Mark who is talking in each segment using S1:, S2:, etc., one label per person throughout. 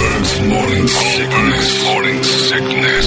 S1: Morning sickness. Morning sickness.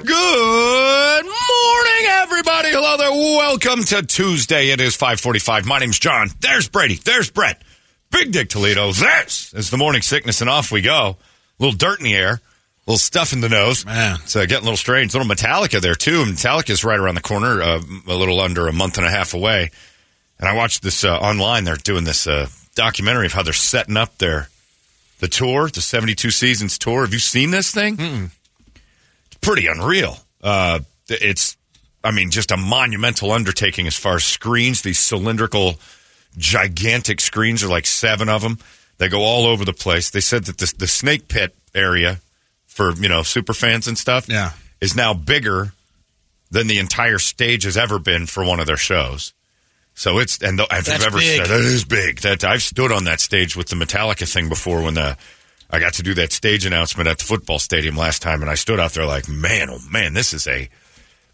S2: Good morning, everybody. Hello there. Welcome to Tuesday. It is 545. My name's John. There's Brady. There's Brett. Big Dick Toledo. This is the morning sickness, and off we go. A little dirt in the air, a little stuff in the nose. Man. It's uh, getting a little strange. A little Metallica there, too. Metallica's right around the corner, uh, a little under a month and a half away. And I watched this uh, online. They're doing this uh, documentary of how they're setting up their the tour, the 72 Seasons tour. Have you seen this thing? pretty unreal. Uh, th- it's, I mean, just a monumental undertaking as far as screens. These cylindrical, gigantic screens are like seven of them. They go all over the place. They said that the, the snake pit area for you know super fans and stuff
S3: Yeah.
S2: is now bigger than the entire stage has ever been for one of their shows. So it's and th- if
S3: That's
S2: you've ever
S3: big.
S2: said that is big. That I've stood on that stage with the Metallica thing before when the I got to do that stage announcement at the football stadium last time, and I stood out there like, man, oh man, this is a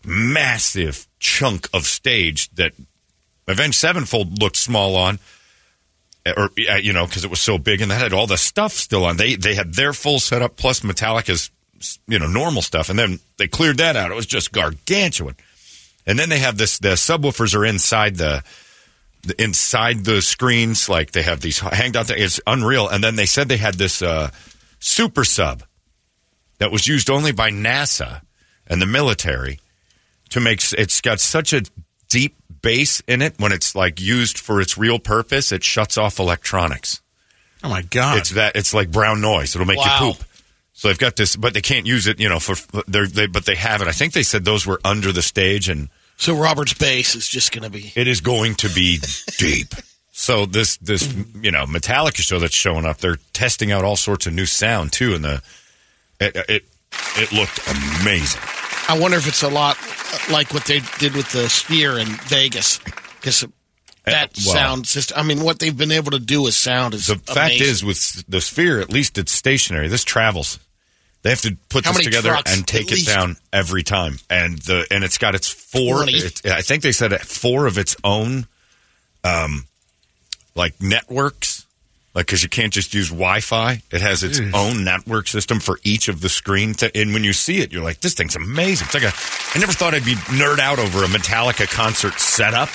S2: massive chunk of stage that Avenged Sevenfold looked small on, or uh, you know, because it was so big, and they had all the stuff still on. They they had their full setup plus Metallica's you know normal stuff, and then they cleared that out. It was just gargantuan. And then they have this the subwoofers are inside the, the inside the screens, like they have these hanged out there. It's unreal. And then they said they had this uh, super sub that was used only by NASA and the military to make s- it's got such a deep bass in it when it's like used for its real purpose, it shuts off electronics.
S3: Oh my god.
S2: It's that it's like brown noise. It'll make you
S3: Wow.
S2: poop. So they've got this, but they can't use it, you know, for they're, they but they have it. I think they said those were under the stage and.
S4: So Robert's bass is just going to be.
S2: It is going to be deep. So this this you know Metallica show that's showing up, they're testing out all sorts of new sound too, and the it it, it looked amazing.
S4: I wonder if it's a lot like what they did with the Sphere in Vegas, because that
S2: Uh, well-
S4: sound system. I mean, what they've been able to do with sound is
S2: The fact
S4: amazing.
S2: is, with the Sphere, at least it's stationary. This travels. They have to put
S4: How
S2: this
S4: many
S2: together
S4: trucks
S2: and
S4: at
S2: take it
S4: least?
S2: down every time, and the and it's got its four.
S4: Twenty.
S2: It, I think they said it- four of its own, um, like networks, like because you can't just use Wi-Fi. It has its own network system for each of the screen. Th- and when you see it, you're like, this thing's amazing. It's like a. I never thought I'd be nerd out over a Metallica concert setup.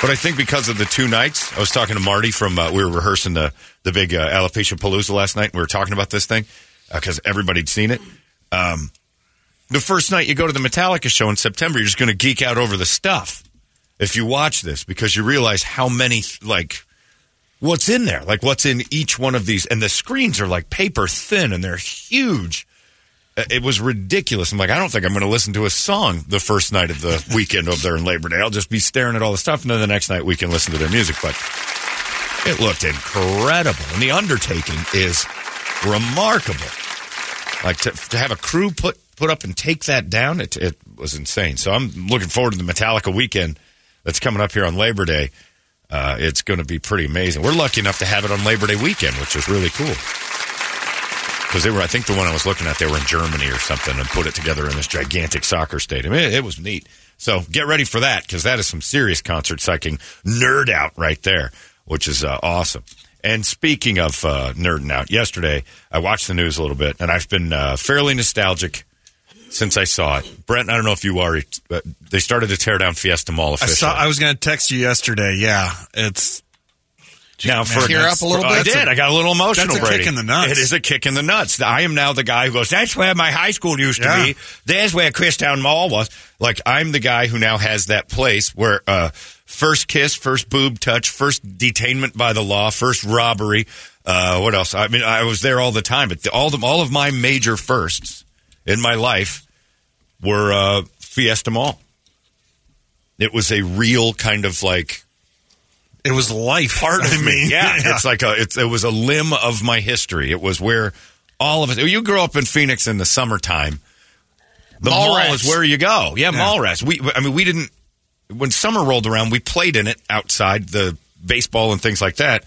S2: But I think because of the two nights, I was talking to Marty from uh, we were rehearsing the the big uh, alopecia palooza last night. And we were talking about this thing because everybody'd seen it. Um, the first night you go to the Metallica show in September, you're just going to geek out over the stuff if you watch this because you realize how many like what's in there, like what's in each one of these, and the screens are like paper thin and they're huge. Uh, It was ridiculous. I'm like, I don't think I'm going to listen to a song the first night of the weekend over there in Labor Day. I'll just be staring at all the stuff, and then the next night we can listen to their music. But it looked incredible, and the undertaking is remarkable. Like to, to have a crew put put up and take that down, it it was insane. So I'm looking forward to the Metallica weekend that's coming up here on Labor Day. Uh, it's going to be pretty amazing. We're lucky enough to have it on Labor Day weekend, which is really cool. Because they were, I think the one I was looking at, they were in Germany or something, and put it together in this gigantic soccer stadium. It, it was neat. So get ready for that because that is some serious concert psyching nerd out right there, which is uh, awesome. And speaking of uh, nerding out, yesterday I watched the news a little bit, and I've been uh, fairly nostalgic since I saw it. Brent, I don't know if you are. But they started to tear down Fiesta Mall
S3: I
S2: officially.
S3: saw. I was going to text you yesterday. Yeah, it's
S2: Now, for
S4: tear up a little
S2: I
S4: bit?
S2: did. I got a little emotional.
S3: That's a
S2: Brady.
S3: kick in the nuts.
S2: It is a kick in the nuts. I am now the guy who goes. That's where my high school used to
S3: Yeah.
S2: be. There's where Christown Mall was. Like I'm the guy who now has that place where uh, first kiss, first boob touch, first detainment by the law, first robbery. Uh, what else? I mean, I was there all the time. But all the, all of my major firsts in my life were uh, Fiesta Mall. It was a real kind of like
S3: It was life.
S2: part of
S3: I
S2: me.
S3: mean,
S2: yeah, it's like a it's, it was a limb of my history. It was where all of us. You grew up in Phoenix in the summertime. The
S4: Mall
S2: mall
S4: rats.
S2: is where you go. Yeah, mall rats. We I mean we didn't when summer rolled around we played in it outside the baseball and things like that.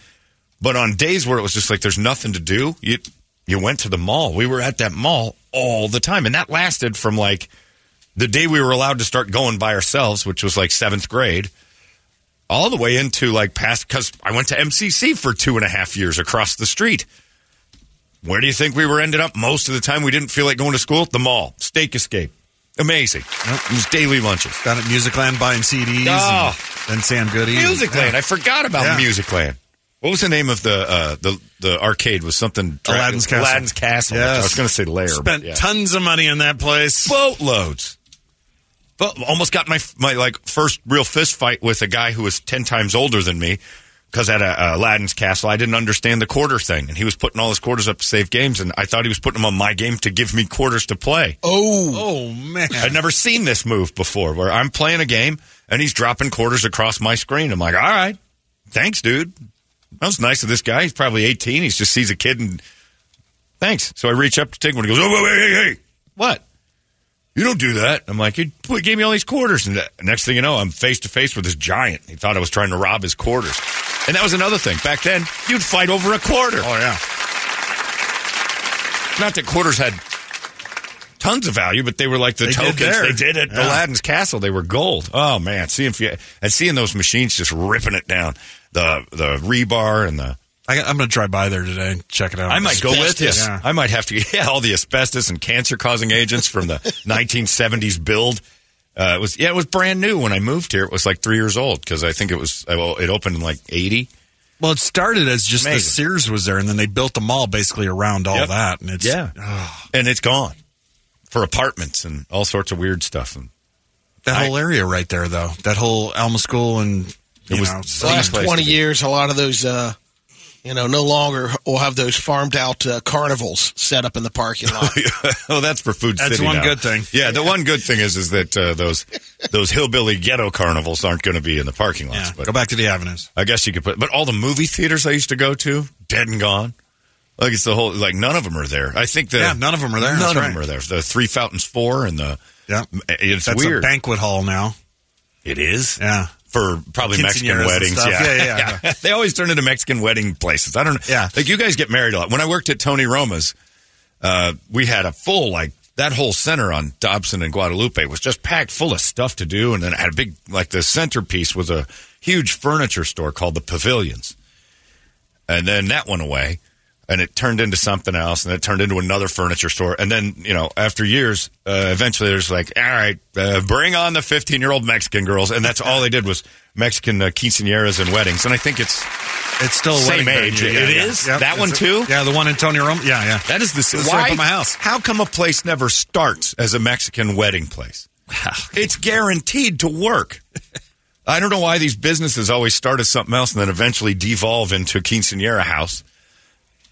S2: But on days where it was just like there's nothing to do, you you went to the mall. We were at that mall all the time, and that lasted from like the day we were allowed to start going by ourselves, which was like seventh grade, all the way into like past because I went to MCC for two and a half years across the street. Where do you think we were ended up most of the time? We didn't feel like going to school. The mall, Steak Escape, amazing. It was daily lunches.
S3: Down at Musicland buying CDs
S2: Oh.
S3: and, and Sam Goody. and-
S2: Musicland.
S3: yeah.
S2: I forgot about
S3: Yeah.
S2: Musicland. What was the name of the uh, the the arcade? Was something
S3: Aladdin's Castle.
S2: Aladdin's Castle. I
S3: Yes.
S2: was going to say Lair.
S3: Spent
S2: but yeah.
S3: tons of money in that place.
S2: boatloads. But almost got my my like first real fist fight with a guy who was ten times older than me because at a, a Aladdin's Castle I didn't understand the quarter thing, and he was putting all his quarters up to save games, and I thought he was putting them on my game to give me quarters to play.
S3: Oh man,
S2: I'd never seen this move before where I'm playing a game and he's dropping quarters across my screen. I'm like, all right, thanks, dude. That was nice of this guy. He's probably 18. He just sees a kid and thanks. So I reach up to take one. He goes, oh, wait, hey, hey, hey. What? You don't do that. I'm like, you boy, gave me all these quarters. And the next thing you know, I'm face to face with this giant. He thought I was trying to rob his quarters. And that was another thing. Back then, you'd fight over a quarter.
S3: Oh yeah.
S2: Not that quarters had tons of value, but they were like the
S3: They did
S2: tokens.
S3: there.
S2: They did at
S3: Yeah.
S2: Aladdin's castle. They were gold. Oh man, seeing if you, and seeing those machines just ripping it down the the rebar and the.
S3: I, I'm going to drive by there today and check it out.
S2: I might go with you.
S3: Asbestos. Yeah.
S2: I might have to. Yeah, all the asbestos and cancer causing agents from the 1970s build. Uh, it was yeah, it was brand new when I moved here. It was like three years old because I think it was uh, well, it opened in like 80.
S3: Well, it started as just the
S2: Amazing.
S3: Sears was there, and then they built the mall basically around all
S2: Yep.
S3: that. And it's
S2: Yeah. and it's gone for apartments and all sorts of weird stuff. And
S3: that
S2: I-
S3: whole area right there, though. That whole Alma School and you
S2: It was
S3: know,
S4: The last
S2: place to
S4: twenty
S2: be.
S4: years, a lot of those, uh, you know, no longer will have those farmed out uh, carnivals set up in the parking lot.
S2: oh, that's for Food
S3: That's
S2: City.
S3: one
S2: now.
S3: good thing.
S2: Yeah, the one good thing is is that uh, those those hillbilly ghetto carnivals aren't going to be in the parking lots.
S3: yeah.
S2: But
S3: go back to the avenues.
S2: I guess you could put. But all the movie theaters I used to go to, dead and gone. Like it's the whole. Like none of them are there. I think the
S3: Yeah, none of 'em are there.
S2: None
S3: That's
S2: of
S3: right.
S2: them are there. The Three Fountains Four and the
S3: Yeah,
S2: It's
S3: that's
S2: weird.
S3: a banquet hall now.
S2: It is.
S3: Yeah.
S2: For probably Mexican
S3: Quinceañeras and
S2: weddings,
S3: stuff.
S2: yeah.
S3: Yeah, yeah,
S2: they always turn into Mexican wedding places. I don't know.
S3: Yeah.
S2: like you guys get married a lot. When I worked at Tony Roma's, uh, we had a full like that whole center on Dobson and Guadalupe was just packed full of stuff to do, and then it had a big like the centerpiece was a huge furniture store called the Pavilions, and then that went away, and it turned into something else, and it turned into another furniture store, and then you know after years, uh, eventually there's like all right, uh, bring on the 15 year old Mexican girls, and that's all they did was Mexican uh, quinceañeras and weddings, and I think it's
S3: It's still a
S2: Same
S3: wedding
S2: age.
S3: venue.
S2: It is? That
S3: It's
S2: one,
S3: a-
S2: too?
S3: Yeah, the one in Tony Rome. Yeah, yeah.
S2: That is the
S3: This is right by my house.
S2: How come a place never starts as a Mexican wedding place? It's guaranteed to work. I don't know why these businesses always start as something else and then eventually devolve into a quinceanera house.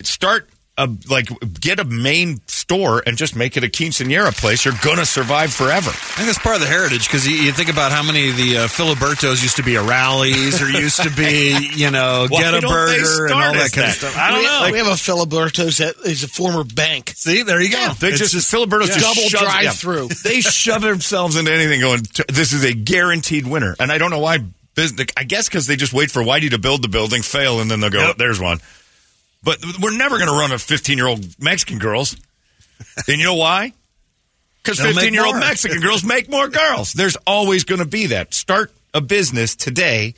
S2: Start a like get a main store and just make it a quinceanera place. You're gonna survive forever.
S3: I think that's part of the heritage because you, you think about how many of the uh, Filibertos used to be a rallies or used to be, you know,
S2: Why
S3: get a
S2: don't they
S3: burger and all
S2: start
S3: that
S2: as
S3: kind
S2: that?
S3: of stuff. I don't
S4: we,
S3: know.
S4: we have a Filiberto's that is a former bank.
S3: See, there you go.
S2: They
S3: It's
S2: just, Filiberto's just
S4: Double
S2: shoves- yeah.
S4: drive-through.
S2: They shove themselves into anything. Going, "T- this is a guaranteed winner, and I don't know why. Business, I guess because they just wait for Whitey to build the building, fail, and then they'll go.
S3: Yep.
S2: There's one. But we're never going to run a 15 year old Mexican girls, and you know why? Because
S3: They'll make
S2: 15 year old
S3: more.
S2: Mexican girls make more girls. There's always going to be that. Start a business today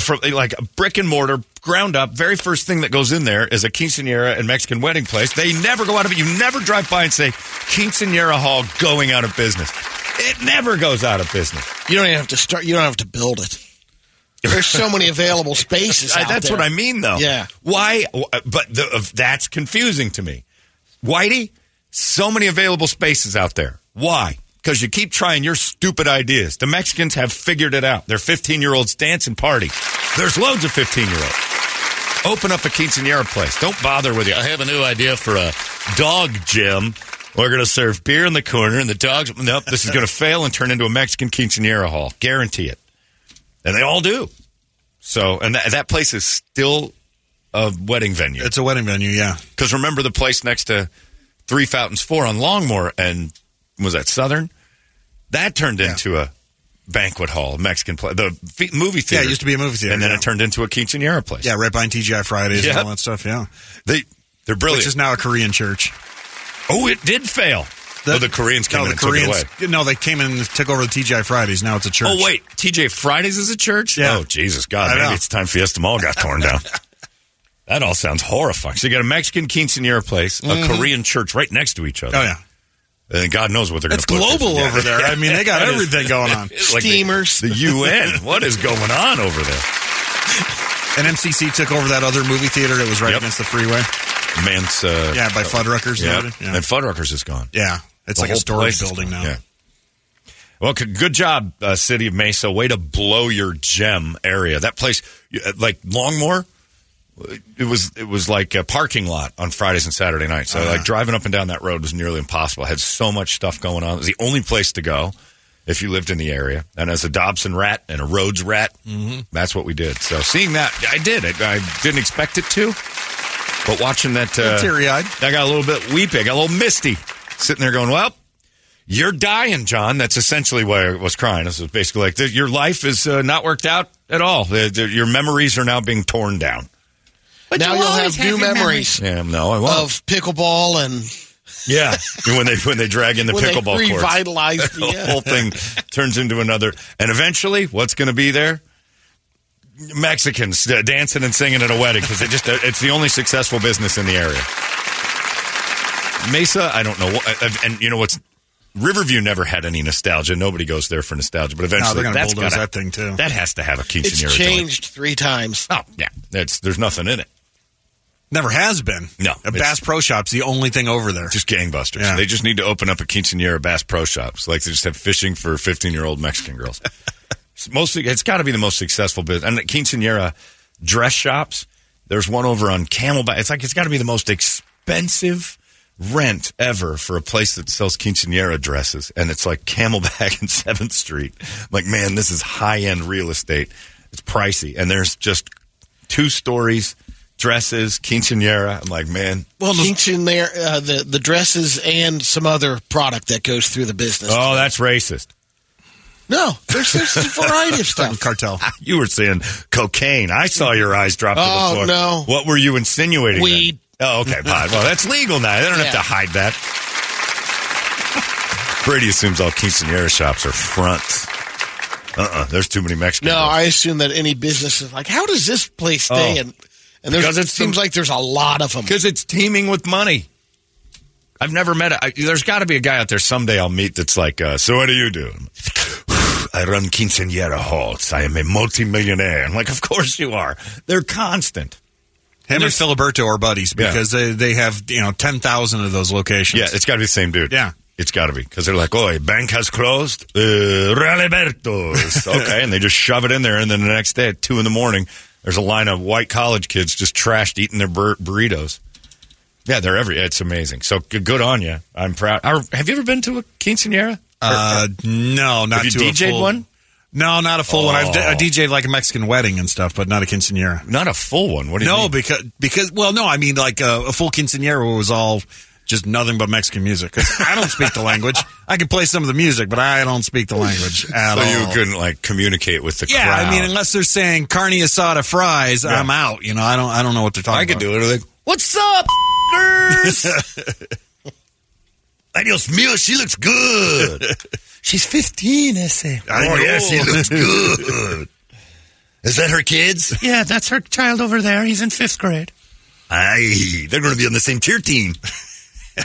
S2: from like a brick and mortar, ground up. Very first thing that goes in there is a quinceanera and Mexican wedding place. They never go out of it. You never drive by and say quinceanera hall going out of business. It never goes out of business.
S4: You don't even have to start. You don't have to build it. There's so many available spaces.
S2: I-
S4: out
S2: that's
S4: there.
S2: what I mean, though.
S4: Yeah.
S2: Why? wh- But the, of- that's confusing to me. Whitey, so many available spaces out there. Why? Because you keep trying your stupid ideas. The Mexicans have figured it out. They're 15 year olds dance and party. There's loads of 15 year olds. Open up a quinceanera place. Don't bother with you. I have a new idea for a dog gym. We're going to serve beer in the corner, and the dogs. Nope, this is going to fail and turn into a Mexican quinceanera hall. Guarantee it. And they all do. So, and that, that place is still a wedding venue.
S3: It's a wedding venue, yeah.
S2: Because remember the place next to Three Fountains Four on Longmore, and was that Southern? That turned into a banquet hall, a Mexican place, the f- movie theater.
S3: it used to be a movie theater,
S2: and then
S3: yeah.
S2: it turned into a quinceanera place.
S3: Yeah, right behind TGI Fridays
S2: Yep.
S3: and all that stuff, yeah.
S2: they they're brilliant.
S3: Which is now a Korean church.
S2: oh, it did fail. oh, the Koreans came
S3: no,
S2: in
S3: the
S2: and
S3: Koreans,
S2: took it away.
S3: No, they came in and took over the TGI Fridays. Now it's a church.
S2: Oh wait, TJ Fridays is a church.
S3: Yeah.
S2: Oh Jesus God,
S3: I
S2: maybe
S3: know.
S2: it's time Fiesta Mall got torn down. That all sounds horrifying. So you got a Mexican quinceanera place, a Korean church right next to each other.
S3: Mm-hmm. Oh, yeah.
S2: And God knows what they're going
S3: It's
S2: to put.
S3: global
S2: Yeah.
S3: over there. I mean, they got
S2: That is-
S3: everything going on.
S2: Like the-
S4: Steamers.
S2: The, UN. What is going on over there?
S3: And MCC took over that other movie theater that was right
S2: Yep.
S3: against the freeway.
S2: Man's. Uh,
S3: Yeah, by Fuddruckers.
S2: yeah.
S3: and everything.
S2: And Fuddruckers is gone.
S3: Yeah. It's
S2: The
S3: like a
S2: whole
S3: storage
S2: place is
S3: building now.
S2: gone. Yeah. Well, c- good job, uh, City of Mesa. Way to blow your gem area. That place, you- uh, like Longmore, it was it was like a parking lot on Fridays and Saturday nights. So
S3: Uh-huh.
S2: like driving up and down that road was nearly impossible. I had so much stuff going on. It was the only place to go if you lived in the area. And as a Dobson rat and a Rhodes rat,
S3: Mm-hmm.
S2: that's what we did. So seeing that, I did. I, I didn't expect it to, but watching that, uh,
S3: Teary eyed.
S2: I got a little bit weepy. I got a little misty sitting there going, well, you're dying, John. That's essentially why I was crying. This was basically like, your life is uh, not worked out at all. Uh, your memories are now being torn down.
S4: now you'll have new memories,
S2: Yeah, no, I won't.
S4: of pickleball and
S2: yeah, when they when they drag in the
S4: when
S2: pickleball
S4: they
S2: courts,
S4: revitalize
S2: the
S4: the. uh, yeah.
S2: whole thing turns into another. And eventually, what's going to be there? Mexicans uh, dancing and singing at a wedding because it just uh, it's the only successful business in the area. Mesa, I don't know, what- uh, and you know what's Riverview never had any nostalgia. Nobody goes there for nostalgia, but
S3: No,
S2: eventually
S3: they're going to
S2: that's
S3: bulldoze
S2: gotta-
S3: that thing, too.
S2: That has to have a quinceanera.
S4: It's
S2: joint.
S4: changed three times.
S2: Oh yeah, that's there's nothing in it.
S3: Never has been.
S2: No,
S3: A
S2: it's-
S3: Bass Pro Shop's the only thing over there.
S2: Just gangbusters.
S3: Yeah.
S2: They just need to open up a quinceanera Bass Pro Shops. Like they just have fishing for 15 year old Mexican girls. It's Mostly, it's got to be the most successful business. And the quinceanera dress shops. There's one over on Camelback. It's like it's got to be the most expensive rent ever for a place that sells quinceanera dresses. And it's like Camelback and Seventh Street. Like, man, this is high end real estate. It's pricey, and there's just two stories, dresses, quinceanera. I'm like, man,
S4: Well, in there, uh, the the dresses and some other product that goes through the business.
S2: oh, that's racist.
S4: No, there's, there's a variety of stuff.
S3: cartel.
S2: You were saying cocaine. I saw your eyes drop to the
S4: Oh,
S2: floor.
S4: no.
S2: What were you insinuating?
S4: Weed.
S2: then? Oh, okay. Pot. Well, that's legal now. They don't have to
S4: Yeah.
S2: hide that. Brady assumes all quinceanera shops are fronts. Uh uh There's too many Mexican.
S4: No,
S2: girls.
S4: I assume that any business is like, how does this place stay?
S2: Oh.
S4: And and there's,
S2: Because
S4: it
S2: it's the-
S4: seems like there's a lot of them.
S2: Because it's teeming with money. I've never met a. I, there's got to be a guy out there someday I'll meet that's like, uh, so what do you do? I run quinceanera halls. I am a multimillionaire. I'm like, of course you are. They're constant.
S3: Him and Filiberto are buddies
S2: Yeah.
S3: because they, they have, you know, 10,000 of those locations.
S2: Yeah, it's got to be the same dude.
S3: Yeah.
S2: It's got to be because they're like, oh, bank has closed. Uh, Raliberto's. okay. And they just shove it in there. And then the next day at two in the morning, there's a line of white college kids just trashed eating their bur- burritos. Yeah, they're every. It's amazing. So good, good on you. I'm proud. Are, have you ever been to a quinceanera?
S3: Uh, no,
S2: Have
S3: not
S2: you
S3: to a
S2: DJ'd
S3: full-
S2: one?
S3: No, not a full one. I've d-
S2: Oh.
S3: I DJ'd like a Mexican wedding and stuff, but not a quinceanera.
S2: Not a full one. What do you
S3: No,
S2: mean?
S3: because because well, no, I mean like uh, a, a full quinceanera where it was all just nothing but Mexican music. 'Cause I don't speak the language. I can play some of the music, but I don't speak the language at
S2: so
S3: all.
S2: you couldn't like communicate with the
S3: yeah,
S2: crowd.
S3: I mean, unless they're saying carne asada fries, I'm out. You know, I don't I don't know what they're talking.
S2: I could
S3: about.
S2: do it. They're like, what's up, f***ers? Adios mio, she looks good. She's 15, I say.
S3: I
S2: oh, yeah,
S3: know.
S2: she looks good. Is that her kids? Yeah, that's her child over there. He's in fifth grade. Aye, they're going to be on the same tier team.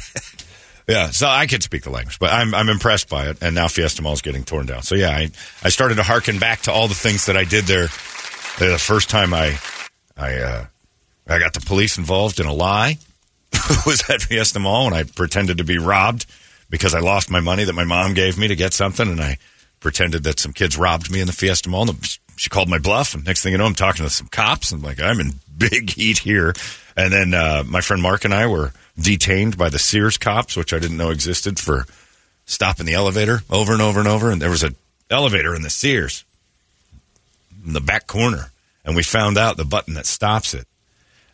S2: yeah, so I could speak the language, but I'm, I'm impressed by it. And now Fiesta Mall's getting torn down. So yeah, I, I started to hearken back to all the things that I did there the first time I I uh, I got the police involved in a lie. was at Fiesta Mall when I pretended to be robbed because I lost my money that my mom gave me to get something, and I pretended that some kids robbed me in the Fiesta Mall. And she called my bluff, and next thing you know, I'm talking to some cops, and like I'm in big heat here. And then uh, my friend Mark and I were detained by the Sears cops, which I didn't know existed for stopping the elevator over and over and over. And there was a elevator in the Sears in the back corner. and we found out the button that stops it.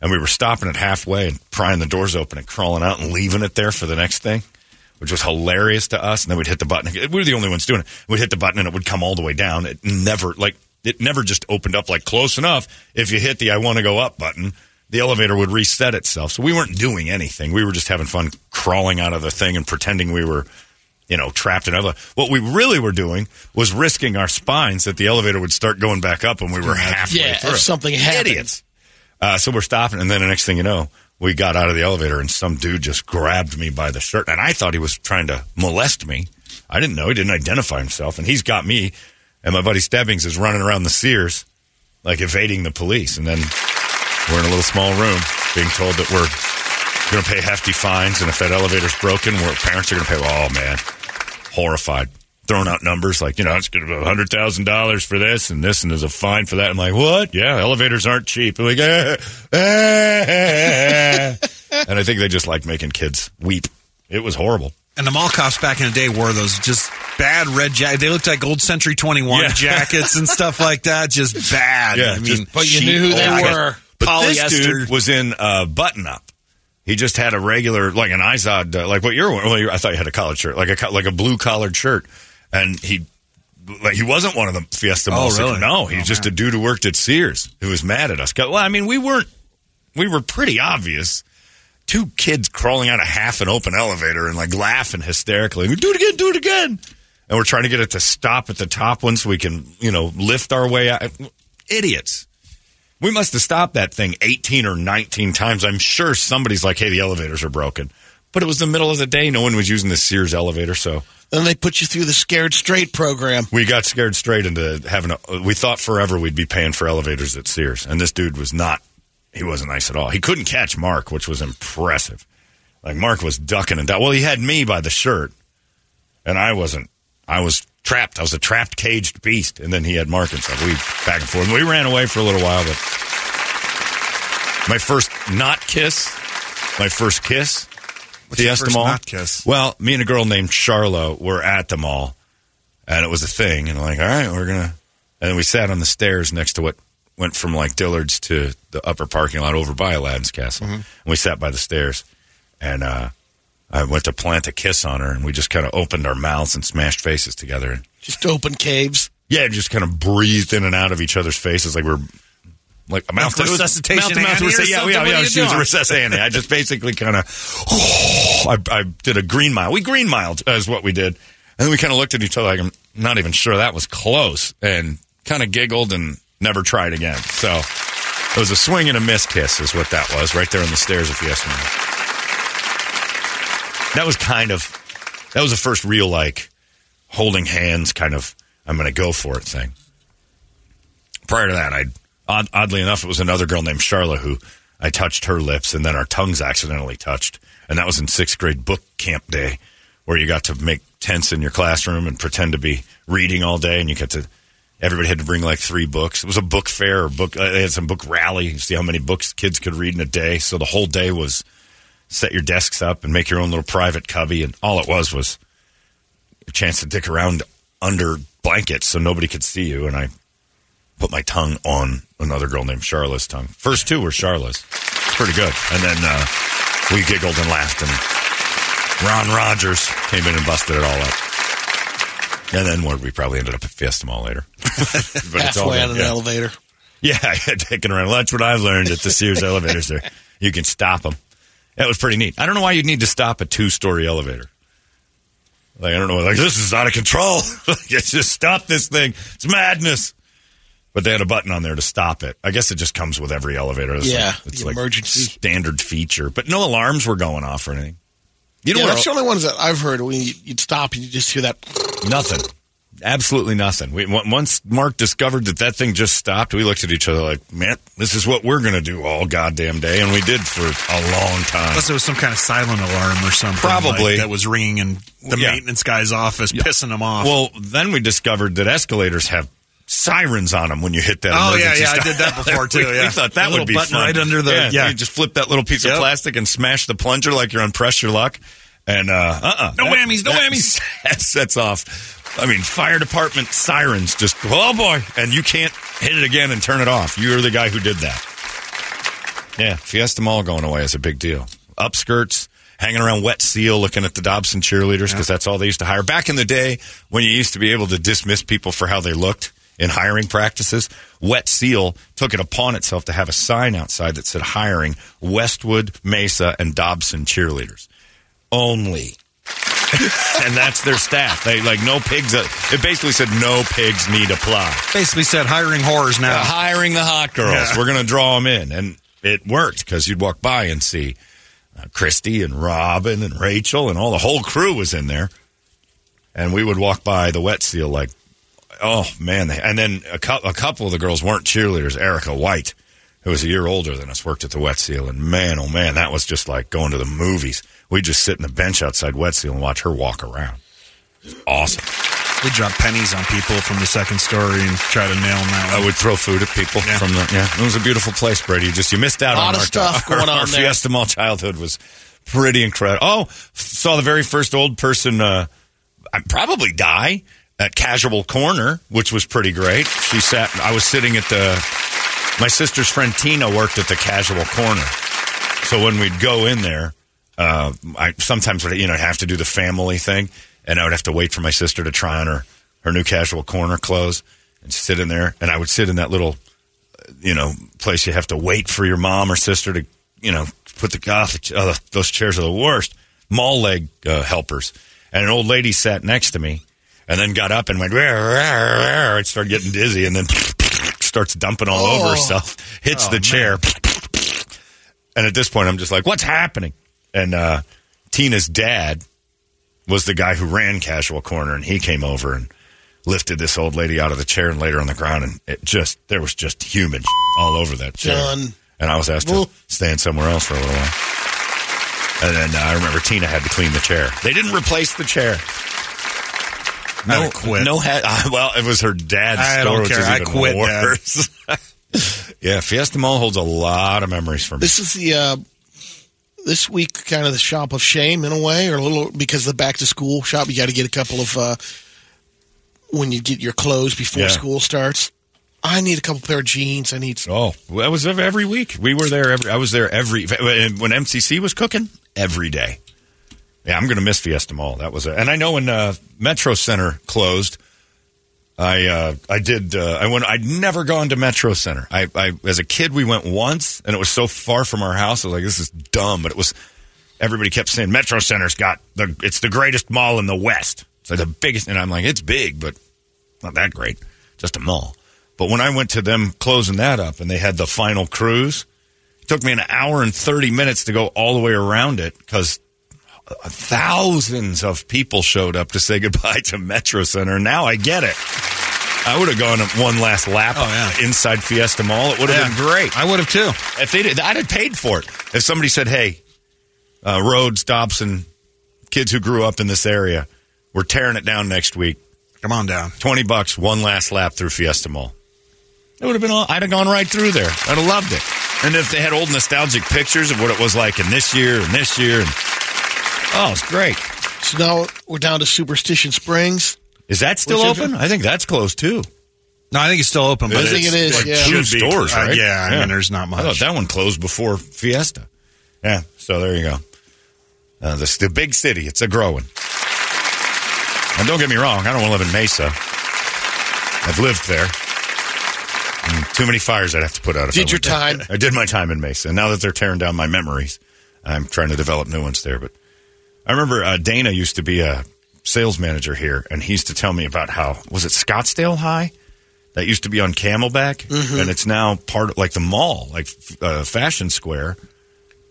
S2: And we were stopping it halfway and prying the doors open and crawling out and leaving it there for the next thing, which was hilarious to us. And then we'd hit the button. We were the only ones doing it. We'd hit the button and it would come all the way down. It never, like, it never just opened up like close enough. If you hit the I want to go up button, the elevator would reset itself. So we weren't doing anything. We were just having fun crawling out of the thing and pretending we were you know, trapped in other. What we really were doing was risking our spines that the elevator would start going back up when we were halfway
S4: Yeah, if
S2: through.
S4: something happened.
S2: Idiots. Uh, so we're stopping, and then the next thing you know, we got out of the elevator, and some dude just grabbed me by the shirt, and I thought he was trying to molest me. I didn't know. He didn't identify himself, and he's got me, and my buddy Stebbings is running around the Sears, like evading the police, and then we're in a little small room being told that we're going to pay hefty fines, and if that elevator's broken, we're, parents are going to pay. Oh man, horrified, throwing out numbers like, you know, it's going to be hundred thousand dollars for this and this, and there's a fine for that. I'm like, what? Yeah, elevators aren't cheap. I'm like, "Eh, eh." and I think they just like making kids weep. It was horrible.
S3: And the mall cops back in the day wore those just bad red jackets. They looked like old Century 21
S2: Yeah.
S3: jackets and stuff like that. Just bad.
S2: Yeah,
S3: I mean,
S2: just
S4: But you
S2: cheap
S4: knew who they
S2: old-
S4: were.
S2: But this
S3: Polyester.
S2: dude was in uh, button up. He just had a regular, like an Izod, uh, like what you're wearing. Well, you I thought you had a collared shirt, like a co- like a blue collared shirt, and he. Like he wasn't one of the Fiesta Mall.
S3: really?
S2: No, he's just a dude who worked at Sears who was mad at us. 'Cause- Well, I mean, we weren't. We were pretty obvious. Two kids crawling out of half an open elevator and like laughing hysterically. Do it again. Do it again. And we're trying to get it to stop at the top one so we can, you know, lift our way out. Idiots. We must have stopped that thing 18 or 19 times. I'm sure somebody's like, hey, the elevators are broken. But it was the middle of the day. No one was using the Sears elevator. So
S4: Then they put you through the scared straight program.
S2: we got scared straight into having a. We thought forever we'd be paying for elevators at Sears. And this dude was not. He wasn't nice at all. He couldn't catch Mark, which was impressive. Like, Mark was ducking and ducking. Well, he had me by the shirt. And I wasn't. I was trapped. I was a trapped, caged beast. And then he had Mark and stuff. We back and forth. We ran away for a little while, but my first not kiss, my first kiss,
S3: your
S2: Fiesta
S3: first
S2: Mall.
S3: not kiss?
S2: Well, me and a girl named Charlo were at the mall, and it was a thing. And I'm like, all right, we're gonna. And then we sat on the stairs next to what went from like Dillard's to the upper parking lot over by Aladdin's Castle.
S3: Mm-hmm.
S2: And we sat by the stairs, and uh, I went to plant a kiss on her, and we just kind of opened our mouths and smashed faces together. And
S4: Just open caves.
S2: yeah, just kind of breathed in and out of each other's faces, like we're like a mouth
S3: resuscitation
S2: mouth to mouth
S3: Annie or
S2: recess- Yeah,
S3: something?
S2: yeah,
S3: What
S2: yeah.
S3: are you
S2: She was a
S3: doing?
S2: recess Annie. I just basically kind of, I, I did a green mile. We green miled is what we did, and then we kind of looked at each other like I'm not even sure that was close, and kind of giggled and never tried again. So it was a swing and a miss kiss, is what that was, right there on the stairs of Fiesta Mall. That was kind of that was the first real like holding hands kind of I'm going to go for it thing. Prior to that, I odd, oddly enough, it was another girl named Charla who I touched her lips and then our tongues accidentally touched, and that was in sixth grade book camp day where you got to make tents in your classroom and pretend to be reading all day, and you got to. Everybody had to bring like three books. It was a book fair or book. uh, They had some book rally. See how many books kids could read in a day. So the whole day was set your desks up and make your own little private cubby. And all it was was a chance to dick around under blankets so nobody could see you. And I put my tongue on another girl named Charlotte's tongue. First two were Charlotte's. It's pretty good. And then uh, we giggled and laughed. And Ron Rogers came in and busted it all up. And then what, we probably ended up at Fiesta Mall later. but it's all
S4: halfway
S2: good,
S4: out of an
S2: yeah.
S4: elevator.
S2: Yeah, I had taken around. That's what I've learned at the Sears elevators. There, you can stop them. That was pretty neat. I don't know why you'd need to stop a two-story elevator. Like I don't know, like this is out of control. like, just stop this thing. It's madness. But they had a button on there to stop it. I guess it just comes with every elevator. It's
S4: Yeah,
S2: like, it's
S4: the
S2: like
S4: emergency.
S2: standard feature. But no alarms were going off or anything. You know
S4: yeah,
S2: what?
S4: that's the only ones that I've heard when you- you'd stop and you just hear that.
S2: Nothing. Absolutely nothing. We, on- once Mark discovered that that thing just stopped, we looked at each other like, man, this is what we're going to do all goddamn day. And we did for a long time.
S3: Unless it was some kind of silent alarm or something.
S2: Probably.
S3: like, that was ringing in the
S2: Yeah.
S3: maintenance guy's office, pissing him off.
S2: Well, then we discovered that escalators have sirens on them when you hit that.
S3: Oh, yeah,
S2: emergency
S3: yeah, I
S2: stop.
S3: did that before, too,
S2: we,
S3: yeah.
S2: we thought that
S3: The
S2: would
S3: little
S2: be
S3: button
S2: fun.
S3: right under the-
S2: yeah.
S3: yeah.
S2: You just flip that little piece of
S3: Yep.
S2: plastic and smash the plunger like you're on pressure lock, And uh, uh-uh.
S3: No whammies, no
S2: that-
S3: whammies.
S2: That sets off. I mean, fire department sirens just, oh boy. And you can't hit it again and turn it off. You're the guy who did that. Yeah, Fiesta Mall going away is a big deal. Upskirts, hanging around Wet Seal, looking at the Dobson cheerleaders because that's all they used to hire. Back in the day when you used to be able to dismiss people for how they looked in hiring practices, Wet Seal took it upon itself to have a sign outside that said hiring Westwood, Mesa, and Dobson cheerleaders only. and that's their staff. They like no pigs. uh, It basically said no pigs need apply
S3: Basically said hiring horrors now.
S2: uh, hiring the hot girls.
S3: Yeah.
S2: We're going to draw them in. And it worked because you'd walk by and see uh, Christy and Robin and Rachel and all the whole crew was in there. And we would walk by the wet seal like, oh man. they- And then a, cou- a couple of the girls weren't cheerleaders. Erica White, who was a year older than us, worked at the wet seal. And man, oh man, that was just like going to the movies. We'd just sit in the bench outside wet seal and watch her walk around. It was awesome.
S3: We drop pennies on people from the second story and try to nail them that
S2: I
S3: way.
S2: would throw food at people from the. Yeah, it was a beautiful place, Brady. You just you missed out
S4: Lot
S2: on
S4: of
S2: our,
S4: stuff
S2: our,
S4: going on
S2: our
S4: there.
S2: Fiesta Mall childhood was pretty incredible. Oh, f- saw the very first old person uh, I'd probably die at Casual Corner, which was pretty great. She sat. I was sitting at the. My sister's friend Tina worked at the Casual Corner, so when we'd go in there, uh, I sometimes would, you know have to do the family thing, and I would have to wait for my sister to try on her her new casual corner clothes and sit in there, and I would sit in that little uh, you know place you have to wait for your mom or sister to you know put the goth oh, those chairs are the worst mall leg uh, helpers, and an old lady sat next to me. And then got up and went, "Rah, rah, rah," and started getting dizzy, and then starts dumping all over herself, hits the chair, and at this point, I'm just like, what's happening? And uh, Tina's dad was the guy who ran Casual Corner, and he came over and lifted this old lady out of the chair and laid her on the ground. And it just, there was just human all over that chair.
S4: Done.
S2: And I was asked
S4: Well-
S2: to stand somewhere else for a little while. And then uh, I remember Tina had to clean the chair. They didn't replace the chair.
S3: No, I quit.
S2: No, ha- uh, well, it was her dad's
S3: I
S2: store,
S3: don't
S2: which
S3: care.
S2: is
S3: I
S2: even
S3: quit, Dad.
S2: worse. yeah, Fiesta Mall holds a lot of memories for me.
S4: This is the uh, this week kind of the shop of shame in a way, or a little because the back to school shop. You got to get a couple of uh, when you get your clothes before
S2: Yeah.
S4: school starts. I need a couple pair of jeans. I need some.
S2: Oh, well, that was ev- every week. We were there every. I was there every when MCC was cooking every day. Yeah, I'm going to miss Fiesta Mall. That was, a, and I know when uh, Metro Center closed, I uh, I did uh, I went. I'd never gone to Metro Center. I, I as a kid we went once, and it was so far from our house. I was like, this is dumb. But it was everybody kept saying Metro Center's got the it's the greatest mall in the West. It's like the biggest, and I'm like, it's big, but not that great, just a mall. But when I went to them closing that up and they had the final cruise, it took me an hour and 30 minutes to go all the way around it because thousands of people showed up to say goodbye to Metro Center. Now I get it. I would have gone one last lap
S3: Oh, yeah.
S2: inside Fiesta Mall. It would have
S3: Yeah.
S2: been great.
S3: I would have too.
S2: If they did, I'd have paid for it. If somebody said, "Hey, uh, Rhodes, Dobson, kids who grew up in this area, we're tearing it down next week.
S3: Come on down.
S2: Twenty bucks, one last lap through Fiesta Mall." It would have been. All, I'd have gone right through there. I'd have loved it. And if they had old nostalgic pictures of what it was like in this year and this year, and oh, it's great.
S4: So now we're down to Superstition Springs.
S2: Is that still
S4: Which is-
S2: open? I think that's closed too.
S3: No, I think it's still open, but
S4: I think
S3: it's
S4: it is,
S3: like
S4: yeah.
S3: two
S2: Should be.
S3: stores,
S2: Uh,
S3: right?
S2: yeah,
S3: yeah,
S2: yeah.
S3: I mean, there's not
S2: I thought
S3: much.
S2: that one closed before Fiesta. Yeah, so there you go. Uh, this, the big city, it's a growing. And don't get me wrong, I don't want to live in Mesa. I've lived there. And too many fires I'd have to put out. if I
S4: Did your
S2: lived there.
S4: time.
S2: I did my time in Mesa. And Now that they're tearing down my memories, I'm trying to develop new ones there. But I remember uh, Dana used to be a sales manager here, and he used to tell me about how was it Scottsdale High that used to be on Camelback,
S4: Mm-hmm.
S2: and it's now part of like the mall, like f- uh, Fashion Square.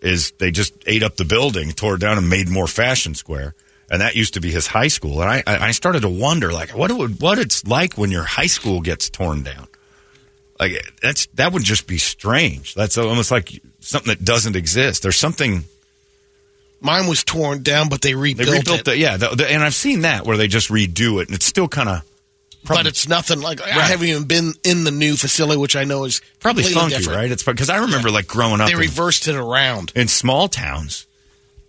S2: Is they just ate up the building, tore it down, and made more Fashion Square, and that used to be his high school. And I, I I started to wonder like what it would what it's like when your high school gets torn down. Like that's that would just be strange. That's almost like something that doesn't exist. There's something
S4: Mine was torn down, but they
S2: they
S4: rebuilt,
S2: rebuilt
S4: it.
S2: the yeah, the, the, and I've seen that where they just redo it, and it's still kind of
S4: but it's nothing like I haven't even been in the new facility, which I know is
S2: probably
S4: completely
S2: funky,
S4: different.
S2: right? It's because I remember like growing up
S4: They
S2: in,
S4: reversed it around.
S2: in small towns,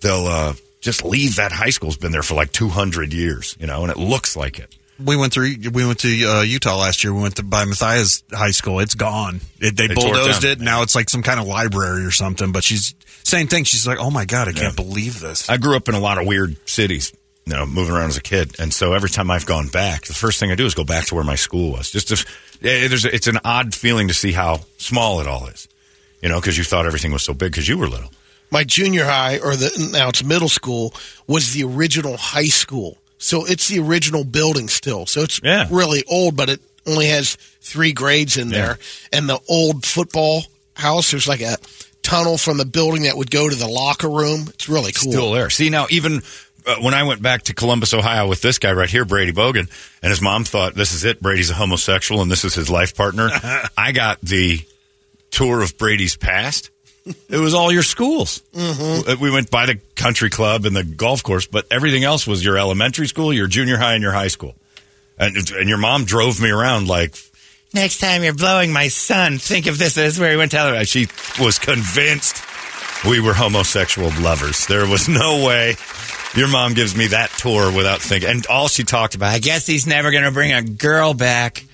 S2: they'll uh, just leave that high school's been there for like 200 years, you know, and it looks like it.
S3: We went through. We went to uh, Utah last year. We went to by Matthias High School. It's gone. It, they,
S2: They tore it
S3: bulldozed
S2: down.
S3: it. Now it's like some kind of library or something. But she's same thing. She's like, oh my god, I can't believe this.
S2: I grew up in a lot of weird cities, you know, moving around as a kid. And so every time I've gone back, the first thing I do is go back to where my school was. Just if, eh, there's, it's an odd feeling to see how small it all is, you know, because you thought everything was so big because you were little.
S4: my junior high or the now it's middle school was the original high school so it's the original building still so it's
S2: Yeah.
S4: really old but it only has three grades in there and the old football house there's like a tunnel from the building that would go to the locker room it's really cool
S2: Still there. See, now, even uh, when I went back to Columbus, Ohio with this guy right here, Brady Bogan, and his mom thought, this is it. Brady's a homosexual and this is his life partner. I got the tour of Brady's past. It was all your schools. Uh, We went by the country club and the golf course, but everything else was your elementary school, your junior high, and your high school. And, and your mom drove me around like, next time you're blowing my son, think of this. This is where he went to. Alabama." She was convinced we were homosexual lovers. There was no way your mom gives me that tour without thinking. And all she talked about, I guess he's never going to bring a girl back.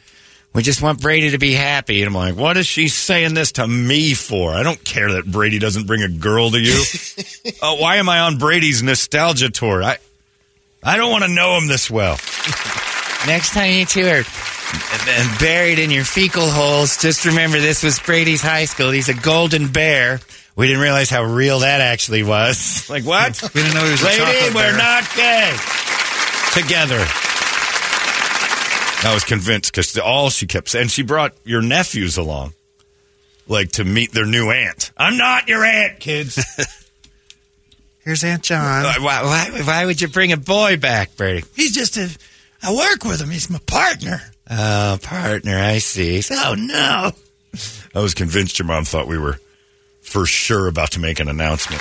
S2: We just want Brady to be happy. And I'm like, what is she saying this to me for? I don't care that Brady doesn't bring a girl to you. uh, why am I on Brady's nostalgia tour? I, I don't want to know him this well. Next time you two are buried in your fecal holes, just remember this was Brady's high school. He's a golden bear. We didn't realize how real that actually was. Like what?
S3: We didn't know he was a
S2: Lady,
S3: chocolate
S2: we're
S3: bear.
S2: not gay. Together. I was convinced because all she kept saying, she brought your nephews along, like to meet their new aunt. I'm not your aunt, kids.
S3: Here's Aunt John.
S2: why, why, why would you bring a boy back, Brady?
S5: He's just a. I work with him. He's my partner.
S2: Oh, partner, I see. Oh, no. I was convinced your mom thought we were for sure about to make an announcement.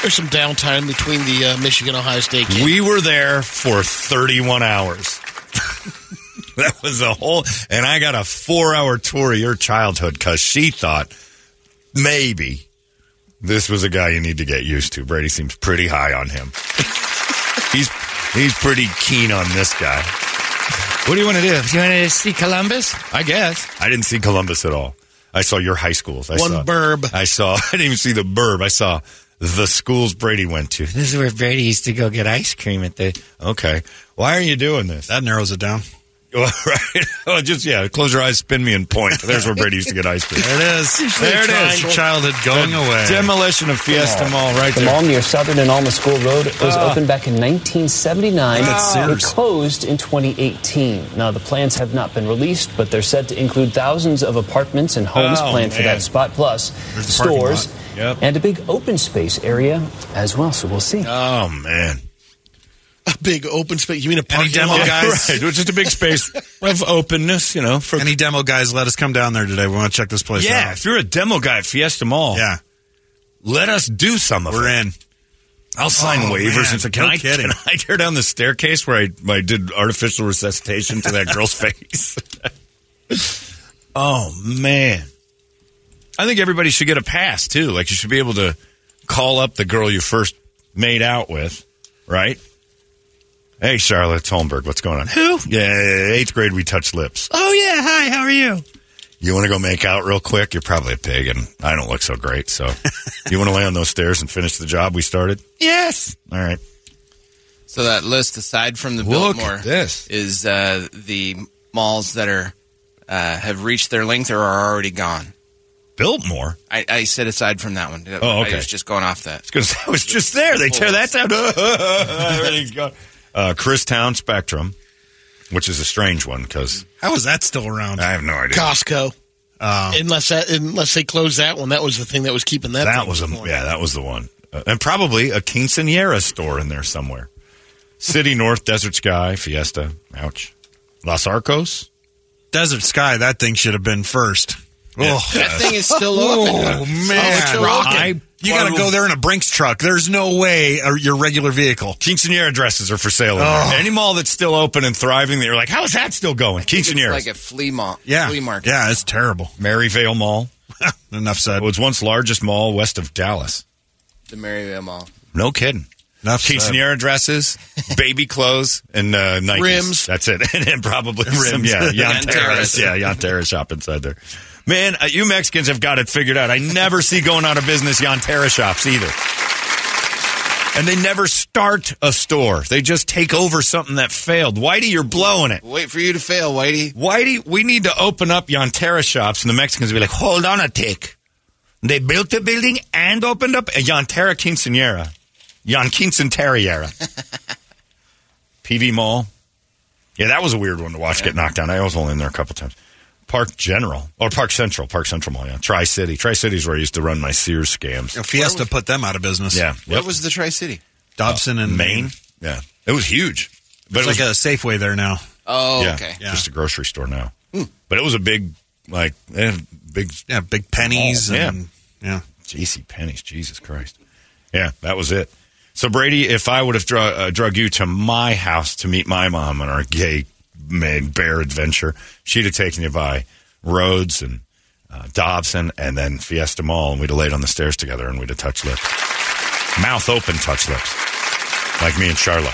S4: there's some downtime between the uh, michigan ohio state game
S2: We were there for 31 hours. that was a whole, and I got a four hour tour of your childhood because she thought maybe this was a guy you need to get used to. Brady seems pretty high on him. he's he's pretty keen on this guy. What do you want to do?
S5: Do you want to see Columbus?
S2: I guess I didn't see Columbus at all. I saw your high schools. I
S4: One
S2: saw,
S4: burb.
S2: I saw. I didn't even see the burb. I saw the schools Brady went to.
S5: This is where Brady used to go get ice cream at the.
S2: Okay, why are you doing this?
S3: that narrows it down.
S2: Well, right. Well, just yeah. Close your eyes, spin me, and point. There's where Brady used to get ice cream.
S3: There it is. There it is. Your childhood going away.
S2: Demolition of Fiesta Mall, right
S6: The
S2: there.
S6: mall near Southern and Alma School Road was opened back in 1979
S3: That's
S6: and
S3: Sears.
S6: closed in 2018. Now, the plans have not been released, but they're said to include thousands of apartments and homes
S2: Oh,
S6: planned for
S2: man.
S6: that spot, plus
S3: There's the parking
S6: stores
S3: lot.
S2: Yep.
S6: and a big open space area as well. So we'll see.
S2: Oh man,
S4: a big open space you mean a parking
S3: demo
S4: lot
S3: guy? Guys.
S2: right. It was just a big space of openness, you know. For
S3: Any demo guys, let us come down there today. We want to check this place
S2: yeah,
S3: out.
S2: if you're a demo guy at Fiesta Mall,
S3: uh, Yeah,
S2: let us do some of
S3: we're
S2: it.
S3: in.
S2: I'll sign
S3: Oh,
S2: waivers.
S3: man.
S2: and say, can,
S3: No
S2: I,
S3: kidding.
S2: can I tear down the staircase where I, I did artificial resuscitation to that girl's face? oh, man. I think everybody should get a pass, too. Like, you should be able to call up the girl you first made out with, right? Hey, Charlotte it's Holmberg, what's going on? Who? Yeah, eighth grade, we touch lips.
S5: Oh yeah, hi. How are you?
S2: You want to go make out real quick? You're probably a pig, and I don't look so great. So, you want to lay on those stairs and finish the job we started?
S5: Yes.
S2: All right.
S7: So that list, aside from the
S2: Look
S7: Biltmore,
S2: at this.
S7: is uh, the malls that are uh, have reached their length or are already gone.
S2: Biltmore?
S7: I, I said aside from that one.
S2: Oh, okay.
S7: I was just going off that.
S2: because I was just there. They tear that down. Everything's gone. Uh, Christown Spectrum, which is a strange one because
S3: How is that still around?
S2: I have no idea.
S4: costco
S2: Um,
S4: unless that unless they close that one that was the thing that was keeping that
S2: that
S4: thing
S2: was a
S4: going.
S2: yeah, that was the one, Uh, and probably a quinceanera store in there somewhere. City North, Desert Sky, Fiesta. Ouch. Los Arcos.
S3: Desert Sky. That thing should have been first. Oh,
S7: That thing is still open.
S3: Oh,
S4: it's rocking.
S3: I- you got to go there in a Brinks truck. There's no way a, your regular vehicle.
S2: Quinceanera dresses are for sale. In
S7: Oh.
S2: there. Any mall that's still open and thriving, they're like, how is that still going?
S7: It's
S2: Quinceaneras.
S7: like a flea, ma-
S3: Yeah,
S7: flea market.
S3: yeah, it's terrible.
S2: Maryvale Mall.
S3: Enough said.
S2: It was once largest mall west of Dallas.
S7: The Maryvale Mall.
S2: No kidding.
S3: Enough said.
S2: Quinceanera dresses, baby clothes, and uh, Nikes.
S4: Rims.
S2: That's it. and then probably rims. yeah, Yon
S7: Yon
S2: Terrace.
S7: Terrace.
S2: Yeah, Yon Terrace shop inside there. Man, uh, you Mexicans have got it figured out. I never see going out of business Yon Terrace shops either. And they never start a store. They just take over something that failed. Whitey, you're blowing it.
S7: Wait for you to fail, Whitey.
S2: Whitey, we need to open up Yonterra shops, and the Mexicans will be like, hold on a tick. They built the building and opened up a Yonterra Quinceanera. Yon Quinceanera. PV Mall. Yeah, that was a weird one to watch get knocked down. I was only in there a couple times. Park General, or Park Central, Park Central Mall, yeah. Tri City. Tri City's where I used to run my Sears scams.
S3: Fiesta put them out of business.
S2: Yeah.
S7: What was the Tri City?
S3: Dobson and
S2: Maine? Yeah. It was huge. But
S3: It's
S2: it was
S3: like a Safeway there now.
S7: Oh,
S2: yeah,
S7: okay.
S3: Yeah.
S2: just a grocery store now. But it was a big, like, eh, big
S3: Yeah, big pennies.
S2: Oh, yeah.
S3: and, yeah.
S2: JC Penney's, Jesus Christ. Yeah, that was it. So Brady, if I would have drug, uh, drug you to my house to meet my mom on our gay man bear adventure, she'd have taken you by Rhodes and uh, Dobson and then Fiesta Mall, and we'd have laid on the stairs together and we'd have touched lips, mouth open, touch lips, like me and Charlotte.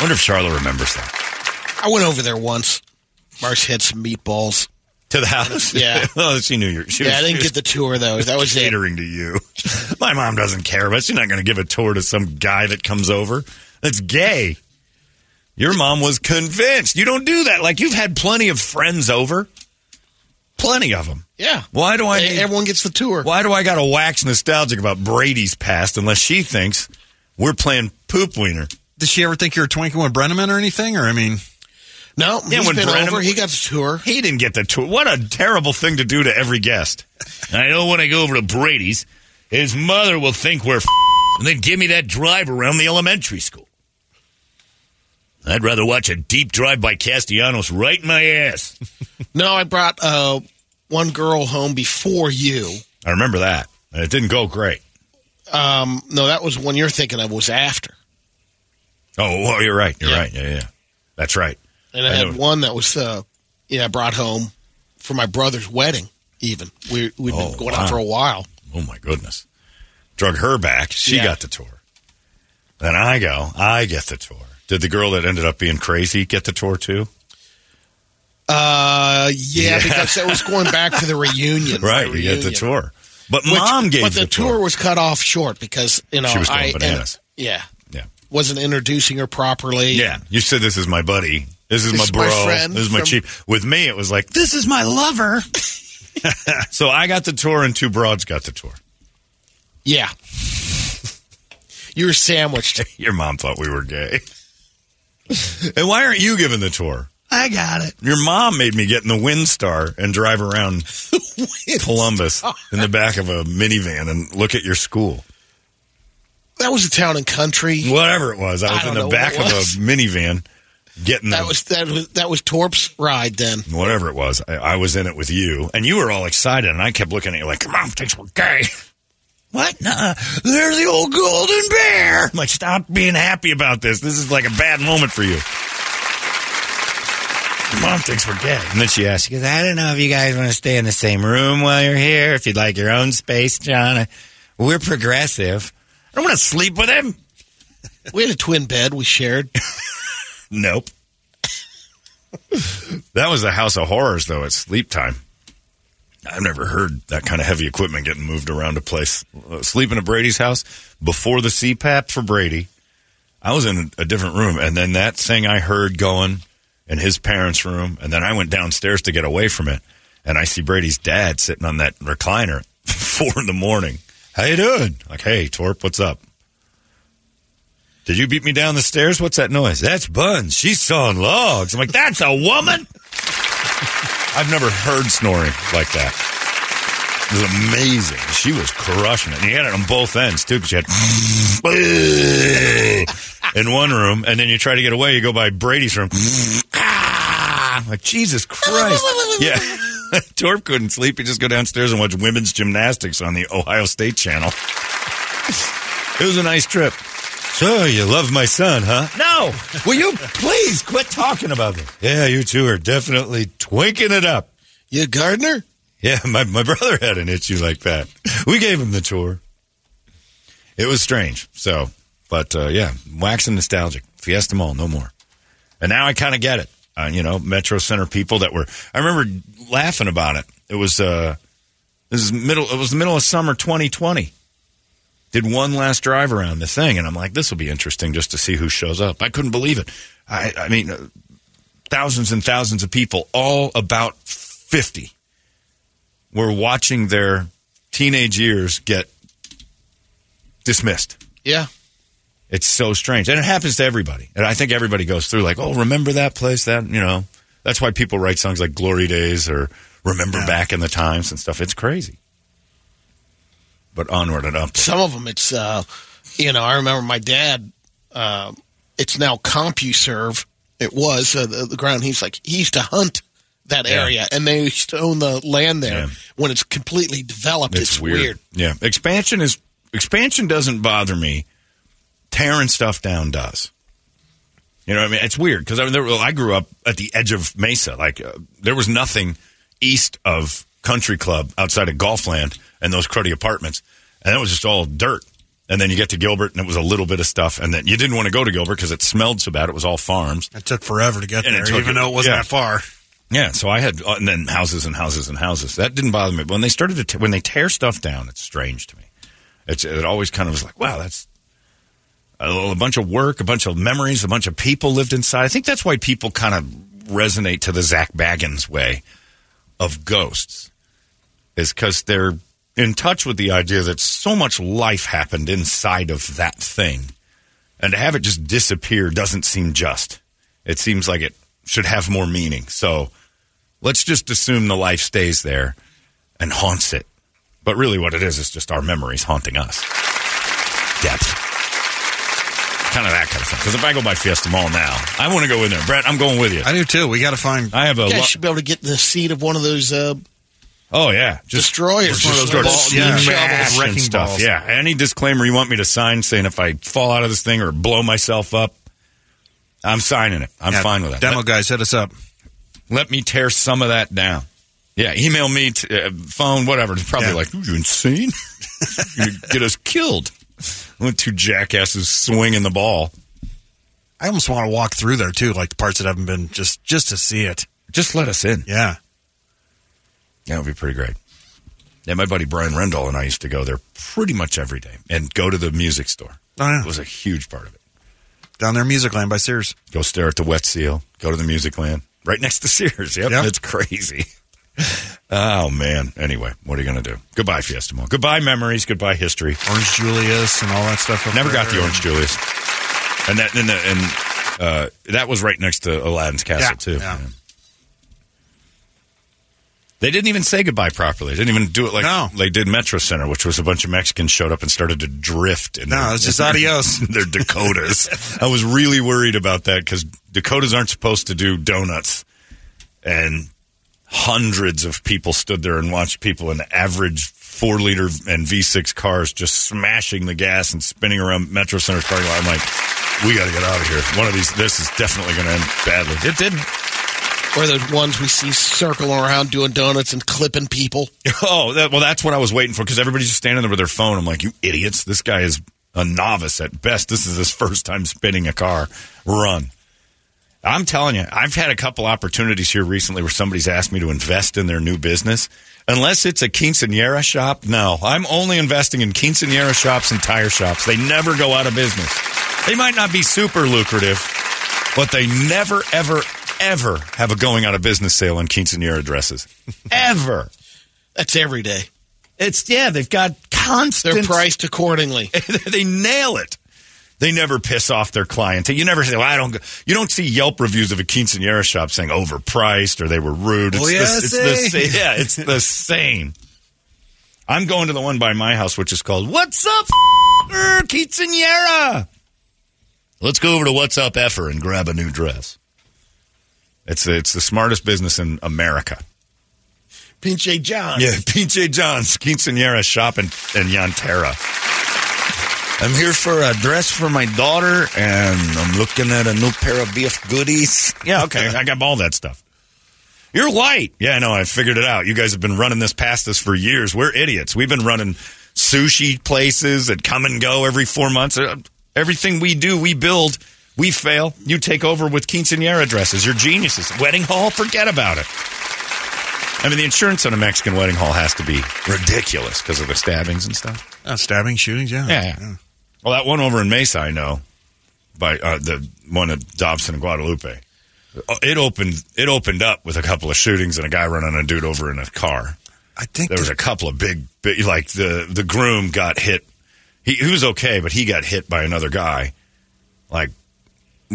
S2: Wonder if Charlotte remembers that
S4: I went over there once. Mark's had some meatballs.
S2: to the house.
S4: Yeah.
S2: well, she knew you. She
S4: Yeah, I
S2: was-
S4: didn't
S2: she was-
S4: get the tour though. That was it.
S2: catering to you. My mom doesn't care, but she's not going to give a tour to some guy that comes over that's gay. Your mom was convinced. You don't do that. Like you've had plenty of friends over, plenty of them.
S4: Yeah.
S2: Why do I?
S4: Hey,
S2: need-
S4: Everyone gets the tour.
S2: why do I got to wax nostalgic about Brady's past unless she thinks we're playing poop wiener?
S3: Did she ever think you were twinkling with Brenneman or anything? Or, I mean,
S4: No,
S2: Yeah,
S4: he's
S2: when
S4: been
S2: Brennan-
S4: over. He got the tour.
S2: He didn't get the tour. What a terrible thing to do to every guest. I don't want to go over to Brady's. His mother will think we're f- and then give me that drive around the elementary school. I'd rather watch a deep drive by Castellanos right in my ass.
S4: No, I brought uh, one girl home before you.
S2: I remember that. And it didn't go great.
S4: Um, no, that was one you're thinking of was after.
S2: Oh, well, you're right. You're
S4: Yeah.
S2: right. Yeah, yeah. That's right.
S4: And I,
S2: I
S4: had
S2: know.
S4: one that was uh, yeah, I brought home for my brother's wedding. Even we we've
S2: Oh,
S4: been going
S2: wow.
S4: out for a while.
S2: Oh my goodness. Drug her back. She
S4: Yeah.
S2: got the tour. Then I go. I get the tour. Did the girl that ended up being crazy get the tour too?
S4: Uh, yeah, because that was going back to the reunion.
S2: Right,
S4: The
S2: you get the
S4: reunion.
S2: tour. But
S4: Which-
S2: mom gave
S4: but the,
S2: the
S4: tour. was cut off short because you know
S2: She was going
S4: I and-
S2: bananas.
S4: yeah,
S2: Yeah.
S4: wasn't introducing her properly.
S2: Yeah. You said this is my buddy. This is
S4: This
S2: my
S4: is
S2: bro.
S4: my friend
S2: this is my
S4: from-
S2: chief. With me, it was like, this is my lover. so I got the tour and two broads got the tour.
S4: yeah. You were sandwiched.
S2: Your mom thought we were gay. and why aren't you giving the tour?
S5: I got it.
S2: Your mom made me get in the Windstar and drive around Columbus in the back of a minivan and look at your school.
S4: That was a town and country.
S2: Whatever it was. I was
S4: I
S2: in the
S4: don't know
S2: back of
S4: what it
S2: a
S4: was.
S2: minivan getting
S4: That
S2: the
S4: was that was that was Torp's ride then.
S2: whatever it was. I, I was in it with you, and you were all excited, and I kept looking at you like, "Mom thinks we're gay." What? Nuh-uh. There's the old golden bear. I'm like, stop being happy about this. This is like a bad moment for you. Mom thinks we're gay, and then she asked,
S5: She goes, I don't know if you guys want to stay in the same room while you're here, if you'd like your own space, John. I- We're progressive.
S2: "I don't want to sleep with him."
S4: We had a twin bed we shared.
S2: Nope. that was the House of Horrors, though, at sleep time. I've never heard that kind of heavy equipment getting moved around a place. Uh, Sleeping at Brady's house before the CPAP for Brady, I was in a different room, and then that thing I heard going in his parents' room, and then I went downstairs to get away from it, and I see Brady's dad sitting on that recliner, at four in the morning. How you doing? Like, hey, Torp, what's up? Did you beat me down the stairs? What's that noise? That's Buns. She's sawing logs. I'm like, that's a woman. I've never heard snoring like that. It was amazing. She was crushing it. And you had it on both ends, too, because you had in one room, and then you try to get away, you go by Brady's room. Ah! I'm like, Jesus Christ. yeah. Torp couldn't sleep. He'd just go downstairs and watch women's gymnastics on the Ohio State Channel. It was a nice trip. So you love my son, huh? No. Will you please quit talking about this? Yeah, you two are definitely twinking it up.
S4: You a gardener?
S2: Yeah, my, my brother had an issue like that. We gave him the tour. It was strange. So, but uh, yeah, waxing nostalgic. Fiesta Mall, no more. And now I kind of get it. Uh, you know, Metro Center people that were. I remember laughing about it. It was uh, this is middle. It was the middle of summer 2020. Did one last drive around the thing, and I'm like, this will be interesting just to see who shows up. I couldn't believe it. I, I mean, uh, thousands and thousands of people, all about 50, were watching their teenage years get dismissed.
S4: Yeah.
S2: It's so strange. And it happens to everybody. And I think everybody goes through like, oh, remember that place that, you know, that's why people write songs like Glory Days or Remember Back in the Times and stuff. It's crazy. But onward and up.
S4: Some of them, it's, uh, you know, I remember my dad, uh, it's now CompuServe. It was uh, the, the ground. He's like, he used to hunt that
S2: Yeah.
S4: area and they used to own the land there.
S2: Yeah.
S4: When it's completely developed, it's, weird.
S2: Yeah. Expansion is expansion doesn't bother me. Tearing stuff down does. You know what I mean? It's weird because I, mean, there were- I grew up at the edge of Mesa. Like uh, there was nothing east of Country Club outside of Golfland and those cruddy apartments, and that was just all dirt. And then you get to Gilbert, and it was a little bit of stuff. And then you didn't want to go to Gilbert because it smelled so bad. It was all farms.
S3: It took forever to get
S2: And it
S3: there,
S2: took
S3: even
S2: it-
S3: though it wasn't
S2: yeah.
S3: that far.
S2: Yeah, so I had, uh, and then houses and houses and houses. That didn't bother me. But when they started to, t- when they tear stuff down, it's strange to me. It's, it always kind of was like, wow, that's a, a bunch of work, a bunch of memories, a bunch of people lived inside. I think that's why people kind of resonate to the Zach Baggins way of ghosts, is because they're in touch with the idea that so much life happened inside of that thing. And to have it just disappear doesn't seem just. It seems like it should have more meaning. So let's just assume the life stays there and haunts it. But really, what it is is just our memories haunting us. Depth. Kind of that kind of thing. Because if I go by Fiesta Mall now, I want to go in there. Brett, I'm going with you.
S3: I do too. We got to find.
S2: I have a.
S4: You guys
S2: lo-
S4: should be able to get in the seat of one of those uh,
S2: oh, yeah. Just
S4: destroyers.
S2: Just
S4: One of those
S2: starts
S4: ball-
S3: yeah.
S4: shovels.
S3: Mash.
S2: smashing
S3: wrecking
S2: stuff.
S3: balls.
S2: Yeah. Any disclaimer you want me to sign saying if I fall out of this thing or blow myself up, I'm signing it. I'm
S3: Yeah,
S2: fine with that.
S3: Demo guys, hit us up.
S2: let me tear some of that down. Yeah, email me, t- uh, phone, whatever. It's probably
S3: Yeah.
S2: like, "Ooh, you insane? you get us killed. With two jackasses swinging the ball.
S3: I almost want to walk through there too, like the parts that haven't been just just to see it.
S2: Just let us in.
S3: Yeah,
S2: That would be pretty great. Yeah, my buddy Brian Rendall and I used to go there pretty much every day and go to the music store.
S3: Oh, yeah.
S2: It was a huge part of it.
S3: down there, in Music Land by Sears.
S2: Go stare at the wet seal. Go to the music land right next to Sears. Yep,
S3: Yep.
S2: it's crazy. oh man. Anyway, what are you going to do? Goodbye, Fiesta Mall. Goodbye, memories. Goodbye, history.
S3: Orange Julius and all that stuff. up
S2: Never got
S3: there.
S2: the orange Julius, and that and, the, and uh, that was right next to Aladdin's castle
S3: Yeah,
S2: too.
S3: yeah.
S2: They didn't even say goodbye properly. They didn't even do it like
S3: No.
S2: they did Metro Center, which was a bunch of Mexicans showed up and started to drift. In
S3: No,
S2: their,
S3: it's just adios.
S2: in their Dakotas. I was really worried about that because Dakotas aren't supposed to do donuts, and hundreds of people stood there and watched people in average four liter and V6 cars just smashing the gas and spinning around Metro Center's parking lot. I'm like, we got to get out of here. One of these, this is definitely going to end badly. It didn't.
S4: Or those ones we see circling around doing donuts and clipping people.
S2: Oh, that, well, that's what I was waiting for because everybody's just standing there with their phone. I'm like, you idiots. This guy is a novice at best. This is his first time spinning a car. Run. I'm telling you, I've had a couple opportunities here recently where somebody's asked me to invest in their new business. Unless it's a quinceanera shop, no. I'm only investing in quinceanera shops and tire shops. They never go out of business. They might not be super lucrative, but they never, ever, ever have a going out of business sale on quinceanera dresses. ever.
S4: That's every day.
S2: It's yeah, they've got
S4: They're
S2: constant.
S4: priced accordingly.
S2: they nail it. They never piss off their clientele. You never say, well, "I don't." Go. You don't see Yelp reviews of a quinceanera shop saying overpriced or they were rude. It's,
S3: Oh,
S2: the,
S3: yeah,
S2: it's the
S3: same.
S2: same. Yeah, it's the same. I'm going to the one by my house, which is called "What's Up F***er, Quinceanera." Let's go over to "What's Up Effer" and grab a new dress. It's it's the smartest business in America.
S4: Pinche John.
S2: Yeah, PJ John's quinceanera shop in, in Yonterra. I'm here for a dress for my daughter, and I'm looking at a new pair of BF goodies. Yeah, okay, I got all that stuff. You're white. Yeah, I know. I figured it out. You guys have been running this past us for years. We're idiots. We've been running sushi places that come and go every four months. Uh, Everything we do, we build. We fail. You take over with quinceanera dresses. You're geniuses. Wedding hall, forget about it. I mean, the insurance on a Mexican wedding hall has to be ridiculous because of the stabbings and stuff.
S3: Uh, stabbing, shootings, yeah.
S2: Yeah, yeah. Well, that one over in Mesa, I know, by uh, the one at Dobson and Guadalupe. Uh, It opened. It opened up with a couple of shootings and a guy running a dude over in a car.
S3: I think
S2: There was
S3: the-
S2: a couple of big, big like the the groom got hit. He, he was okay, but he got hit by another guy. Like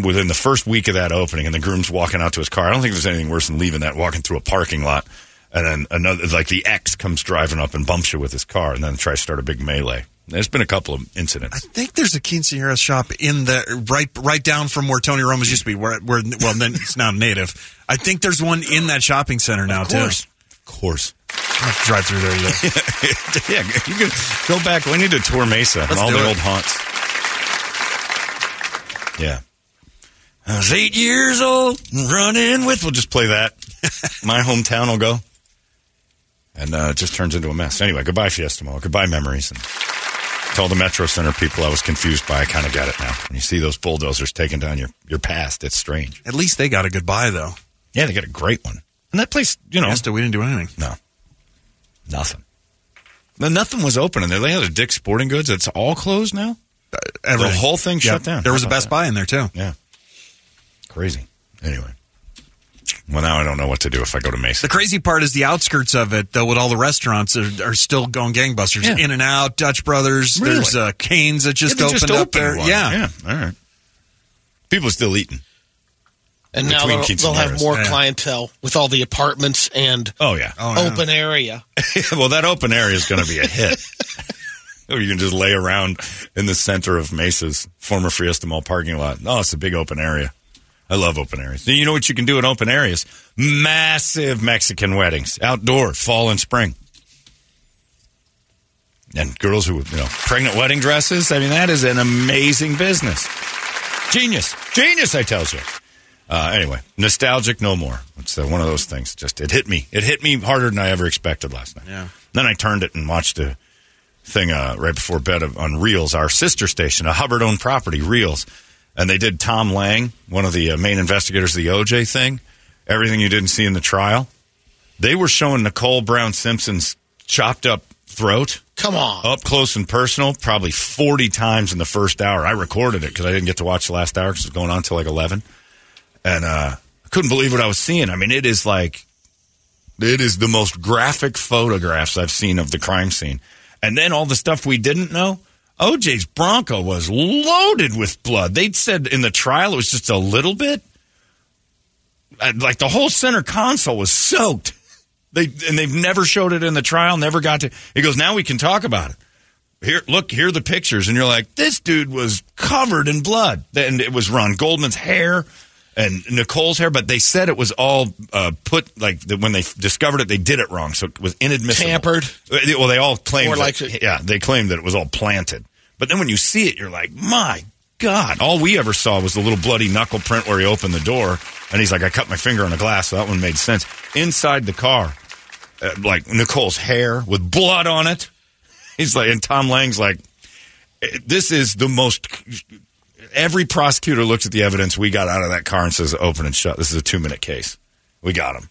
S2: within the first week of that opening, and the groom's walking out to his car. I don't think there's anything worse than leaving that, walking through a parking lot, and then another like the ex comes driving up and bumps you with his car, and then tries to start a big melee. There's been a couple of incidents.
S3: I think there's a quinceanera shop in the right right down from where Tony Roma's used to be. Where, where well, then it's now native. I think there's one in that shopping center now
S2: course.
S3: too.
S2: Of course.
S3: I have to drive through there today.
S2: yeah, you can go back. We need to tour Mesa and
S3: Let's
S2: all
S3: do
S2: the
S3: it.
S2: old haunts. Yeah. I was eight years old, running with. We'll just play that. My hometown will go. And uh, it just turns into a mess. Anyway, goodbye, Fiesta Mall. Goodbye, memories. And to all the Metro Center people I was confused by, I kind of got it now. When you see those bulldozers taking down your, your past, it's strange.
S3: At least they got a goodbye though.
S2: Yeah, they got a great one. And that place, you know,
S3: Yesterday we didn't do anything.
S2: no. Nothing. No, nothing was open in there. They had a Dick's Sporting Goods. It's all closed now.
S3: Everything.
S2: The whole thing
S3: Yeah.
S2: shut down.
S3: There was
S2: How
S3: a
S2: about
S3: Best Buy in there too.
S2: Yeah. Crazy. Anyway. Well, now I don't know what to do if I go to Mesa.
S3: The crazy part is the outskirts of it, though, with all the restaurants are, are still going gangbusters.
S2: Yeah.
S3: In and Out, Dutch Brothers.
S2: Really?
S3: There's uh, Canes that just
S2: Yeah, they
S3: opened up there.
S2: one.
S3: Yeah.
S2: Yeah. All right. People are still eating.
S4: And now
S2: Between
S4: they'll, they'll have
S2: quinceañeras.
S4: more
S3: Yeah.
S4: clientele with all the apartments and
S2: Oh, yeah.
S3: Oh, yeah.
S4: open area.
S2: well, that open area is going to be a hit. or you can just lay around in the center of Mesa's former Fiesta Mall parking lot. Oh, it's a big open area. I love open areas. You know what you can do in open areas? Massive Mexican weddings, outdoor, fall and spring. And girls who, you know, pregnant wedding dresses. I mean, that is an amazing business. Genius. Genius, I tells you. Uh, anyway, nostalgic no more. It's uh, one of those things. Just it hit me. It hit me harder than I ever expected last night.
S3: Yeah.
S2: Then I turned it and watched a thing uh, right before bed of, on Reels, our sister station, a Hubbard owned property, Reels, and they did Tom Lang, one of the uh, main investigators of the OJ thing. Everything you didn't see in the trial. They were showing Nicole Brown Simpson's chopped up throat
S4: Come on.
S2: up close and personal probably 40 times in the first hour. I recorded it because I didn't get to watch the last hour because it was going on till like 11. And uh, I couldn't believe what I was seeing. I mean, it is like, it is the most graphic photographs I've seen of the crime scene. And then all the stuff we didn't know. OJ's Bronco was loaded with blood. They said in the trial it was just a little bit. Uh, Like the whole center console was soaked. They and they've never showed it in the trial. Never got to. He goes, now we can talk about it. Here, look, here are the pictures, and you're like, this dude was covered in blood, and it was Ron Goldman's hair and Nicole's hair, but they said it was all uh, put like the, when they f- discovered it, they did it wrong, so it was inadmissible,
S4: Tampered.
S2: Uh, they- Well, they all claimed,
S4: Or
S2: that-
S4: like-
S2: yeah, they claimed that it was all planted, but then when you see it, you're like, my god! All we ever saw was the little bloody knuckle print where he opened the door, and he's like, I cut my finger on a glass, so that one made sense. Inside the car, uh, like Nicole's hair with blood on it. He's like, and Tom Lang's like, this is the most. Every prosecutor looks at the evidence we got out of that car and says, "Open and shut." This is a two-minute case. We got him.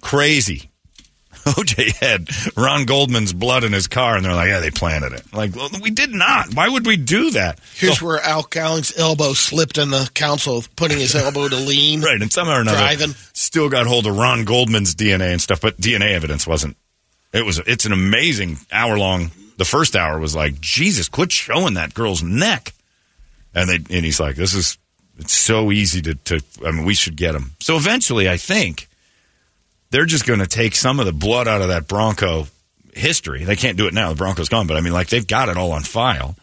S2: Crazy. OJ had Ron Goldman's blood in his car, and they're like, "Yeah, they planted it." Like, well, we did not. Why would we do that?
S4: Here's where Al Cowling's elbow slipped in the council, putting his elbow to lean.
S2: Right, and somehow or another,
S4: Driving.
S2: still got hold of Ron Goldman's DNA and stuff, but DNA evidence wasn't. It was. It's an amazing hour long. The first hour was like, Jesus, quit showing that girl's neck. And they and he's like, this is. It's so easy to. to I mean, we should get him. So eventually, I think they're just going to take some of the blood out of that Bronco history. They can't do it now. The Bronco's gone, but I mean, like they've got it all on file,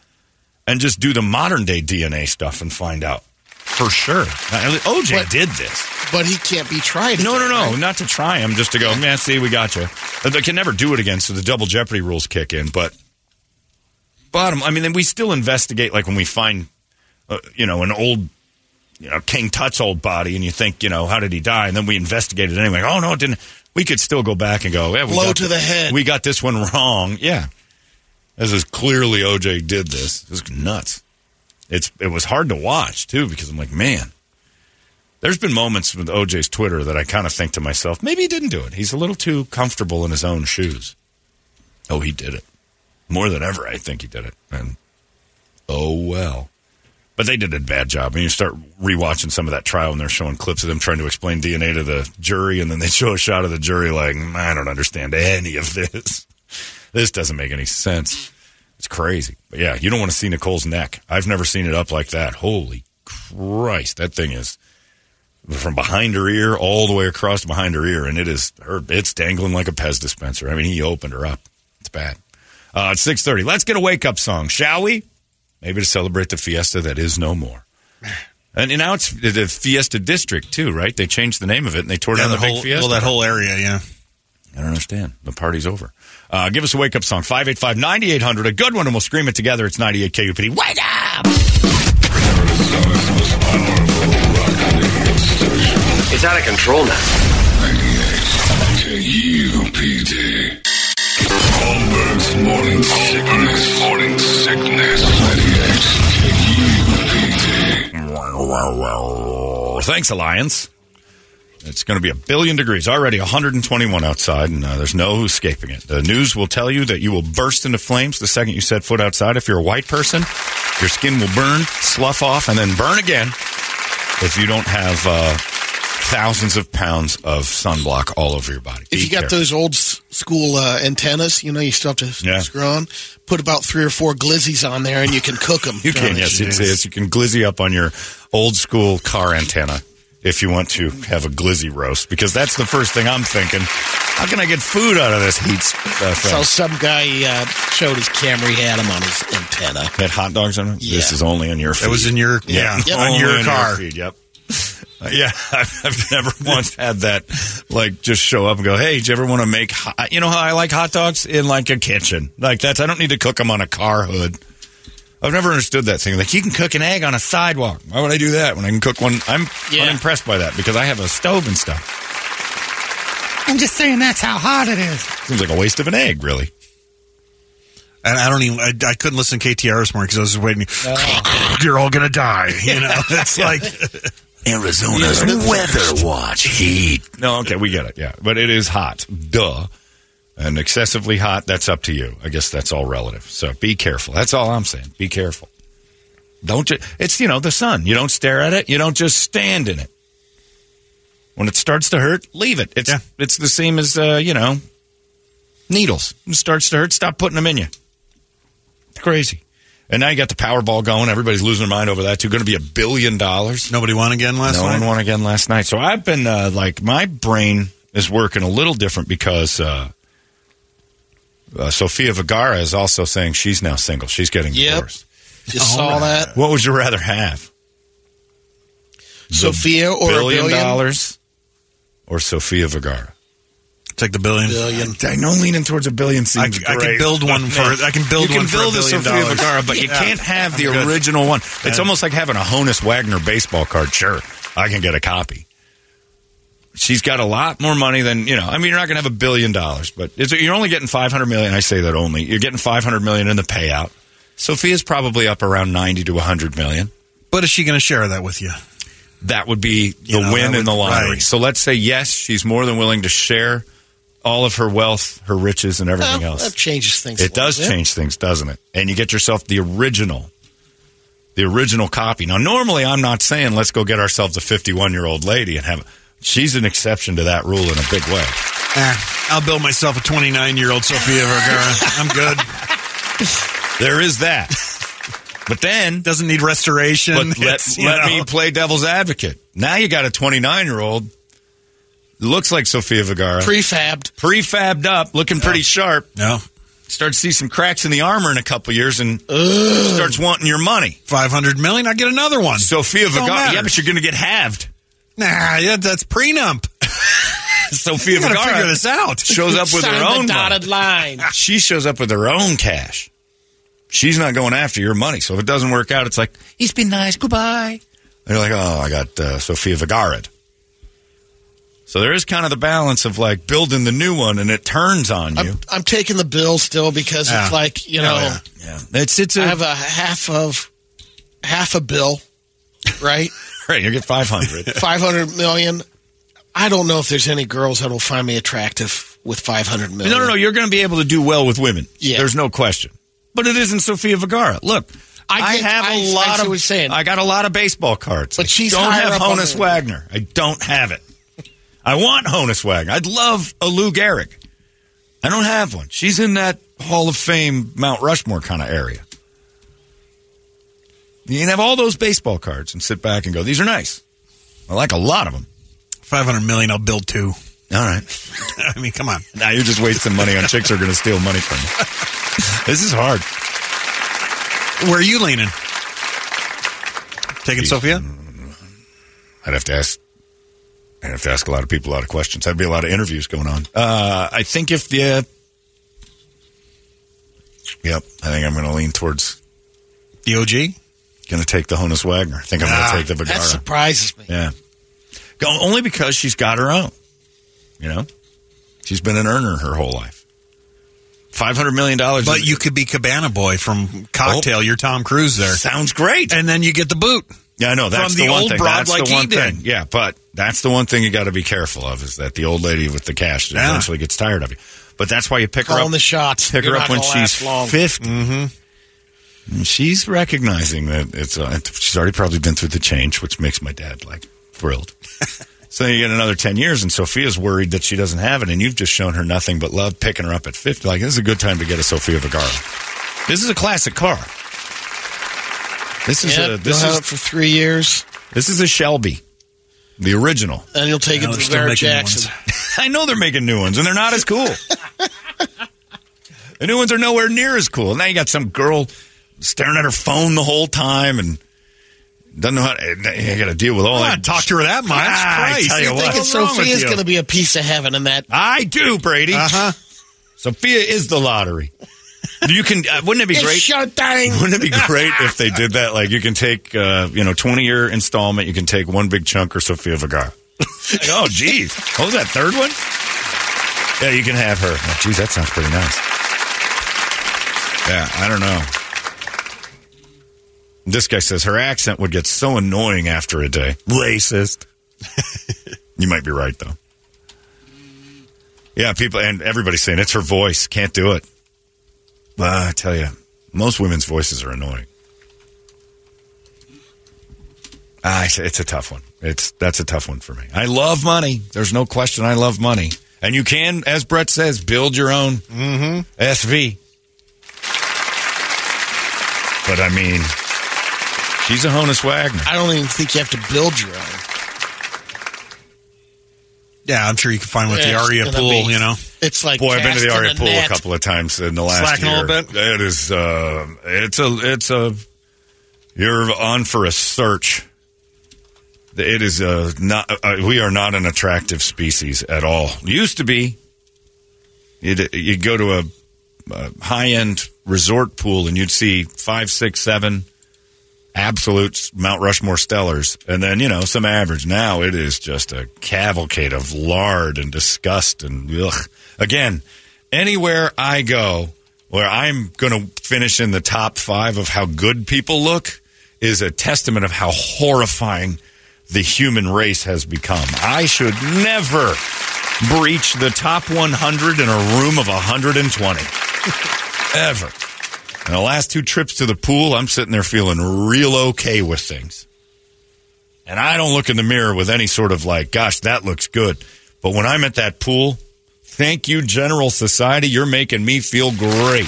S2: and just do the modern day DNA stuff and find out for sure. Now, OJ
S4: But-
S2: did this.
S4: But he can't be tried.
S2: No, no,
S4: again,
S2: no,
S4: right?
S2: not to try him, just to go. Man, see, we got you. They can never do it again, so the double jeopardy rules kick in. But bottom, I mean, then we still investigate. Like when we find, uh, you know, an old, you know, King Tut's old body, and you think, you know, how did he die? And then we investigate it anyway. Oh no, it didn't. We could still go back and go. Yeah, we
S4: Blow
S2: got
S4: to the head.
S2: We got this one wrong. Yeah, This is clearly OJ did this. This is nuts. It's it was hard to watch too because I'm like, man. There's been moments with OJ's Twitter that I kind of think to myself, maybe he didn't do it. He's a little too comfortable in his own shoes. Oh, he did it. More than ever, I think he did it. And oh well. But they did a bad job. And you start rewatching some of that trial, and they're showing clips of them trying to explain DNA to the jury, and then they show a shot of the jury like, "Mm, I don't understand any of this. This doesn't make any sense. It's crazy. But yeah, you don't want to see Nicole's neck. I've never seen it up like that. Holy Christ, that thing is from behind her ear all the way across behind her ear, and it is her. It's dangling like a Pez dispenser. I mean, he opened her up. It's bad. Uh, it's six thirty. Let's get a wake up song, shall we? Maybe to celebrate the fiesta that is no more. And, and now it's the- the Fiesta District too, right? They changed the name of it and they tore
S3: Yeah,
S2: down the,
S3: the whole,
S2: big fiesta.
S3: well, that whole area, yeah.
S2: I don't understand. The party's over. Uh, give us a wake up song 585 9800. A good one, and we'll scream it together. It's 98 KUPD. Wake up!
S8: It's out of control now.
S1: 98 KUPD. Holmberg's morning sickness. Morning sickness. 98 KUPD.
S2: Thanks, Alliance. It's going to be a billion degrees. Already 121 outside, and uh, there's no escaping it. The news will tell you that you will burst into flames the second you set foot outside. If you're a white person, your skin will burn, slough off, and then burn again if you don't have uh, thousands of pounds of sunblock all over your body.
S4: If
S2: Be
S4: you got
S2: careful.
S4: those old s- school uh, antennas, you know, you still have to s-
S2: Yeah.
S4: screw on. Put about three or four glizzies on there, and you can cook them.
S2: You can, yes, it's, yes. You can glizzy up on your old school car antenna if you want to have a glizzy roast, because that's the first thing I'm thinking. How can I get food out of this heat? Uh, thing?
S4: So some guy uh, showed his camera. He had him on his antenna.
S2: Had hot dogs on it? This
S4: Yeah.
S2: is only on your feed.
S3: That was in your, yeah,
S4: Yep.
S3: on
S2: Only
S3: your
S2: on
S3: car.
S2: feed, yep. Uh, yeah, I've, I've never once had that, like, just show up and go, hey, do you ever want to make, hot? you know how I like hot dogs? In, like, a kitchen. Like, that's, I don't need to cook them on a car hood. I've never understood that thing. Like, you can cook an egg on a sidewalk. Why would I do that when I can cook one? I'm
S4: Yeah.
S2: unimpressed by that because I have a stove and stuff.
S5: I'm just saying that's how hot it is.
S2: Seems like a waste of an egg, really.
S3: And I don't even, I, I couldn't listen to KTR this morning because I was just waiting. You're all going to die. You know, it's like,
S2: Arizona's weather watch heat. No, okay, we get it. Yeah, but it is hot. Duh. And excessively hot, that's up to you. I guess that's all relative. So be careful. That's all I'm saying. Be careful. Don't ju- it's you know the sun. You don't stare at it. You don't just stand in it. When it starts to hurt, leave it. It's
S3: Yeah.
S2: it's the same as uh, you know needles. When it starts to hurt, stop putting them in you. It's crazy. And now you got the Powerball going. Everybody's losing their mind over that too. Going to be a billion dollars
S3: nobody won again last
S2: no
S3: night?
S2: one won again last night. So I've been uh, like my brain is working a little different because uh, uh, Sofia Vergara is also saying she's now single. She's getting
S4: Yep.
S2: divorced.
S4: You
S2: Oh,
S4: saw that,
S2: What would you rather have,
S4: Sophia or
S2: billion,
S4: a billion?
S2: dollars or Sofia Vergara?
S3: Take the billion.
S4: Billion.
S2: I know leaning towards a billion
S3: I,
S2: seems
S3: I
S2: great.
S3: can build one for, I can build
S2: you
S3: one
S2: can build
S3: for a
S2: a
S3: billion
S2: Sofia
S3: dollars.
S2: Vergara, but you
S3: Yeah.
S2: can't have the
S3: I'm good.
S2: original one. It's
S3: Yeah.
S2: almost like having a Honus Wagner baseball card. Sure, I can get a copy. She's got a lot more money than you know. I mean, you're not going to have a billion dollars, but it's, you're only getting five hundred million. I say that only you're getting five hundred million in the payout. Sophia's probably up around ninety to hundred million.
S3: But is she going to share that with you?
S2: That would be the
S3: know,
S2: win
S3: that
S2: in the
S3: would-
S2: lottery.
S3: right.
S2: So let's say yes, she's more than willing to share all of her wealth, her riches, and everything
S4: Well,
S2: else.
S4: that changes things. a
S2: It
S4: little
S2: does
S4: bit.
S2: change things, doesn't it? And you get yourself the original, the original copy. Now, normally, I'm not saying let's go get ourselves a 51 year old lady and have. She's an exception to that rule in a big way.
S3: Eh, I'll build myself a 29 year old Sofia Vergara. I'm good.
S2: There is that, but then,
S3: Doesn't need restoration.
S2: but let,
S3: It's, you
S2: let
S3: know.
S2: me play devil's advocate. Now you got a 29 year old. Looks like Sofia Vergara,
S4: Prefabbed.
S2: prefabbed up, looking pretty sharp.
S3: No.
S2: Starts to see some cracks in the armor in a couple years, and starts wanting your money.
S3: 500 million, I get another one.
S2: Sophia
S3: Don't
S2: Vergara,
S3: matter.
S2: yeah, but you're going to get halved.
S3: nah, yeah, that's prenup.
S2: Sophia
S3: You gotta
S2: Vergara
S3: figure this out.
S2: shows up with
S4: Sign
S2: her own
S4: the
S2: money.
S4: dotted line.
S2: She shows up with her own cash. She's not going after your money. So if it doesn't work out, it's like, he's been nice. Goodbye. And you're like, oh, I got uh, Sophia Vergara. So there is kind of the balance of like building the new one and it turns on you.
S4: I'm, I'm taking the bill still because
S3: Yeah.
S4: it's like you know
S3: Hell yeah.
S2: yeah. It's it's a
S4: I have a half of half a bill, right?
S2: right, you get 500.
S4: five hundred million. I don't know if there's any girls that will find me attractive with five hundred million.
S2: No, no, no. You're going to be able to do well with women.
S4: Yeah.
S2: There's no question. But it isn't Sofia Vergara. Look, I,
S4: I get-
S2: have
S4: I-
S2: a
S4: I
S2: lot
S4: see
S2: of.
S4: what you're saying.
S2: I got a lot of baseball cards. I
S4: But she's
S2: don't
S4: higher
S2: have
S4: up on
S2: Honus
S4: the-
S2: Wagner. I don't have it. I want Honus Wagner. I'd love a Lou Gehrig. I don't have one. She's in that Hall of Fame Mount Rushmore kind of area. You can have all those baseball cards and sit back and go, these are nice. I like a lot of them.
S3: Five hundred million. I'll build two.
S2: All right.
S3: I mean, come on.
S2: Now you're just wasting money on chicks who are going to steal money from you. This is hard.
S3: Where are you leaning? Taking
S2: Jeez.
S3: Sophia?
S2: I'd have to ask. I'd have to ask a lot of people a lot of questions. That'd be a lot of interviews going on. Uh, I think if the. Uh, yep, I think I'm going to lean towards
S3: The OG?
S2: going to take the Honus Wagner. I think I'm
S3: Ah,
S2: going to take the
S4: that
S2: Vergara.
S4: surprises me.
S2: Yeah, Go- only because she's got her own. You know, she's been an earner her whole life. Five hundred million dollars,
S3: But you could be Cabana Boy from Cocktail. You're Tom Cruise there.
S2: Oh. sounds great.
S3: And then you get the boot.
S2: Yeah, I know. That's
S3: From the
S2: one
S3: old
S2: thing.
S3: broad
S2: that's
S3: like
S2: the
S3: he
S2: one
S3: did.
S2: thing. Yeah, but that's the one thing you got to be careful of is that the old lady with the cash
S3: Yeah.
S2: eventually gets tired of you. But that's why you pick her
S4: Calling
S2: up.
S4: the shots.
S2: pick
S4: You're
S2: her
S4: not
S2: up when
S4: gonna
S2: she's
S4: last long. Mm-hmm.
S2: fifty. And she's recognizing that it's. Uh, she's already probably been through the change, which makes my dad like thrilled. so you get another ten years, and Sophia's worried that she doesn't have it, and you've just shown her nothing but love, picking her up at fifty. Like this is a good time to get a Sofia Vergara. This is a classic car. This is
S4: Yep,
S2: a this
S4: you'll
S2: is
S4: have it for three years,
S2: this is a Shelby, the original.
S4: and you'll take
S3: Now
S4: it
S3: they're
S4: to
S3: still
S4: Barrett
S3: making new
S4: Jackson.
S2: I know they're making new ones, and they're not as cool. the new ones are nowhere near as cool. Now you got some girl staring at her phone the whole time and doesn't know how. To, you got to deal with all
S3: I
S2: that.
S3: talked to her that much.
S2: Ah, I
S3: Christ.
S2: tell you
S3: You're
S2: what.
S3: thinking
S2: What's wrong with
S4: Sophia's
S2: you?
S4: going to be a piece of heaven, and that
S2: I do, Brady.
S3: Uh-huh.
S2: Sophia is the lottery. You can. Uh, wouldn't it be great?
S4: showtime.
S2: Wouldn't it be great if they did that? Like you can take, uh, you know, twenty year installment. You can take one big chunk or Sofia Vergara. Like, oh, geez, what was that third one? Yeah, you can have her. Oh, geez, that sounds pretty nice. Yeah, I don't know. This guy says her accent would get so annoying after a day. Racist. you might be right though. Yeah, people and everybody's saying it's her voice. Can't do it. Well, I tell you, most women's voices are annoying. Ah, it's, it's a tough one. It's that's a tough one for me. I love money. There's no question. I love money, and you can, as Brett says, build your own SV. But I mean, she's a Honus Wagner.
S4: I don't even think you have to build your own.
S3: Yeah, I'm sure you can find with the
S4: Yeah, it's
S3: Aria
S4: gonna
S3: pool,
S4: be-
S3: you know.
S4: It's like
S2: Boy, I've been to the
S4: casting
S2: Aria pool a
S4: net.
S2: couple of times in the last
S3: Slacking a
S2: year.
S3: little bit?
S2: It is. Uh, it's a. It's a. You're on for a search. It is uh not. Uh, we are not an attractive species at all. Used to be. You'd you'd go to a, a high end resort pool and you'd see five, six, seven absolute Mount Rushmore stellars, and then you know some average. Now it is just a cavalcade of lard and disgust and ugh. Again, anywhere I go, where I'm going to finish in the top five of how good people look is a testament of how horrifying the human race has become. I should never breach the top 100 in a room of 120 ever. And the last two trips to the pool, I'm sitting there feeling real okay with things. And I don't look in the mirror with any sort of like, gosh, that looks good. But when I'm at that pool, thank you, General Society. You're making me feel great.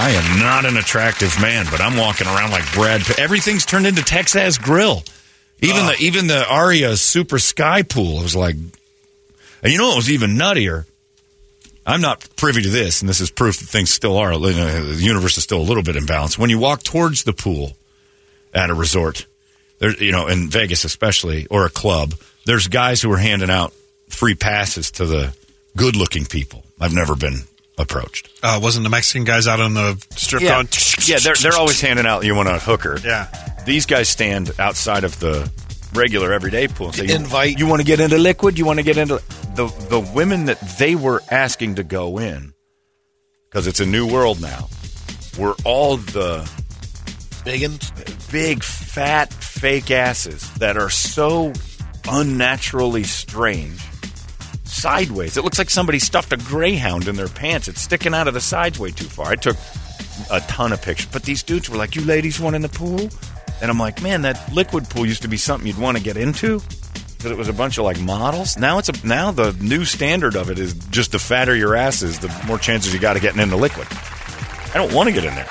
S2: I am not an attractive man, but I'm walking around like Brad Pitt. Everything's turned into Texas Grill. Even the even the Aria Super Sky Pool. It was like, and you know what was even nuttier? I'm not privy to this, and this is proof that things still are. you know, The universe is still a little bit imbalanced. When you walk towards the pool at a resort, there, you know, in Vegas especially, or a club, there's guys who are handing out free passes to the good-looking people. I've never been approached.
S3: Uh, wasn't the Mexican guys out on the strip
S2: Yeah,
S3: going?
S2: yeah, they're they're always handing out. You want a hooker?
S3: Yeah.
S2: These guys stand outside of the regular everyday pool. So you,
S4: Invite.
S2: You want to get into liquid? You want to get into the the women that they were asking to go in because it's a new world now. Were all the
S4: Biggins.
S2: big fat fake asses that are so unnaturally strange sideways. It looks like somebody stuffed a greyhound in their pants. It's sticking out of the sides way too far. I took a ton of pictures, but these dudes were like, "You ladies want in the pool?" And I'm like, "Man, that liquid pool used to be something you'd want to get into." Because it was a bunch of like models. Now it's a now the new standard of it is just the fatter your ass is, the more chances you got of getting into liquid. I don't want to get in there.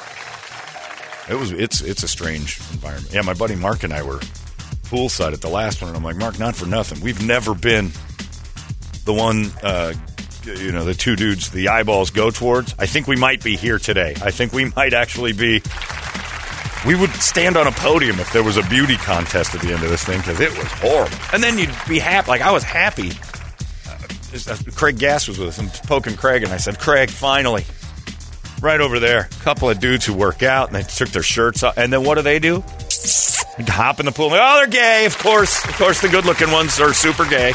S2: It was it's it's a strange environment. Yeah, my buddy Mark and I were poolside at the last one, and I'm like, Mark, not for nothing. We've never been the one, uh, you know, the two dudes the eyeballs go towards. I think we might be here today. I think we might actually be. We would stand on a podium if there was a beauty contest at the end of this thing because it was horrible. And then you'd be happy. Like I was happy. Uh, just- uh, Craig Gass was with us. I'm poking Craig, and I said, Craig, finally right over there. A couple of dudes who work out and they took their shirts off. And then what do they do? Hop in the pool. Oh, they're gay, of course. Of course, the good looking ones are super gay.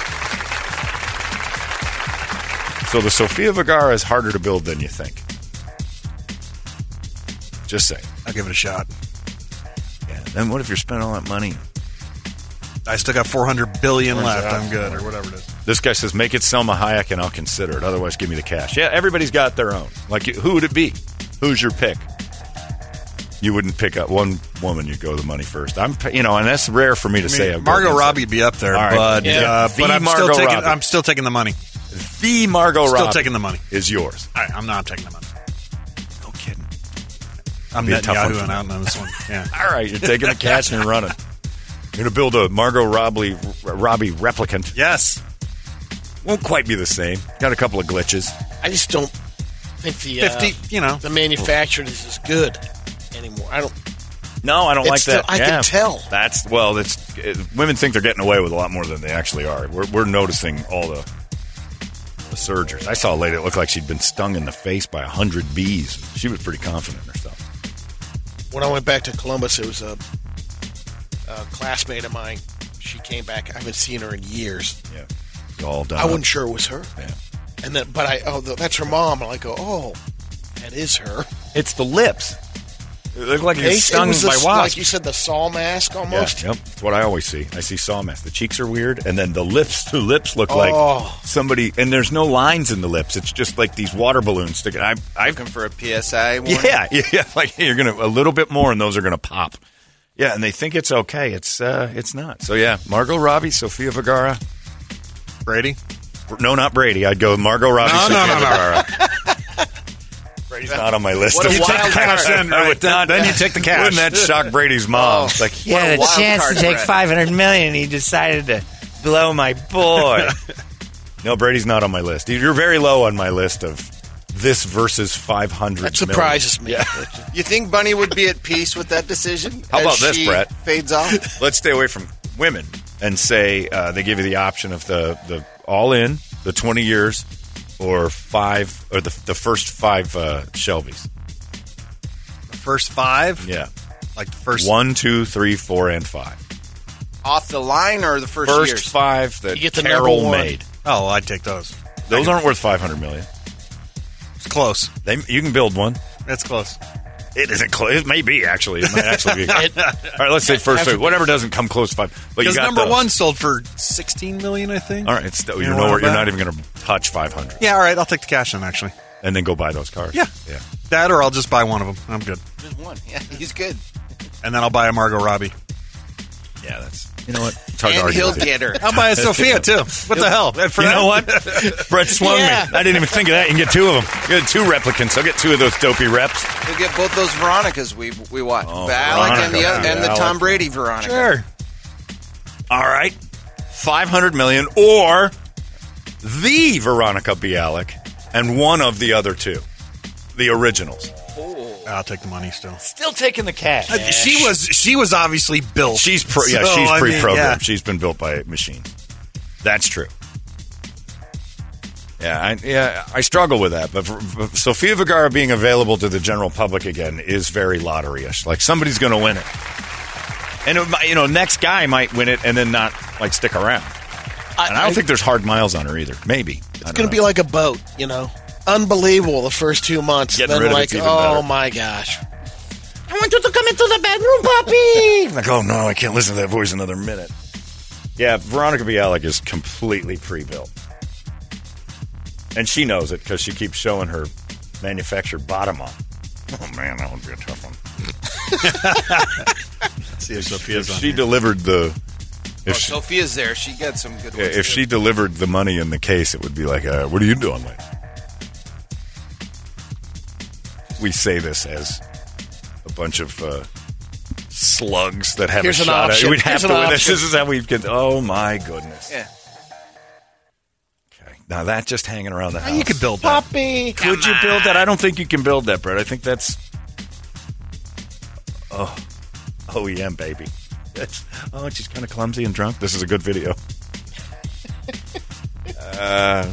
S2: So the Sofia Vergara is harder to build than you think. Just saying.
S3: I'll give it a shot.
S2: Yeah. Then what if you're spending all that money?
S3: I still got 400 billion left. I'm good, or whatever it is.
S2: This guy says, make it Selma Hayek and I'll consider it. Otherwise, give me the cash. Yeah, everybody's got their own. Like, who would it be? Who's your pick? You wouldn't pick up one woman. You'd go the money first. I'm, you know, and that's rare for me to
S3: I
S2: say. I'll
S3: mean,
S2: go
S3: Margot
S2: against it.
S3: Robbie would be up there,
S2: All right.
S3: but
S2: Yeah.
S3: uh,
S2: The
S3: but I'm still
S2: Margot
S3: taking
S2: Robbie.
S3: I'm still taking the money.
S2: the Margot
S3: Still
S2: Robbie.
S3: taking the money.
S2: is yours.
S3: All right, I'm not taking the money. No kidding. I'm
S2: Be a tough one
S3: Netanyahu
S2: for
S3: and
S2: me.
S3: out on this one. Yeah.
S2: All right, you're taking the cash and you're running. You're gonna build a Margot Robbie Robbie replicant.
S3: yes.
S2: Won't quite be the same. Got a couple of glitches.
S4: I just don't think the uh,
S3: 50, you know.
S4: the manufactured is as good anymore. I don't.
S2: No, I don't
S4: It's
S2: like that.
S4: still- I can
S2: Yeah.
S4: tell.
S2: That's well. That's it, women think they're getting away with a lot more than they actually are. We're, we're noticing all the the surgers. I saw a lady that looked like she'd been stung in the face by a hundred bees. She was pretty confident in herself.
S4: When I went back to Columbus, it was a, a classmate of mine. She came back. I haven't seen her in years.
S2: Yeah, It's all done.
S4: I
S2: up.
S4: wasn't sure it was her.
S2: Yeah.
S4: And then, but I oh th- that's her mom. And I go, oh, that is her.
S2: It's the lips. It looked like
S4: Ace,
S2: it's stung
S4: was the
S2: by
S4: s-
S2: wasps.
S4: like you said, the saw mask
S2: Yeah,
S4: almost.
S2: yep. That's what I always see. I see saw masks. The cheeks are weird, and then the lips. The lips look like
S4: Oh.
S2: somebody. And there's no lines in the lips. It's just like these water balloons sticking. I, I,
S7: Looking for a PSI warning?
S2: yeah, yeah. Like you're gonna a little bit more, and those are gonna pop. Yeah, and they think it's okay. It's uh, it's not. So yeah, Margot Robbie, Sophia Vergara,
S3: Brady.
S2: No, not Brady. I'd go Margot Robbie.
S3: No, no,
S2: Sophia
S3: no, no.
S2: Vergara. Brady's not on my list.
S7: What a
S2: of-
S7: wild card.
S2: I would not- then you take the cash. Wouldn't that shock Brady's mom? It's like,
S5: He had a
S7: What a wild
S5: chance
S7: card
S5: to take
S7: threat.
S5: 500 million and he decided to blow my boy.
S2: no, Brady's not on my list. You're very low on my list of this versus 500.
S4: That
S2: million.
S4: surprises me.
S7: You think Bunny would be at peace with that decision?
S2: How
S7: as
S2: about this,
S7: she
S2: Brett?
S7: Fades off.
S2: Let's stay away from women and say uh, they give you the option of the, the all in, the 20 years, or five, or the, the first five uh, Shelby's.
S3: The first five.
S2: Yeah.
S3: Like the first
S2: One, two, three, four, and five.
S7: Off the line or the first,
S2: First
S7: years?
S2: five that
S4: You get the number
S2: Carol
S4: one.
S2: made.
S3: Oh, I'd take those.
S2: Those aren't worth 500 million.
S3: It's close.
S2: They, you can build one.
S3: That's close.
S2: It isn't close. It may be actually. It might actually be. All right, let's say first three. Whatever doesn't come close to five. But you
S3: Because
S2: got
S3: number
S2: those.
S3: one sold for 16 million, I think.
S2: All right, it's still, you
S3: You
S2: know
S3: know
S2: where
S3: what
S2: you're
S3: I'm
S2: not
S3: about?
S2: even going to touch 500,
S3: Yeah, all right. I'll take the cash in actually.
S2: and then go buy those cars.
S3: Yeah.
S2: yeah.
S3: That, or I'll just buy one of them. I'm good.
S7: Just one. Yeah, he's good.
S3: And then I'll buy a Margot Robbie.
S2: Yeah, that's you know what. It's hard to
S7: and
S2: argue
S7: he'll
S2: with you.
S7: get her.
S3: I'll buy a Sophia too. What the hell? For
S2: You
S3: that-
S2: know what? Brett swung me. I didn't even think of that. You can get two of them. You get two replicants. I'll get two of those dopey reps.
S7: He'll get both those Veronicas we we watched.
S2: Oh,
S7: the Alec and the,
S2: Veronica, yeah,
S7: and the
S2: Alec.
S7: Tom Brady Veronica.
S3: Sure.
S2: All right, 500 million or the Veronica Bialik and one of the other two, the originals.
S3: I'll take the money still.
S5: Still taking the cash.
S3: Uh, She was she was obviously built.
S2: She's pro- yeah,
S3: So,
S2: she's
S3: I mean,
S2: pre-programmed.
S3: yeah.
S2: She's been built by machines. That's true. Yeah, I, yeah, I struggle with that. But for, for Sofia Vergara being available to the general public again is very lottery-ish. Like somebody's going to win it. And it, might- you know, next guy might win it and then not like stick around. And I don't think there's hard miles on her either. Maybe
S4: It's going to be like a boat, you know. Unbelievable the first two months.
S2: Getting
S4: then
S2: rid of
S4: like,
S2: it's even
S4: oh
S2: better.
S4: my gosh.
S2: I want you to come into the bedroom, puppy. like, oh no, I can't listen to that voice another minute. Yeah, Veronica Bialik is completely pre-built, and she knows it because she keeps showing her manufactured bottom on. Oh man, that would be a tough one.
S3: See if
S2: If
S3: Sophia's on.
S2: she delivered the,
S7: Oh,
S2: if she,
S7: Sophia's there. She got some good ones.
S2: if
S7: too.
S2: she delivered the money in the case, it would be like, uh, what are you doing, lady? We say this as a bunch of uh, slugs that have
S4: Here's
S2: a
S4: an
S2: shot at
S4: option.
S2: We'd have
S4: Here's
S2: to
S4: an
S2: win this.
S4: option.
S2: This is how we get. Oh my goodness.
S7: Yeah.
S2: Okay. Now that just hanging around the house.
S3: You could build that.
S4: Puppy.
S2: Could you build that? I don't think you can build that, Brett. I think that's oh OEM baby. That's oh, she's kind of clumsy and drunk. This is a good video.
S7: Uh,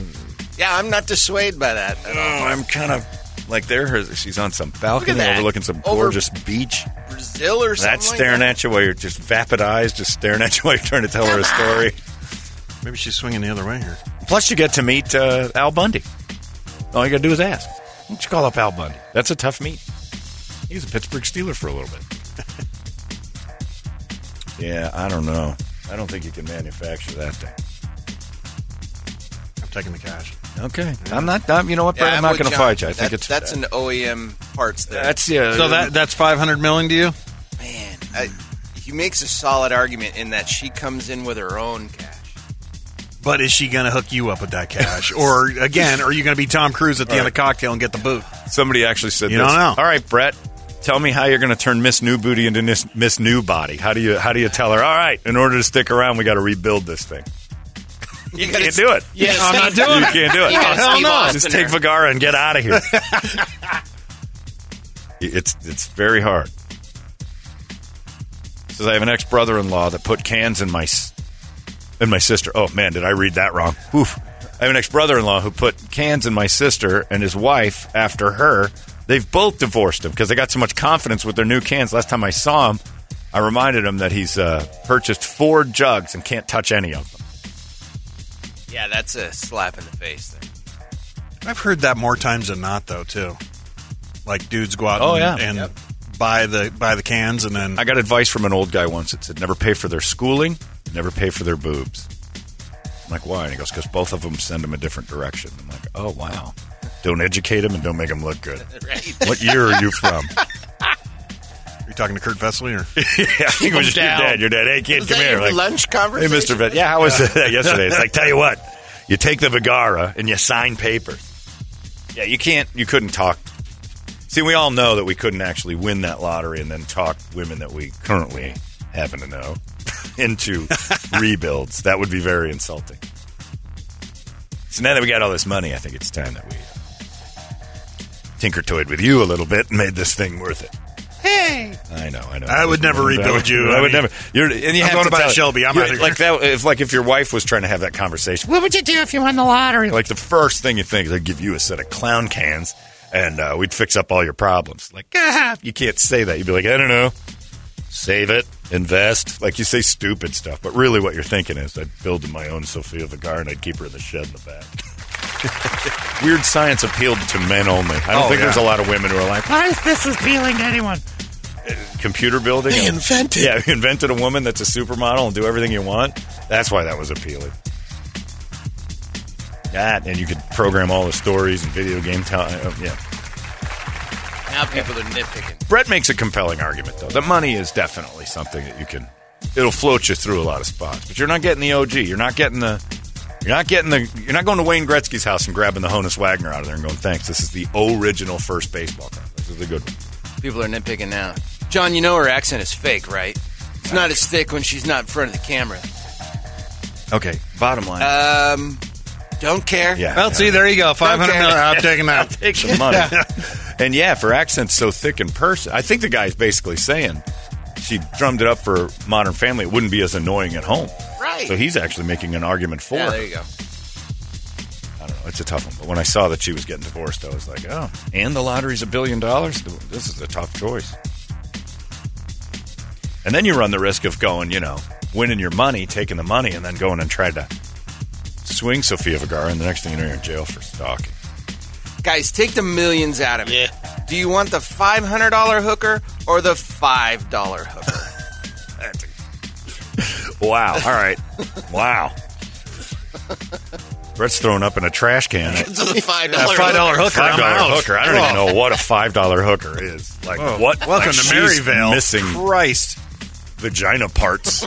S7: Yeah, I'm not dissuaded by that.
S2: Oh, I'm kind of like there. her- She's on some balcony
S7: Look at that.
S2: overlooking some
S7: Over-
S2: gorgeous beach.
S7: Brazil or something.
S2: That's staring at you while you're just vapid eyes, just staring at you while you're trying to tell her a story.
S3: Maybe she's swinging the other way here.
S2: Plus, you get to meet uh, Al Bundy. All you got to do is ask. Why don't you call up Al Bundy? That's a tough meet. He was a Pittsburgh Steeler for a little bit. yeah, I don't know. I don't think you can manufacture that thing.
S3: I'm taking the cash.
S2: Okay, I'm not. I'm, you know what, Brett? I'm not going to fight you. I think it's
S7: that's an OEM parts there.
S2: that's yeah.
S3: So that that's five hundred million to you?
S7: man. I, he makes a solid argument in that she comes in with her own cash.
S3: But is she going to hook you up with that cash, or again, are you going to be Tom Cruise at the end of the cocktail and get the boot?
S2: somebody actually said
S3: You
S2: this.
S3: don't know.
S2: All right, Brett. Tell me how you're going to turn Miss New Booty into Miss, Miss New Body. How do you how do you tell her? All right, in order to stick around, we got to rebuild this thing. You, can't do it.
S7: Yeah, I'm not
S2: You can't do it.
S7: gotta
S2: hell
S7: Steve
S2: no.
S7: Austin
S2: Just take
S7: her.
S2: Vigara and get out of here. it's it's very hard. Says I have an ex brother in law that put cans in my s- in my sister. Oh man, did I read that wrong? Oof. I have an ex brother in law who put cans in my sister and his wife after her. They've both divorced him because they got so much confidence with their new cans. Last time I saw him, I reminded him that he's uh, purchased four jugs and can't touch any of them.
S7: Yeah, that's a slap in the face. There.
S3: I've heard that more times than not, though. Too, like dudes go out.
S2: Oh,
S3: and,
S2: yeah.
S3: and buy the buy the cans, and then
S2: I got advice from an old guy once that said, never pay for their schooling, never pay for their boobs. I'm like, why? And he goes, because both of them send them a different direction. I'm like, oh, wow. Don't educate them and don't make them look good. What year are you from?
S3: are you talking to Kurt Vesely or
S2: Yeah, I think it was just your dad. Your dad, hey kid, come
S7: that
S2: here.
S7: your lunch
S2: hey,
S7: conversation?
S2: Mr. Vet. Yeah, how was that yesterday? It's like, tell you what, you take the Vigara and you sign papers. Yeah, you can't. You couldn't talk. See, we all know that we couldn't actually win that lottery and then talk women that we currently happen to know into rebuilds. That would be very insulting. So now that we got all this money, I think it's time that we uh, tinker toyed with you a little bit and made this thing worth it. Hey, I know, I know.
S3: I would never rebuild you.
S2: I,
S3: I
S2: would
S3: mean,
S2: never. You're, and you
S3: I'm
S2: have
S3: going
S2: to
S3: to buy
S2: tell
S3: a
S2: it.
S3: Shelby. I'm
S2: You're-
S3: outta here.
S2: Like that. If like if your wife was trying to have that conversation, what would you do if you won the lottery? Like the first thing you think is, I'd give you a set of clown cans, and uh, we'd fix up all your problems. Like ah, you can't say that. You'd be like, I don't know. Save it, invest. Like you say stupid stuff, but really what you're thinking is, I'd build my own Sophia Vergara and I'd keep her in the shed in the back. Weird science appealed to men only. I don't
S3: Oh,
S2: think
S3: yeah.
S2: there's a lot of women who are like,
S5: Why is this appealing to anyone?
S2: computer building.
S4: They invented.
S2: Yeah, we invented a woman that's a supermodel and do everything you want. That's why that was appealing. That and you could program all the stories and video game time. yeah,
S7: Now people are nitpicking.
S2: Brett makes a compelling argument though. The money is definitely something that you can. It'll float you through a lot of spots, but you're not getting the OG. You're not getting the. You're not getting the. You're not going to Wayne Gretzky's house and grabbing the Honus Wagner out of there and going, "Thanks, this is the original first baseball card. This is the good one."
S7: People are nitpicking now. John, you know her accent is fake, right? It's not as thick when she's not in front of the camera.
S2: Okay, bottom line.
S7: Um, don't care.
S2: yeah,
S3: Well, see, there you go. Five hundred
S7: Okay.
S3: million. I'm taking that.
S2: take some money. and yeah, for accents so thick in person, I think the guy's basically saying she drummed it up for Modern Family. It wouldn't be as annoying at home.
S7: Right.
S2: So he's actually making an argument for
S7: Yeah,
S2: her.
S7: there you go.
S2: I don't know. It's a tough one. But when I saw that she was getting divorced, I was like, oh, and the lottery's a billion dollars? This is a tough choice. And then you run the risk of going, you know, winning your money, taking the money, and then going and try to swing Sofia Vergara, and the next thing you know, you're in jail for stalking.
S7: Guys, take the millions out of it. Do you want the five hundred dollar hooker or the five dollar hooker?
S2: Wow. All right. Wow. Brett's thrown up in a trash can.
S4: to the five
S3: That
S4: dollar.
S3: five dollar hooker.
S2: Five
S3: I'm out.
S2: dollar hooker. I don't even know what a five dollar hooker is. Like
S3: Oh,
S2: what?
S3: Welcome
S2: like,
S3: to
S2: she's
S3: Maryvale.
S2: Missing
S3: Christ.
S2: vagina parts.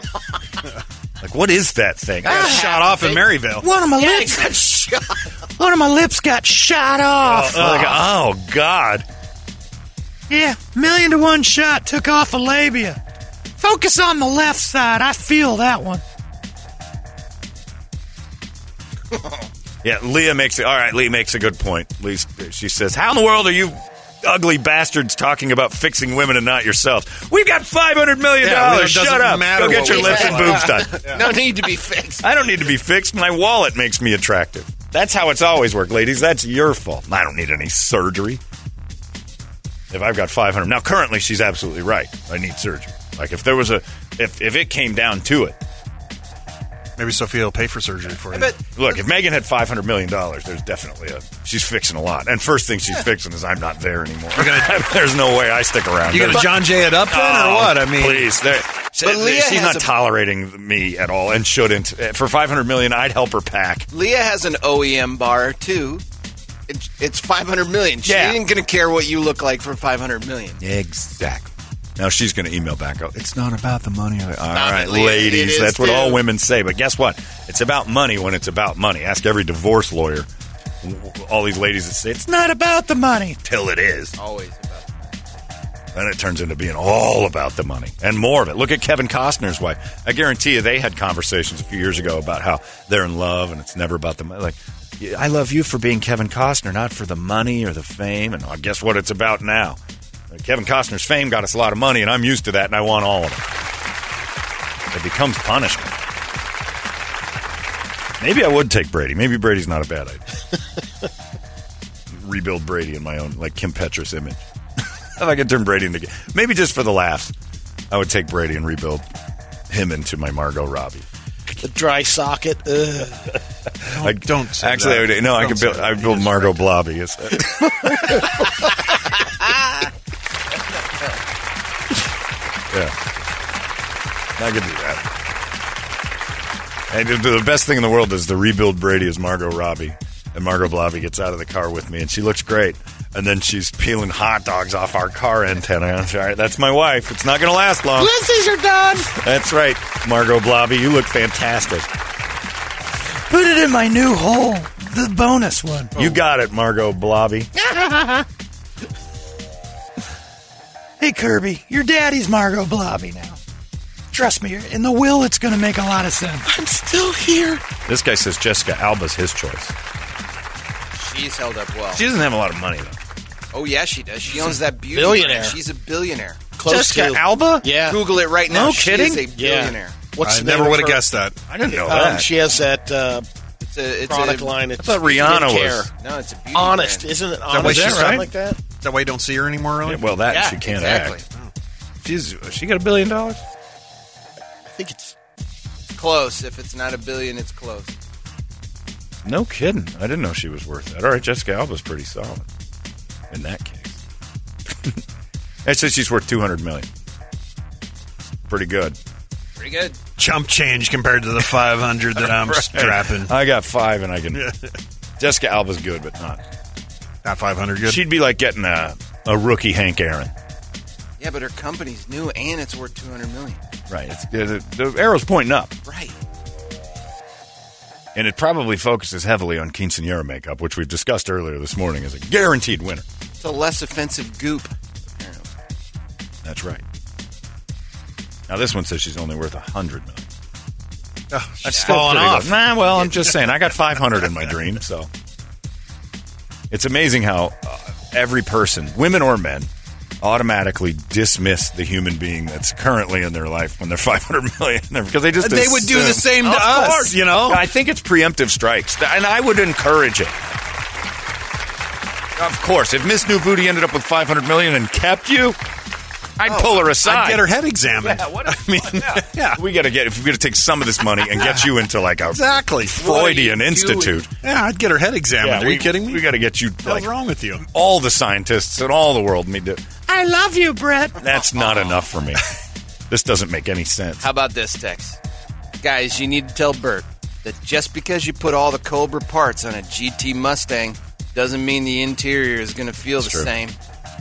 S2: like what is that thing? Ah,
S3: I got shot off in Maryvale.
S5: One of my
S4: Yeah, he
S5: lips.
S4: got shot.
S5: One of my lips got shot
S2: Oh,
S5: off.
S2: like, oh God!
S5: Yeah, million to one shot took off a labia. Focus on the left side. I feel that one.
S2: Yeah, Leah makes it. All right, Leah makes a good point. Leah's, she says, "How in the world are you?" Ugly bastards talking about fixing women and not yourselves. We've got five hundred million
S3: Yeah, it
S2: dollars.
S3: doesn't
S2: Shut up.
S3: matter
S2: Go get
S3: what
S2: your
S3: we
S2: lips
S3: look
S2: and boobs done.
S4: No need to be fixed.
S2: I don't need to be fixed. My wallet makes me attractive. That's how it's always worked, ladies. That's your fault. I don't need any surgery. If I've got 500. Now, currently, she's absolutely right. I need surgery. Like, if there was a, if, if it came down to it,
S3: Maybe Sophia will pay for surgery for you.
S7: But
S2: look, if Megan had $500 million, there's definitely a, she's fixing a lot. And first thing she's fixing is I'm not there anymore. there's no way I stick around.
S3: you gonna
S2: There's-
S3: John Jay it up then, or
S2: Oh,
S3: what? I mean,
S2: please. There- she-
S7: But Leah
S2: she's
S7: has
S2: not
S7: a-
S2: tolerating me at all and shouldn't. Uh, For 500 million, I'd help her pack.
S7: Leah has an OEM bar too. It, it's five hundred million. She
S2: Yeah.
S7: ain't gonna care what you look like for five hundred million.
S2: Exactly. Now she's going to email back. Oh, it's not about the money. All right,
S7: it, Leah. It
S2: ladies,
S7: is
S2: that's what all
S7: too.
S2: women say. But guess what? It's about money when it's about money. Ask every divorce lawyer. All these ladies that say it's not about the money till it is.
S7: Always. About
S2: Then it turns into being all about the money and more of it. Look at Kevin Costner's wife. I guarantee you they had conversations a few years ago about how they're in love and it's never about the money. Like, yeah, I love you for being Kevin Costner, not for the money or the fame. And I guess what it's about now. Uh, Kevin Costner's fame got us a lot of money, and I'm used to that, and I want all of it. It becomes punishment. Maybe I would take Brady. Maybe Brady's not a bad idea. Rebuild Brady in my own, like Kim Petras image. If I could turn Brady into maybe just for the laughs, I would take Brady and rebuild him into my Margot Robbie.
S4: The dry socket. Ugh.
S2: I
S3: don't say
S2: actually.
S3: that.
S2: I would, no, I
S3: Don't
S2: could
S3: say
S2: build.
S3: that.
S2: I would build Margot Blobby. Yes. yeah, I could do that. And the the best thing in the world is to rebuild Brady as Margot Robbie, and Margot Blobby gets out of the car with me, and she looks great. And then she's peeling hot dogs off our car antenna. All right, that's my wife. It's not going to last long.
S4: Lizzie's are done.
S2: That's right, Margot Blobby. You look fantastic.
S5: Put it in my new hole. The bonus one.
S2: You got it, Margot Blobby.
S5: Hey Kirby, your daddy's Margot Blobby now. Trust me, in the will it's gonna make a lot of sense.
S4: I'm still here.
S2: This guy says Jessica Alba's his choice.
S7: she's held up well.
S2: She doesn't have a lot of money though.
S7: oh yeah, she does. She owns that beauty.
S4: billionaire.
S7: brand. She's a billionaire.
S4: Close to.
S2: Alba?
S4: yeah.
S7: Google it right now.
S2: No
S7: she
S2: kidding?
S7: Is a
S4: Yeah.
S7: billionaire.
S4: What's
S3: I
S4: the
S3: never
S4: name
S3: would have
S4: of her-
S3: guessed that.
S2: I didn't know
S4: Um,
S2: that.
S4: she has that uh,
S7: It's a it's
S4: product
S7: a,
S4: line. It's
S2: I thought Rihanna
S4: Skin
S2: was.
S4: Care.
S7: No, it's a beauty
S4: Honest,
S7: brand.
S4: isn't it?
S3: that
S4: Honest,
S3: why
S4: or
S3: she's
S4: something
S3: right?
S4: like that.
S3: That way, you don't see her anymore. Really?
S2: Yeah, well, that
S4: Yeah,
S2: she can't
S7: exactly.
S2: act. She's she got a billion dollars.
S4: I think it's
S7: Close. If it's not a billion, it's close.
S2: No kidding. I didn't know she was worth that. All right, Jessica Alba's pretty solid. In that case, I said she's worth two hundred million. Pretty good.
S7: Pretty good.
S3: chump change compared to the five hundred that I'm strapping.
S2: I got five, and I can. Jessica Alba's good, but not.
S3: Not five hundred. Good.
S2: She'd be like getting a a rookie Hank Aaron.
S7: Yeah, but her company's new and it's worth two hundred million.
S2: Right. It's, the, the arrow's pointing up.
S7: Right.
S2: and it probably focuses heavily on quinceanera makeup, which we discussed earlier this morning as a guaranteed winner.
S7: It's a less offensive goop. apparently.
S2: That's right. Now this one says she's only worth a hundred million.
S3: oh,
S2: That's
S3: she's
S2: still
S3: falling
S2: pretty
S3: off.
S2: low. Nah, well, I'm just saying, I got five hundred in my dream, so it's amazing how uh, every person, women or men, automatically dismiss the human being that's currently in their life when they're five hundred million because they just
S3: They would do the
S2: assume-
S3: same to
S2: Of
S3: us,
S2: course.
S3: you know?
S2: I think it's preemptive strikes, and I would encourage it. Of course, if Miss New Booty ended up with 500 million and kept you, Oh, I'd pull her aside.
S3: I'd get her head examined.
S2: Yeah, what I mean, yeah. we got to get. If we got to take some of this money and get you into like a
S3: Exactly.
S2: Freudian institute.
S3: Yeah, I'd get her head examined. Are
S2: we,
S3: you kidding me?
S2: We got to get you
S3: What's
S2: like
S3: wrong with you?
S2: all the scientists in all the world need to.
S5: I love you, Brett.
S2: That's not enough for me. This doesn't make any sense.
S7: How about this, Tex? Guys, you need to tell Bert that just because you put all the Cobra parts on a GT Mustang doesn't mean the interior is going to feel the
S2: true.
S7: same.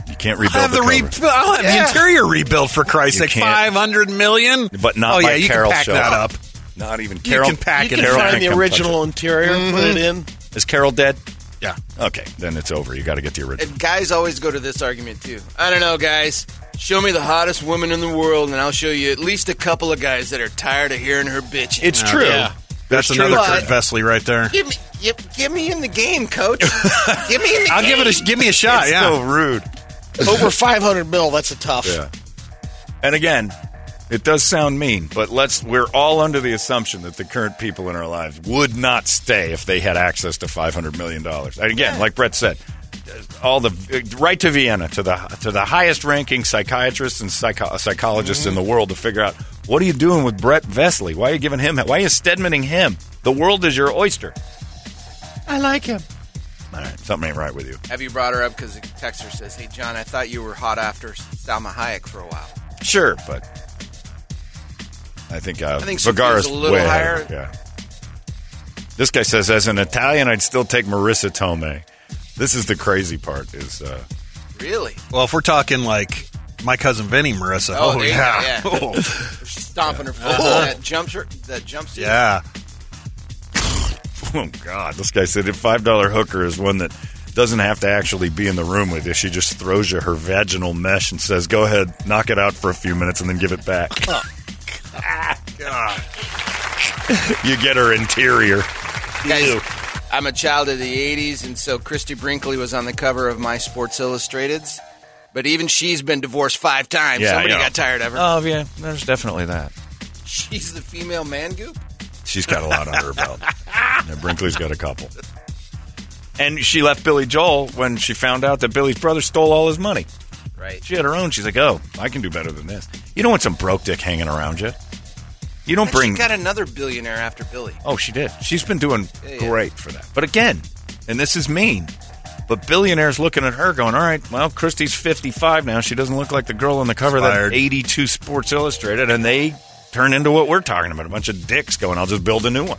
S2: You can't rebuild
S3: I'll have
S2: the,
S3: the,
S2: Cobra.
S3: re- I'll have
S7: Yeah.
S3: the interior rebuilt for Christ's
S2: You
S3: sake.
S2: can't.
S3: Five hundred million,
S2: But not
S3: Oh
S2: by
S3: yeah, you
S2: Carol
S3: can pack
S2: Show.
S3: that up.
S2: Not even Carol.
S3: can pack
S4: You can
S3: it
S2: Carol
S4: find
S2: can't
S4: the
S2: come touch Mm-hmm.
S4: original interior, put it in.
S2: it. Is Carol dead?
S3: Yeah,
S2: Okay, then it's over. You got to get the original.
S7: And guys always go to this argument too. I don't know, guys. Show me the hottest woman in the world, and I'll show you at least a couple of guys that are tired of hearing her bitch.
S2: It's true.
S4: yeah.
S3: that's
S2: Uh, It's true.
S3: another
S7: But-
S3: Kurt Vesley right there.
S7: give me, yep, give me in the game, coach. give me in the
S3: I'll
S7: game.
S3: give it a give me a shot.
S2: It's
S3: yeah,
S2: so rude.
S4: Over 500 mil, that's a tough.
S2: Yeah. And again, it does sound mean, but let's we're all under the assumption that the current people in our lives would not stay if they had access to 500 million dollars. And again, like Brett said, all the right to Vienna to the to the highest ranking psychiatrists and psycho- psychologists in the world to figure out what are you doing with Brett Vesley? Why are you giving him? Why are you Stedmaning him? The world is your oyster.
S5: I like him.
S2: All right, something ain't right with you.
S7: Have you brought her up because the texter says, "Hey, John, I thought you were hot after Salma Hayek for a while."
S2: Sure, but I think uh,
S7: I think
S2: Vergara's
S7: Sophia's a little
S2: way ahead of
S7: higher.
S2: it, Yeah. This guy says, as an Italian, I'd still take Marissa Tomei. This is the crazy part. Is uh,
S7: Really?
S3: Well, if we're talking like my cousin Vinny Marissa, oh,
S7: Oh, there you go,
S3: yeah,
S7: yeah. Stomping her
S2: Uh-huh.
S7: foot. in That jumps her. That jumps.
S3: yeah.
S2: oh god, this guy said a five dollar hooker is one that doesn't have to actually be in the room with you. She just throws you her vaginal mesh and says, "Go ahead, knock it out for a few minutes, and then give it back." you get her interior.
S7: Guys, I'm a child of the '80s, and so Christy Brinkley was on the cover of my Sports Illustrateds. But even she's been divorced five times.
S2: Yeah, I
S7: Somebody
S2: know.
S7: got tired of her.
S2: Oh yeah, there's definitely that.
S7: she's the female man goop.
S2: She's got a lot on her belt. Yeah, Brinkley's got a couple. And she left Billy Joel when she found out that Billy's brother stole all his money.
S7: Right.
S2: She had her own. She's like, oh, I can do better than this. You don't want some broke dick hanging around you. You don't bring.
S7: She got another billionaire after Billy.
S2: oh, she did. She's been doing
S7: Yeah, yeah.
S2: great for that. But again, and this is mean, but billionaires looking at her going, all right, well, Christie's 55 now. She doesn't look like the girl on the cover of that
S3: Fired.
S2: 82 Sports Illustrated. And they turn into what we're talking about a bunch of dicks going, I'll just build a new one.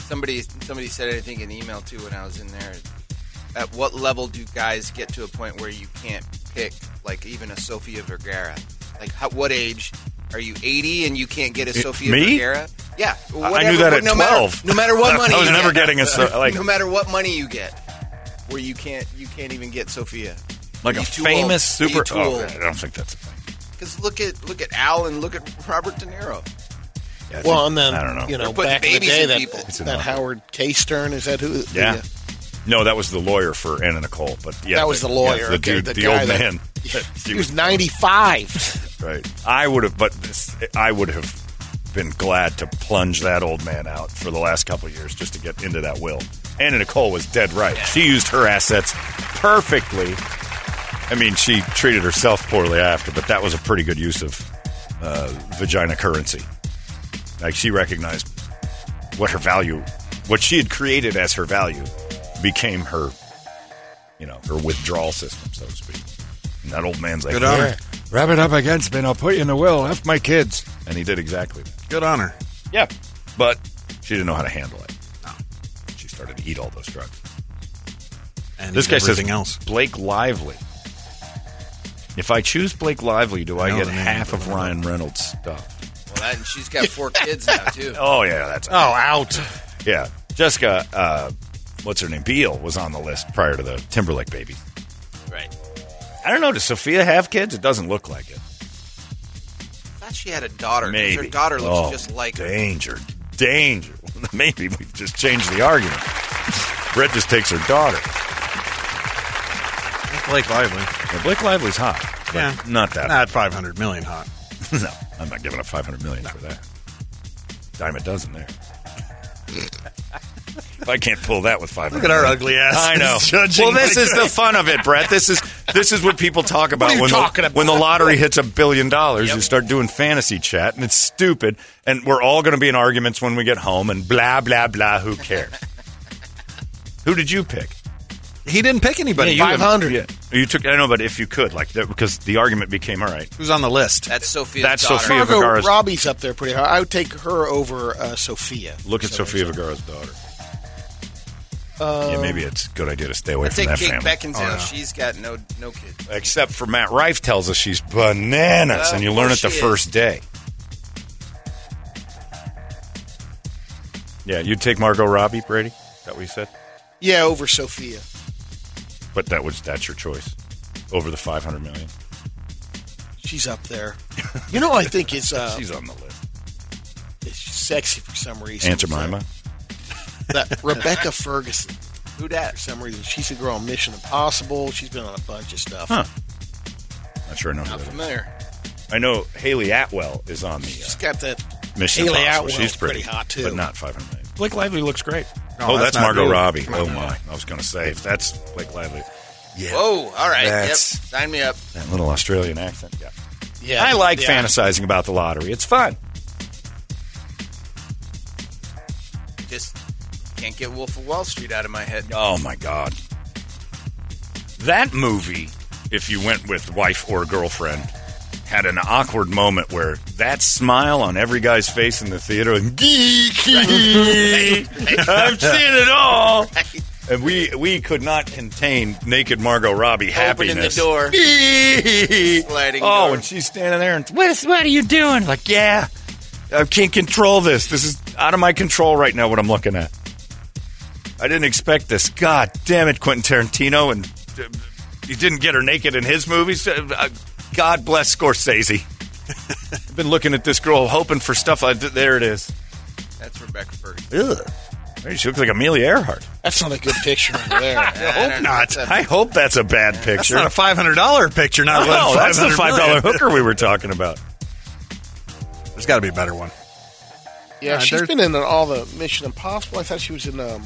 S7: Somebody somebody said it, I think in email too when I was in there. At what level do guys get to a point where you can't pick like even a Sofia Vergara? Like how, what age are you? Eighty and you can't get a Sofia
S2: me?
S7: Vergara? Yeah,
S2: I
S7: whatever,
S2: knew that
S7: what-
S2: at
S7: no
S2: 12.
S7: Matter, no matter what money,
S2: I was
S7: you
S2: never
S7: get,
S2: getting a so- like
S7: no matter what money you get, where you can't you can't even get Sophia.
S2: like
S7: Are
S2: a
S7: you too
S2: famous
S7: old? Are you
S2: super.
S7: too
S2: Oh,
S7: old?
S2: I don't think that's a thing.
S7: Because look at look at Al and look at Robert De Niro.
S2: Yeah, I
S4: Well,
S2: think-
S4: and then
S2: I don't know.
S4: you know,
S7: They're putting
S4: back in the
S7: babies
S4: day,
S7: in
S4: that,
S7: people.
S4: that,
S2: It's enough.
S4: Howard K. Stern is that who?
S2: yeah.
S4: the-
S2: No, that was the lawyer for Anna Nicole, but yeah,
S4: That was the lawyer,
S2: yeah, the
S4: okay,
S2: dude, the,
S4: the guy
S2: old
S4: that-
S2: man.
S4: he was ninety five.
S2: Right. I would have, but this, I would have been glad to plunge that old man out for the last couple of years just to get into that will. Anna Nicole was dead right. She used her assets perfectly. I mean, she treated herself poorly after, but that was a pretty good use of uh, vagina currency. Like she recognized what her value, what she had created as her value, became her, you know, her withdrawal system, so to speak. And that old man's like,
S3: Good honor.
S2: "Yeah, wrap it up against me, and I'll put you in the will. F my kids. And he did exactly that.
S3: Good honor.
S2: Yeah, but she didn't know how to handle it. She started to eat all those drugs.
S3: And
S2: This guy says
S3: everything else.
S2: Blake Lively. If I choose Blake Lively, do I
S3: know
S2: get
S3: the name,
S2: half
S3: but
S2: of
S3: I don't
S2: Ryan Reynolds' stuff?
S7: Well, that, and she's got four kids now too.
S2: Oh yeah, that's
S4: Oh, out.
S2: yeah. Jessica, uh, what's her name? Beal was on the list prior to the Timberlake baby.
S7: Right.
S2: I don't know. Does Sophia have kids? It doesn't look like it.
S7: thought she had a daughter. 'cause
S2: Maybe.
S7: Her daughter looks
S2: Oh,
S7: just like her.
S2: danger, danger. Maybe we've just changed the argument. Brett just takes her daughter.
S3: Blake Lively.
S2: Now, Blake Lively's hot. but
S3: Yeah.
S2: not that.
S3: Not 500 million hot.
S2: no, I'm not giving up 500 million for that. Dime a dozen there. I can't pull that with five. Look
S3: at our ugly asses
S2: I know.
S3: judging
S2: Well, this
S3: like
S2: is the fun of it, Brett. This is this is what people talk about
S7: are you
S2: when
S7: talking
S2: the,
S7: about?
S2: when the lottery hits a billion dollars. You start doing fantasy chat, and it's stupid. And we're all going to be in arguments when we get home, and blah blah blah. Who cares? Who did you pick?
S3: He didn't pick anybody.
S2: you-
S4: Five hundred.
S2: You took. I know, but if you could, like, that, because the argument became all right.
S3: Who's on the list?
S7: That's Sophia.
S2: That's
S7: daughter.
S2: Sophia
S4: Margot
S2: Vergara's-
S4: Robbie's up there pretty high. I would take her over uh, Sophia.
S2: Look at
S4: So
S2: Sofia
S4: there's
S2: Vergara's daughter. yeah, maybe it's a good idea to stay away
S7: I
S2: from
S7: take
S2: that
S7: Kate
S2: family. Oh,
S7: Beckinsale. She's got no no kids.
S2: Except for Matt Rife tells us she's bananas,
S7: Well,
S2: and you
S7: of
S2: learn it
S7: course
S2: the
S7: she is.
S2: first day. Yeah, you'd take Margot Robbie, Brady. Is that what you said?
S4: a- Yeah, over Sophia.
S2: But that was that's your choice over the five hundred million.
S4: She's up there. You know, I think it's uh,
S2: She's on the list.
S4: it's sexy for some reason.
S2: Aunt Jemima.
S4: That Rebecca Ferguson.
S7: Who
S4: For
S7: dat?
S4: some reason, she's a girl on Mission Impossible. She's been on a bunch of stuff.
S2: Huh. Not sure I know. Who
S4: Not
S2: that is.
S4: familiar.
S2: I know Haley Atwell is on
S4: She's
S2: the
S4: got that.
S2: uh, Mission
S4: Haley
S2: Impossible.
S4: Atwell's
S2: She's pretty,
S4: pretty hot, too.
S2: but not five hundred million.
S5: Blake Lively looks great.
S2: oh, that's,
S3: that's not
S2: Margot
S3: you.
S2: Robbie. Oh my! I was going to say if that's Blake Lively. Yeah.
S7: Whoa! All right. Yep.
S2: That's-
S7: Sign me up.
S2: That little Australian accent. Yeah.
S4: Yeah,
S2: I like
S4: yeah.
S2: fantasizing about the lottery. It's fun.
S7: Just can't get Wolf of Wall Street out of my head.
S2: Oh my god. That movie, if you went with wife or girlfriend, had an awkward moment where that smile on every guy's face in the theater and geeky. I've seen it all. And we we could not contain naked Margot Robbie happiness.
S7: Opening the door. Sliding
S2: oh,
S7: door.
S2: and she's standing there and what, is, what are you doing? Like, yeah, I can't control this. This is out of my control right now. What I'm looking at. I didn't expect this. God damn it, Quentin Tarantino, and uh, you didn't get her naked in his movies. Uh, uh, God bless Scorsese. I've been looking at this girl, hoping for stuff. Like, th- there it is.
S7: That's Rebecca Ferguson.
S2: Ugh. Hey, She looks like Amelia Earhart.
S4: That's not a good picture right there.
S7: I hope
S3: not.
S2: I hope that's a bad
S3: That's Oh,
S2: picture.
S3: not a five hundred dollar picture. Not
S2: no,
S3: one
S2: that's the
S3: $500
S2: five
S3: million.
S2: dollar hooker we were talking about.
S3: There's got to be a better one.
S4: Yeah,
S3: Uh,
S4: she's
S3: there's-
S4: been in all the Mission Impossible. I thought she was in. Um,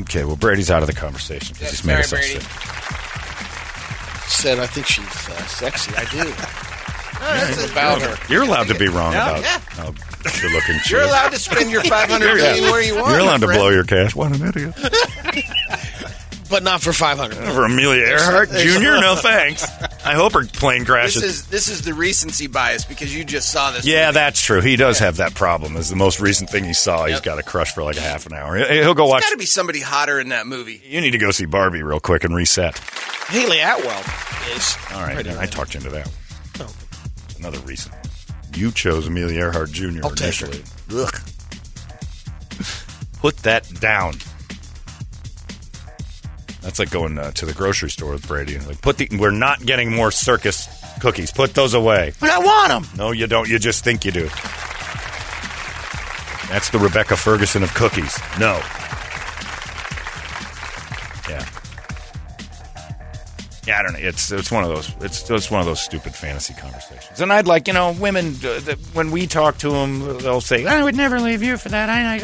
S2: Okay, well Brady's out of the conversation because he's made
S7: sorry,
S2: us all
S7: Brady.
S2: sick.
S4: said I think she's uh, sexy. I do. That's about her.
S2: You're allowed to be wrong about
S7: yeah.
S2: how good looking she
S7: You're
S2: is.
S7: allowed to spend your five hundred
S2: Yeah.
S7: million where you want.
S2: You're allowed to
S7: my
S2: blow
S7: friend.
S2: your cash. What an idiot.
S4: but not for five hundred.
S2: For Amelia Earhart Jr., no thanks. I hope her plane
S7: This
S2: crashes.
S7: is this is the recency bias because you just saw this.
S2: yeah, that's true. He does have that problem. It's the most recent thing he saw. He's got a crush for like a half an hour. He- He'll go watch.
S7: Got to be somebody hotter in that movie.
S2: You need to go see Barbie real quick and reset.
S4: Haley Atwell is.
S2: All right,
S4: pretty
S2: I
S4: right.
S2: talked you into that. one.
S4: Oh.
S2: Another reason. You chose Amelia Earhart Jr.
S4: I'll take her.
S2: initially. Ugh. Put that down. That's like going uh, to the grocery store with Brady. and Like, put the. We're not getting more circus cookies. Put those away.
S5: But I want him.
S2: No, you don't. You just think you do. That's the Rebecca Ferguson of cookies. No. Yeah. Yeah, I don't know. It's it's one of those it's it's one of those stupid fantasy conversations. And I'd like you know women uh, that when we talk to them, they'll say, "I would never leave you for that." I, I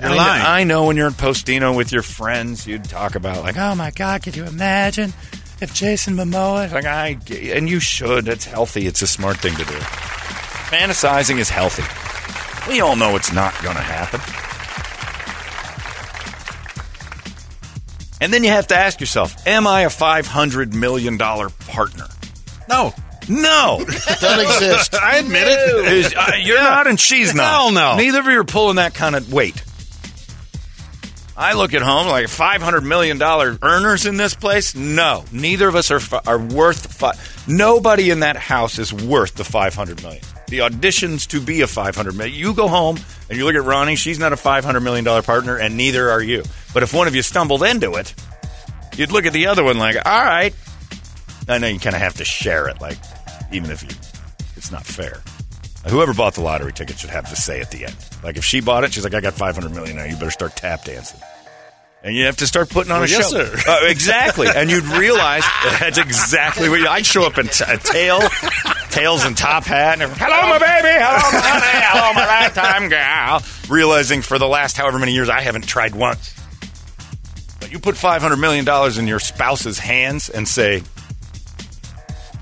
S3: You're
S2: I,
S3: lying.
S2: I know when you're in Postino with your friends, you'd talk about like,
S5: Oh my God! Could you imagine if Jason Momoa?
S2: like I get- and you should. It's healthy. It's a smart thing to do. Fantasizing is healthy. We all know it's not going to happen. And then you have to ask yourself, am I a 500 million dollar partner?
S3: No,
S2: No.
S4: Don't exist.
S3: I admit it.
S2: Is- uh, you're not and she's not.
S3: Hell no.
S2: Neither of you are pulling that kind of weight. I look at home like $500 million earners in this place. No, neither of us are, fi- are worth fi- Nobody in that house is worth the $500 million. The auditions to be a $500 million. You go home and you look at Ronnie, she's not a $500 million partner, and neither are you. But if one of you stumbled into it, you'd look at the other one like, all right. I know you kind of have to share it, like, even if you, it's not fair. Whoever bought the lottery ticket should have the say at the end. Like if she bought it, she's like, "I got 500 million now. You better start tap dancing." And you have to start putting on a
S3: yes,
S2: show.
S3: sir.
S2: Uh, exactly. And you'd realize that's exactly what you, I'd show up in t- a tail, tails and top hat. And everything, hello, my baby. Hello, my honey. Hello, my lifetime gal. Realizing for the last however many years, I haven't tried once. But you put five hundred million dollars in your spouse's hands and say,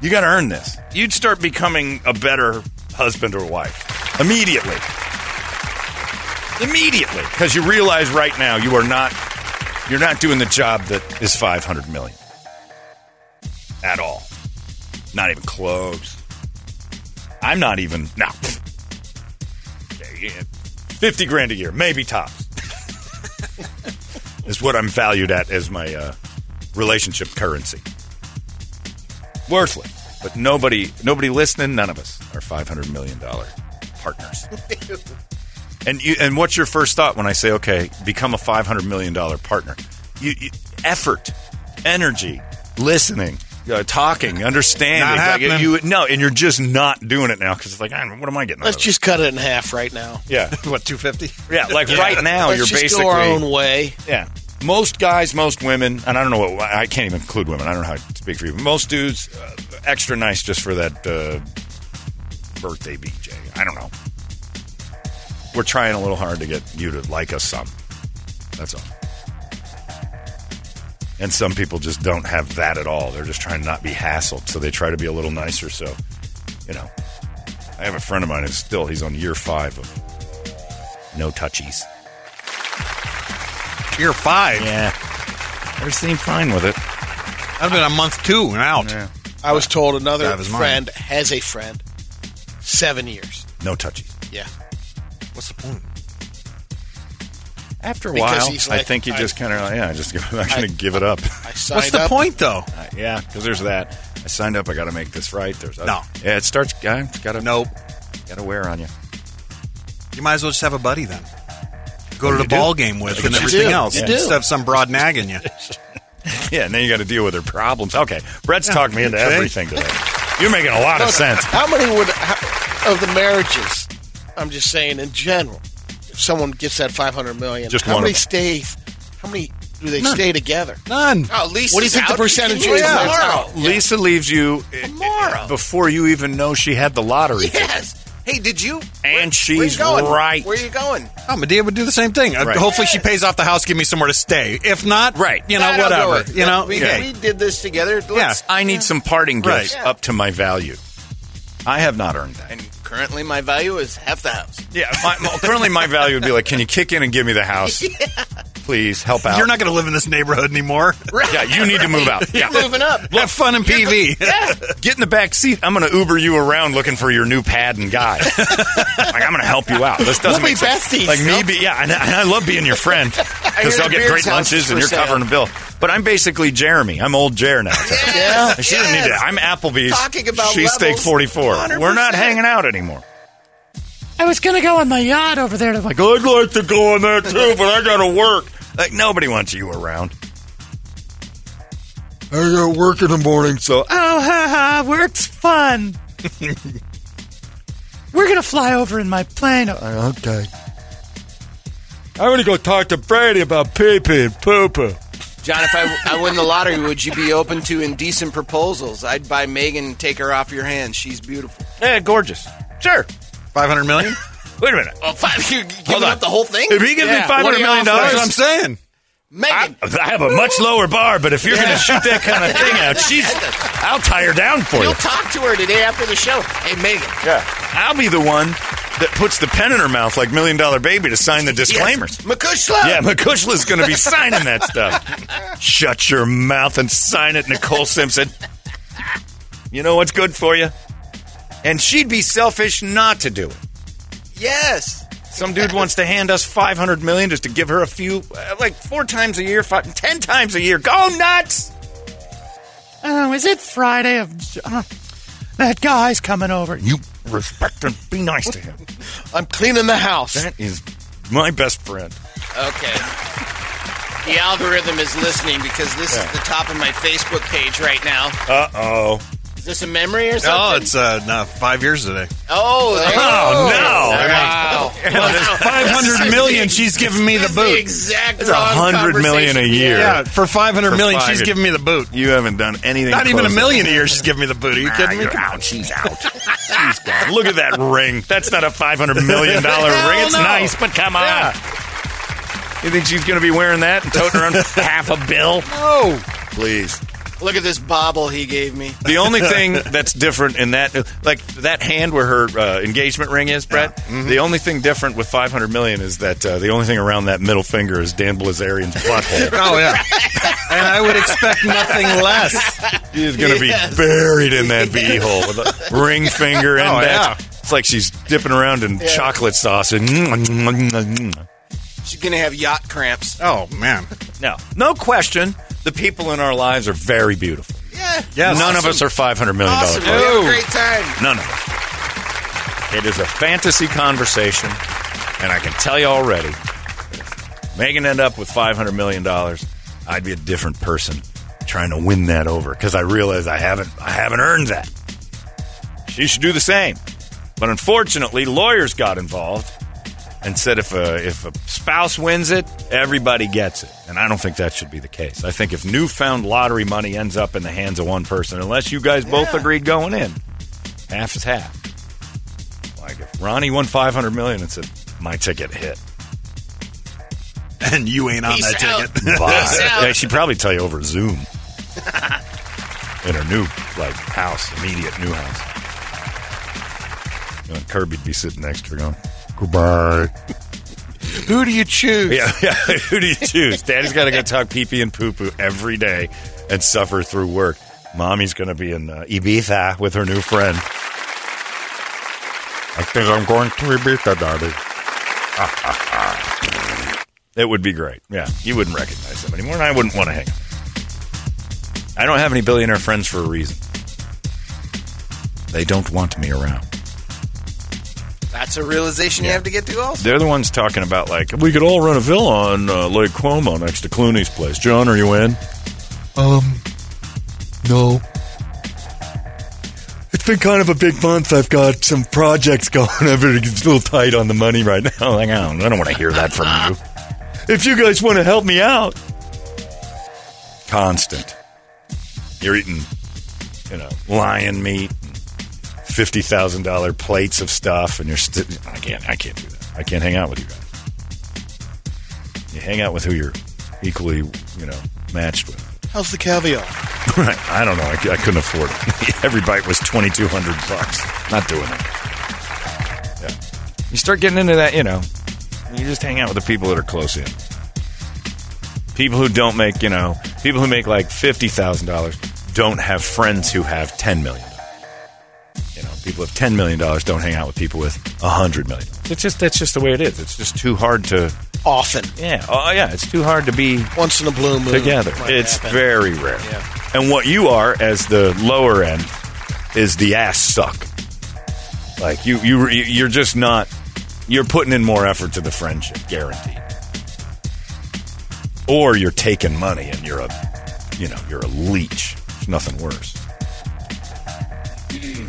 S2: "You got to earn this." You'd start becoming a better husband or wife immediately. Immediately, because you realize right now you are not you're not doing the job that is 500 million at all. Not even close. I'm not even no. Fifty grand a year, maybe tops, is what I'm valued at as my uh, relationship currency. Worthless, but nobody, nobody listening. None of us are 500 million dollar partners. And you, and what's your first thought when I say, okay, become a five hundred million dollar partner? You, you, effort, energy, listening, uh, talking, understanding.
S3: Not
S2: Like,
S3: happening.
S2: you, no, and you're just not doing it now because it's like, I don't- what am I getting? out
S4: Let's
S2: of
S4: just cut it in half right now.
S2: it? yeah,
S3: What, 250?
S2: yeah. Like right now,
S4: Let's
S2: you're
S4: just
S2: basically
S4: go our own way.
S2: yeah. Most guys, most women, and I don't know what I can't even include women. I don't know how to speak for you. But most dudes, uh, extra nice just for that uh, birthday BJ. I don't know. We're trying a little hard to get you to like us some. That's all. And some people just don't have that at all. They're just trying to not be hassled, so they try to be a little nicer. So, you know, I have a friend of mine who's still he's on year five of no touchies.
S3: Year five.
S2: Yeah. Everything fine with it.
S3: I've been a month two and out.
S4: I was told
S3: That
S4: another
S3: was mine.
S4: friend has a friend. Seven years.
S2: No touchies.
S4: Yeah.
S3: What's the point?
S2: After a
S4: Because
S2: while,
S4: he's
S2: I
S4: like,
S2: think you
S4: I-
S2: just kind of, yeah, I just, I'm not
S4: I-
S2: going to give it up.
S4: I signed
S3: What's the
S4: up.
S3: point, though?
S2: Uh, yeah, because there's that. I signed up. I got to make this right. There's other-
S3: No.
S2: Yeah, it starts, I got to,
S3: Nope.
S2: got to wear on you.
S3: You might as well just have a buddy then. Go to
S2: you
S3: the
S2: do.
S3: ball game with and
S4: what you
S3: everything
S4: do.
S3: else.
S4: You do.
S3: Just have some broad nagging you.
S2: Yeah, and then you got to deal with their problems. Okay. Brett's talked me into
S3: Okay.
S2: everything today. You're making a lot of sense.
S4: How many would how, of the marriages? I'm just saying in general. If someone gets that 500 million,
S2: Just
S4: how
S2: one
S4: many
S2: of them.
S4: stays? How many do they stay together?
S3: None.
S7: Oh, Lisa's
S4: What do you think the
S7: out.
S4: percentage
S7: Can you
S4: is?
S7: leave
S4: Yeah.
S7: tomorrow?
S2: Lisa leaves you uh,
S7: Tomorrow.
S2: before you even know she had the lottery.
S7: Yes. Hey, did you?
S2: And
S7: Where
S2: she's
S7: you going?
S2: right.
S7: Where you going?
S3: Oh, Medea would do the same thing. Uh,
S2: Right.
S3: Hopefully, she pays off the house, give me somewhere to stay. If not,
S2: Right.
S3: You know,
S7: That'll do
S3: whatever.
S7: it.
S3: You know,
S7: we,
S3: okay.
S7: we did this together.
S3: yeah.
S7: Let's-
S2: I need some parting gifts
S3: Right.
S2: up to my value. I have not earned that.
S7: And currently, my value is half the house.
S2: Yeah, my, my- currently my value would be like, can you kick in and give me the house, please? Help out.
S3: You're not going to live in this neighborhood anymore.
S2: Yeah, you need to move out. Yeah,
S4: Moving up.
S3: Have fun in PV.
S2: get in the back seat. I'm going to Uber you around looking for your new pad and guy. like I'm going to help you out. This doesn't
S4: We'll
S2: make
S4: be
S2: sense.
S4: besties,
S2: Like me,
S4: no?
S2: be, yeah, and, I- and I love being your friend because
S7: hear
S2: they'll get
S7: the Beard's
S2: great
S7: house
S2: lunches
S7: is
S2: and
S7: for
S2: you're
S7: sale.
S2: covering the bill. But I'm basically Jeremy. I'm old Jer now.
S4: Yeah.
S2: She doesn't need to. I'm Applebee's.
S7: Talking about
S2: she's steak
S7: levels,
S2: 44. We're not hanging out anymore.
S5: I was gonna go on my yacht over there to like.
S2: Like, I'd like to go on that too, but I gotta work. Like, nobody wants you around. I gotta work in the morning, so
S5: Oh, haha, work's fun. We're gonna fly over in my plane. Oh,
S2: okay. I'm gonna go talk to Brady about pee pee and poo poo.
S7: John, if I, I win the lottery, would you be open to indecent proposals? I'd buy Megan and take her off your hands. She's beautiful.
S2: Yeah, gorgeous. Sure.
S3: 500 million?
S2: Wait a minute.
S7: Well, five, you're Oh, giving
S2: Hold on.
S7: up the whole thing?
S2: If he gives me
S7: Yeah,
S2: five
S7: what
S2: hundred
S7: are
S2: million
S7: y'all
S3: That's
S2: dollars,
S3: what I'm saying.
S7: Megan,
S2: I have a much lower bar, but if you're gonna shoot that kind of thing out, she's I'll tie her down for you.
S7: you'll talk to her today after the show. Hey, Megan,
S2: Yeah. I'll be the one that puts the pen in her mouth like million dollar baby to sign the disclaimers.
S7: McCushla.
S2: Yeah, McCushla going to be signing that stuff. Shut your mouth and sign it, Nicole Simpson. You know what's good for you? And she'd be selfish not to do it.
S7: Yes.
S2: Some dude wants to hand us 500 million just to give her a few, uh, like four times a year, five, ten times a year. Go nuts!
S5: Oh, is it Friday of? Uh, that guy's coming over.
S2: You respect and be nice to him.
S4: I'm cleaning the house.
S2: That is my best friend.
S7: Okay. The algorithm is listening because this is the top of my Facebook page right now.
S2: Uh oh.
S7: Is this a memory or
S3: Oh,
S7: something?
S3: it's uh, no, five years today.
S7: Oh, there you
S2: Oh,
S7: go.
S2: no.
S7: All right.
S3: Five hundred million, she's giving me the
S7: That's the
S3: boot.
S7: exact
S2: It's a
S7: wrong
S2: hundred million a
S7: conversation.
S2: year.
S3: Yeah, for five hundred
S2: For
S3: million,
S2: five-
S3: she's giving me the boot.
S2: You haven't done anything.
S3: Not even a
S2: close to-
S3: million a year, she's giving me the boot. Are you
S2: Ah,
S3: kidding me?
S2: you're out. She's out. She's gone. Look at that ring. That's not a five hundred million dollar ring. It's
S3: no.
S2: nice, but come on.
S3: Yeah.
S2: You think she's going to be wearing that and toting around half a bill?
S3: No.
S2: Please.
S7: Look at this bobble he gave me.
S2: The only thing that's different in that, like that hand where her uh, engagement ring is, Brett.
S3: Mm-hmm.
S2: The only thing different with 500 million is that uh, the only thing around that middle finger is Dan Blazarian's butthole.
S3: Oh yeah. And I would expect nothing less.
S2: She is going to be buried in that beehole with a ring finger and
S3: Oh,
S2: that.
S3: yeah.
S2: It's like she's dipping around in chocolate sauce and.
S7: She's gonna have yacht cramps.
S3: Oh man.
S2: No, no question. The people in our lives are very beautiful.
S7: Yeah.
S3: Yes.
S2: None of us are 500 million
S7: Awesome. We
S2: dollars.
S7: had a great time.
S2: None of us. It is a fantasy conversation, and I can tell you already, if Megan ended up with five hundred million dollars, I'd be a different person trying to win that over because I realize I haven't I haven't earned that. She should do the same, but unfortunately, lawyers got involved and said if a if a spouse wins it, everybody gets it. And I don't think that should be the case. I think if newfound lottery money ends up in the hands of one person, unless you guys both agreed going in, half is half. Like if Ronnie won five hundred million and said my ticket hit,
S3: And you ain't on
S7: Peace
S3: that
S7: out.
S3: ticket.
S2: bye. yeah, she'd probably tell you over Zoom in her new like house, immediate new house. You know, Kirby'd be sitting next to her going, "Goodbye."
S4: Who do you choose?
S2: Yeah, yeah. Who do you choose? Daddy's got to go talk pee pee and poo poo every day and suffer through work. Mommy's going to be in uh, Ibiza with her new friend. I think I'm going to Ibiza, daddy. it would be great. Yeah, you wouldn't recognize them anymore, and I wouldn't want to hang. out. I don't have any billionaire friends for a reason. They don't want me around.
S7: That's a realization you have to get to also.
S2: They're the ones talking about like we could all rent a villa on uh, Lake Cuomo next to Clooney's place. John, are you in?
S9: Um, no.
S2: It's been kind of a big month. I've got some projects going. Everything's a little tight on the money right now. Like, I don't, I don't want to hear that from you. If you guys want to help me out, constant. You're eating, you know, lion meat, fifty thousand dollar plates of stuff, and you're still. I can't. I can't do that. I can't hang out with you guys. You hang out with who you're equally, you know, matched with.
S4: How's the caviar?
S2: Right. I don't know. I, I couldn't afford it. Every bite was twenty two hundred bucks. Not doing it. Yeah. You start getting into that, you know. You just hang out with the people that are close in. People who don't make, you know, people who make like fifty thousand dollars don't have friends who have ten million. You know, people with ten million dollars don't hang out with people with a hundred million. It's just that's just the way it is. It's just too hard to.
S4: Often.
S2: Yeah. Oh yeah. It's too hard to be
S4: Once in a blue moon.
S2: together.
S4: might
S2: It's
S4: happen.
S2: very rare. And what you are as the lower end is the ass suck. Like you, you, you're just not. You're putting in more effort to the friendship, guaranteed. Or you're taking money and you're a, you know, you're a leech. There's nothing worse.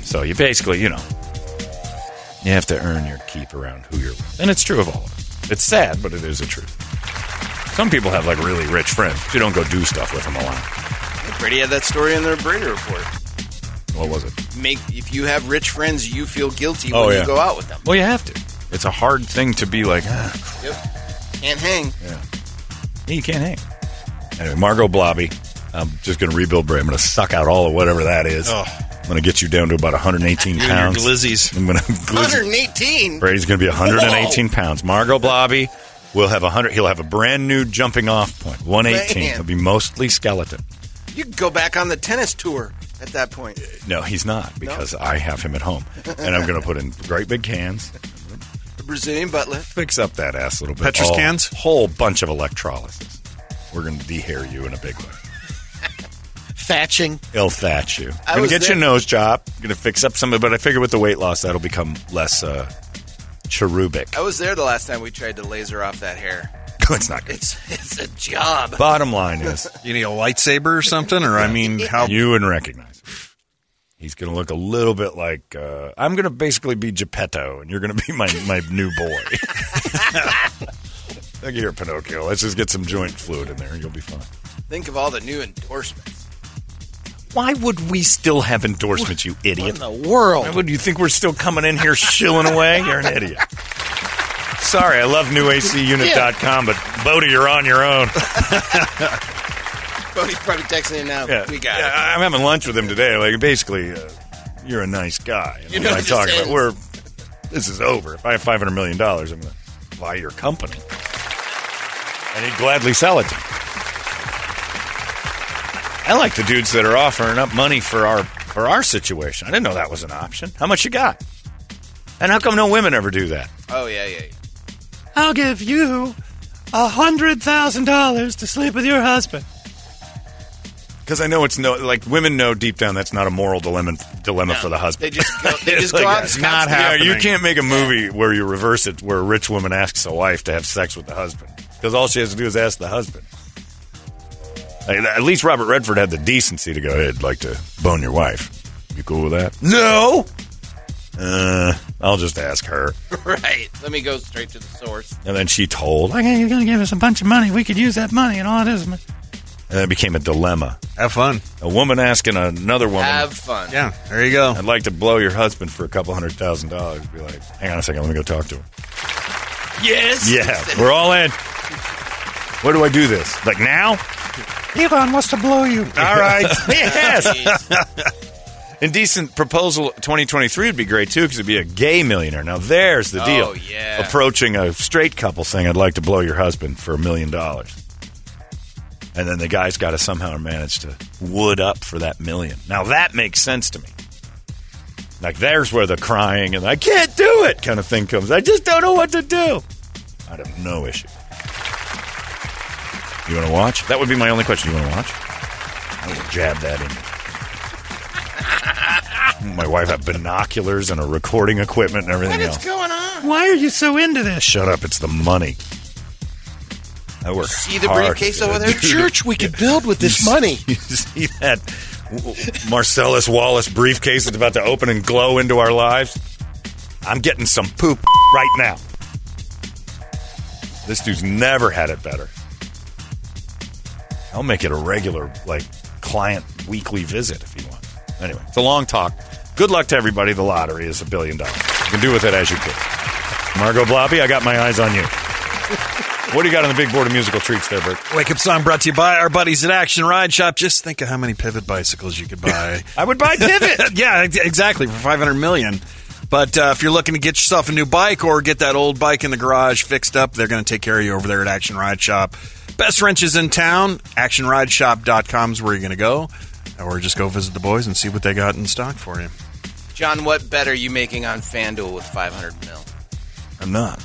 S2: So you basically, you know, you have to earn your keep around who you're with, and it's true of all of us. It's sad, but it is the truth. Some people have like really rich friends. You don't go do stuff with them a lot.
S7: Brady had that story in the Brady report.
S2: What was it?
S7: Make if you have rich friends, you feel guilty
S2: Oh,
S7: when
S2: yeah.
S7: you go out with them.
S2: Well, you have to. It's a hard thing to be like. "Ah,
S7: Can't hang.
S2: you can't hang. Anyway, Margot Blobby. I'm just going to rebuild Bray. I'm going to suck out all of whatever that is. I'm going to get you down to about 118 pounds.
S3: glizzies.
S2: I'm going to.
S7: 118.
S2: Brady's going to be 118 pounds. Margot Blobby will have 100. He'll have a brand new jumping off point. 118.
S7: Man.
S2: He'll be mostly skeleton.
S7: You could go back on the tennis tour at that point.
S2: No, he's not because I have him at home, and I'm going to put in great big cans.
S7: The Brazilian butler.
S2: fix up that ass a little bit.
S3: Petrus
S2: Oh,
S3: cans?
S2: Whole bunch of electrolysis. We're going to dehair you in a big way.
S4: Thatching.
S2: It'll thatch you.
S7: I
S2: I'm going
S7: was
S2: to get
S7: there-
S2: your nose job. going to fix up some of it, but I figure with the weight loss, that'll become less uh, cherubic.
S7: I was there the last time we tried to laser off that hair.
S2: it's not good.
S7: It's it's a job.
S2: Bottom line is
S3: You need a lightsaber or something, or I mean, how
S2: you wouldn't recognize it. He's going to look a little bit like uh, I'm going to basically be Geppetto, and you're going to be my my new boy. Look here, Pinocchio. Let's just get some joint fluid in there, and you'll be fine.
S7: Think of all the new endorsements.
S2: Why would we still have endorsements, you idiot?
S4: What in the world?
S2: Why would you think we're still coming in here shilling away? You're an idiot. Sorry, I love newacunit.com, but Bodie, you're on your own.
S7: Bodie's probably texting him now. Um, We got
S2: yeah,
S7: it.
S2: I- I'm having lunch with him today. Like, basically, uh, you're a nice guy.
S7: You know
S2: what
S7: what
S2: I'm
S7: this
S2: talking about.
S7: is.
S2: We're this is over. If I have 500 million dollars, I'm going to buy your company, and he'd gladly sell it. to me. I like the dudes that are offering up money for our for our situation. I didn't know that was an option. How much you got? And how come no women ever do that?
S7: Oh yeah, yeah. yeah.
S5: I'll give you a hundred thousand dollars to sleep with your husband.
S2: Because I know it's no like women know deep down that's not a moral dilemma dilemma for the husband.
S7: They just go, they
S2: It's
S7: just go
S2: like,
S7: out.
S2: it's
S7: and
S3: not
S7: constantly-
S2: Yeah,
S3: happening.
S2: you can't make a movie where you reverse it, where a rich woman asks a wife to have sex with the husband, because all she has to do is ask the husband. Like, at least Robert Redford had the decency to go, hey, "I'd like to bone your wife. You cool with that?" No. Uh, I'll just ask her,
S7: Right. Let me go straight to the source.
S2: and then she told, and
S5: Like, hey, you're gonna give us a bunch of money. We could use that money and all it is.
S2: it became a dilemma.
S3: Have fun.
S2: A woman asking another woman,
S7: Have fun.
S3: Yeah, there you go.
S2: I'd like to blow your husband for a couple hundred thousand dollars. Be like, hang on a second, let me go talk to him.
S7: Yes.
S2: Yeah, we're all in. Where do I do this? Like now?
S5: Elon wants to blow you.
S2: All right. yes. Indecent Proposal 2023 would be great too because it'd be a gay millionaire. Now there's the deal.
S7: Oh, yeah.
S2: Approaching a straight couple saying, "I'd like to blow your husband for a million dollars," and then the guy's got to somehow manage to wood up for that million. Now that makes sense to me. Like there's where the crying and I can't do it kind of thing comes. I just don't know what to do. I'd have no issue. You want to watch? That would be my only question. You want to watch? I would jab that in. My wife had binoculars and a recording equipment and everything else.
S5: Why are you so into this?
S2: Shut up! It's the money. I work.
S7: See the
S2: hard,
S7: briefcase over
S2: dude.
S7: there?
S4: Church we could build with this money.
S2: You see that w- w- Marcellus Wallace briefcase that's about to open and glow into our lives? I'm getting some poop right now. This dude's never had it better. I'll make it a regular, like, client weekly visit if you want. Anyway, it's a long talk. Good luck to everybody. The lottery is a billion dollars. You can do with it as you please. Margot Blobby, I got my eyes on you. What do you got on the big board of musical treats there, Bert?
S3: Wake up song brought to you by our buddies at Action Ride Shop. Just think of how many pivot bicycles you could buy.
S2: I would buy Pivot.
S3: yeah, ex- exactly for five hundred million. But uh, if you're looking to get yourself a new bike or get that old bike in the garage fixed up, they're going to take care of you over there at Action Ride Shop. Best wrenches in town. ActionRideShop.com is where you're going to go, or just go visit the boys and see what they got in stock for you.
S7: John, what bet are you making on FanDuel with 500 mil?
S2: I'm not.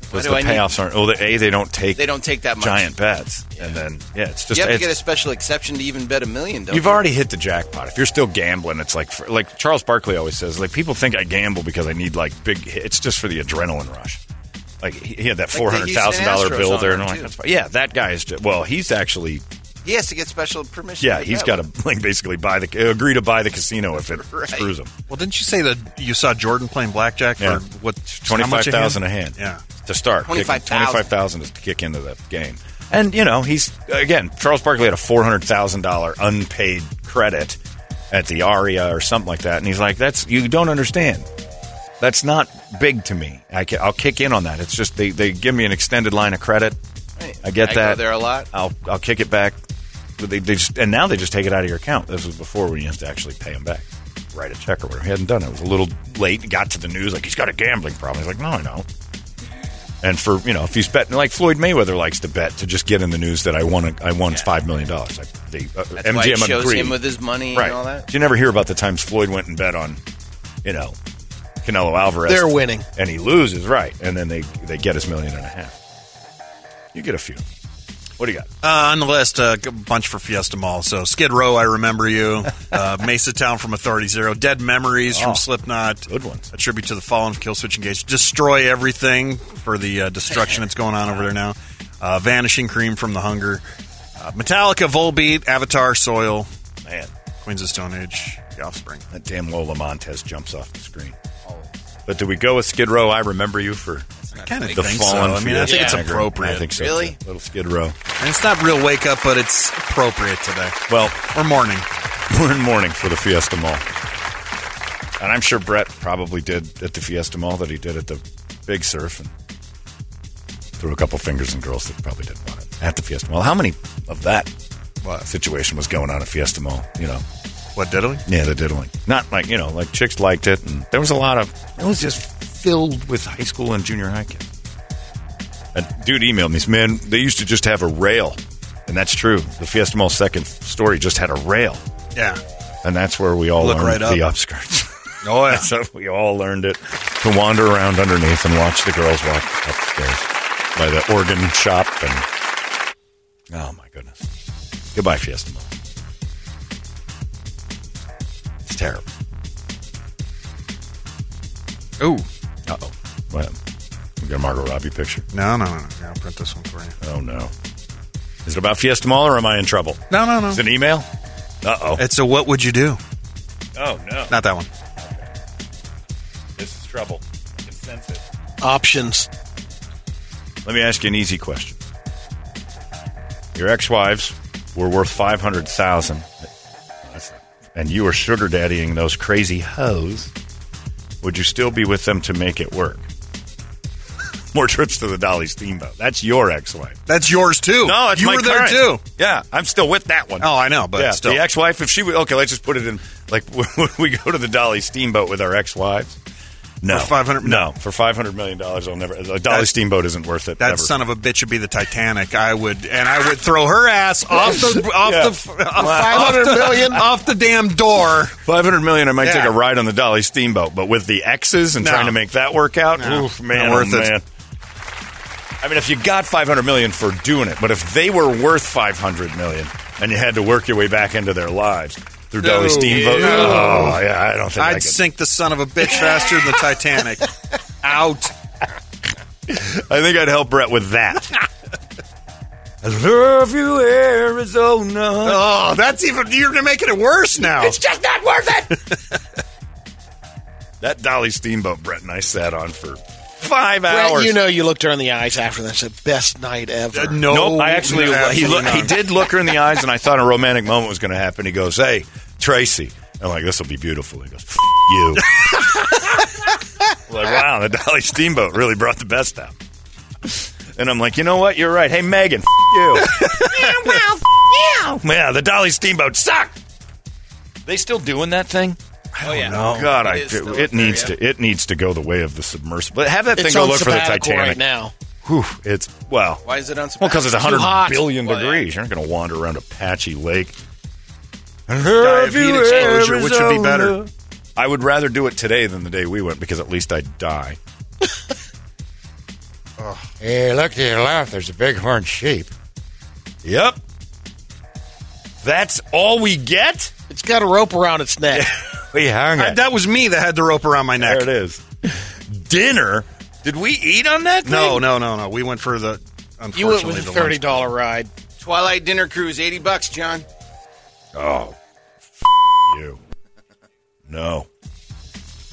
S2: Because
S7: do
S2: the
S7: I need-
S2: payoffs aren't. Oh, the a they don't take.
S7: They don't take that much.
S2: giant bets, and then yeah, it's just
S7: You have to
S2: it's,
S7: get a special exception to even bet a million. Don't
S2: you've
S7: you?
S2: already hit the jackpot. If you're still gambling, it's like for, like Charles Barkley always says. Like people think I gamble because I need like big. hit- It's just for the adrenaline rush. Like he he had that
S7: the
S2: four hundred thousand dollar
S7: Houston Astros
S2: bill
S7: on
S2: there,
S7: there,
S2: and I'm like,
S7: too.
S2: that's fine. yeah, that guy is. Just, well, he's actually
S7: He has to get special permission.
S2: yeah,
S7: to
S2: he's
S7: bet
S2: got
S7: with
S2: to like basically buy the agree to buy the casino if it
S7: Right.
S2: screws him.
S3: Well, didn't you say that you saw Jordan playing blackjack
S2: Yeah.
S3: for what
S2: Twenty
S3: how
S2: five
S3: much
S2: thousand a hand.
S3: Yeah.
S2: to start. Twenty five
S7: 25,000.
S2: thousand to kick into the game. And you know he's again Charles Barkley had a four hundred thousand dollar unpaid credit at the Aria or something like that, and he's like, "That's you don't understand. That's not big to me. I ca- I'll kick in on that. It's just they, they give me an extended line of credit.
S7: Right.
S2: I get
S7: I go
S2: that.
S7: there a lot.
S2: I'll I'll kick it back. But they, they just and now they just take it out of your account. This was before when you have to actually pay him back, write a check or whatever. He hadn't done it. It was a little late. It Got to the news like he's got a gambling problem. He's like, no, I don't. And for you know, if he's betting like Floyd Mayweather likes to bet to just get in the news that I won a, I won five million dollars. Like the uh,
S7: That's
S2: MGM
S7: why he shows
S2: agreed.
S7: him with his money
S2: right.
S7: and all that.
S2: You never hear about the times Floyd went and bet on, you know, Canelo Alvarez.
S4: They're winning.
S2: and he loses, right? And then they they get his million and a half. You get a few. What do you got?
S3: Uh, on the list, a g- bunch for Fiesta Mall. So Skid Row, I remember you. Uh, Mesa Town from Authority Zero. Dead Memories
S2: Oh,
S3: from Slipknot.
S2: good ones.
S3: A tribute to the Fallen, Killswitch Engage. Destroy Everything for the uh, destruction that's going on over there now. Uh, Vanishing Cream from The Hunger. Uh, Metallica, Volbeat, Avatar, Soil.
S2: Man,
S3: Queens of Stone Age, The Offspring.
S2: That damn Lola Montez jumps off the screen.
S3: Oh.
S2: But do we go with Skid Row? I remember you for
S3: I kinda
S2: the
S3: think
S2: fallen.
S3: so. I mean, I
S2: Fields
S3: think it's
S2: Jagger.
S3: appropriate.
S2: I think so.
S7: Really?
S2: too. Little Skid Row.
S3: And it's not real wake up, but it's appropriate today.
S2: Well,
S3: Or morning.
S2: we're in mourning for the Fiesta Mall, and I'm sure Brett probably did at the Fiesta Mall that he did at the Big Surf, and threw a couple fingers in girls that probably didn't want it at the Fiesta Mall. How many of that situation was going on at Fiesta Mall? You know.
S3: What diddly?
S2: Yeah, the diddling. Not like you know, like chicks liked it, and there was a lot of. It was just filled with high school and junior high kids. A dude emailed me, he said, man. They used to just have a rail, and that's true. The Fiesta Mall second story just had a rail,
S3: Yeah.
S2: and that's where we all
S3: Look
S2: learned
S3: right up.
S2: the upskirts.
S3: Oh yeah.
S2: so we all learned it to wander around underneath and watch the girls walk upstairs by the organ shop, and oh my goodness, goodbye Fiesta Mall. It's terrible.
S3: Ooh.
S2: Uh oh. What? We got a Margot Robbie picture.
S3: No, no, no, no. Yeah, I'll print this one for you.
S2: Oh no. Is it about Fiesta Mall or am I in trouble?
S3: No, no, no.
S2: Is it an email? Uh oh.
S3: It's a what would you do?
S2: Oh no.
S3: Not that one.
S2: This is trouble. I can sense it.
S4: Options.
S2: Let me ask you an easy question. Your ex-wives were worth five hundred thousand, and you were sugar daddying those crazy hoes. Would you still be with them to make it work? More trips to the Dolly Steamboat. That's your ex-wife.
S3: That's yours too.
S2: No, it's
S3: you
S2: my
S3: were there
S2: current.
S3: too.
S2: Yeah, I'm still with that one.
S3: Oh, I know, but
S2: yeah,
S3: still.
S2: the ex-wife. If she would, okay, let's just put it in. Like when we go to the Dolly Steamboat with our ex-wives. No,
S3: For 500
S2: No, for five hundred million dollars, I'll never. A Dolly
S3: That-
S2: Steamboat isn't worth it.
S3: That
S2: ever.
S3: son of a bitch would be the Titanic. I would, and I would throw her ass off the off
S2: Yeah.
S3: the off, off,
S4: 500
S3: the,
S4: million?
S3: off the damn door.
S2: Five hundred million, I might
S3: Yeah.
S2: take a ride on the Dolly Steamboat, but with the X's and
S3: No.
S2: trying to make that work out,
S3: No.
S2: oof, man,
S3: Not
S2: worth
S3: worth
S2: oh,
S3: it.
S2: man. I mean, if you got five hundred million for doing it, but if they were worth five hundred million and you had to work your way back into their lives through Dolly
S3: No.
S2: Steamboat,
S3: Ew.
S2: oh yeah, I don't think I
S3: I'd
S2: could.
S3: sink the son of a bitch faster than the Titanic. Out.
S2: I think I'd help Brett with that. I love you, Arizona.
S3: Oh, that's even. You're making it worse now.
S2: just not worth it. that Dolly Steamboat Brett and I sat on for five
S4: Brett,
S2: hours.
S4: you know you looked her in the eyes after that. Said, best night ever.
S3: Uh, no,
S2: nope, I actually he,
S3: absolutely
S2: look, he
S3: not.
S2: did look her in the eyes, and I thought a romantic moment was going to happen. He goes, "Hey, Tracy," I'm like, "This will be beautiful." He goes, F- "You." I'm like, wow, the Dolly Steamboat really brought the best out. And I'm like, you know what? You're right. Hey, Megan, f- you. yeah, well, f- you. Yeah, the Dolly Steamboat sucked. They still doing that thing?
S7: Oh yeah.
S2: Oh God, I,
S7: It is
S2: it,
S7: still up there,
S2: needs
S7: yeah.
S2: to it needs to go the way of the submersible. But have that
S4: it's
S2: thing go
S4: on
S2: look for the
S4: sabbatical
S2: Titanic.
S4: right now.
S2: Whew, it's well.
S7: Why is it on?
S2: Well, because it's
S4: Too hot.
S2: 100 billion
S7: Well, yeah.
S2: degrees. You're not going to wander around a patchy lake.
S3: Die of heat exposure, which would be better.
S2: I would rather do it today than the day we went because at least I'd die.
S9: Hey, look to your left. There's a bighorn sheep.
S2: Yep. That's all we get?
S4: It's got a rope around its neck.
S2: We hung
S3: I- that was me that had the rope around my neck.
S2: There it is. Dinner? Did we eat on that?
S3: No,
S2: thing?
S3: no, no, no. We went for the.
S4: you went with
S3: Unfortunately,
S4: a
S3: the
S4: thirty
S3: lunch-
S4: dollar ride.
S7: Twilight dinner cruise, eighty bucks, John.
S2: Oh, f- you. No.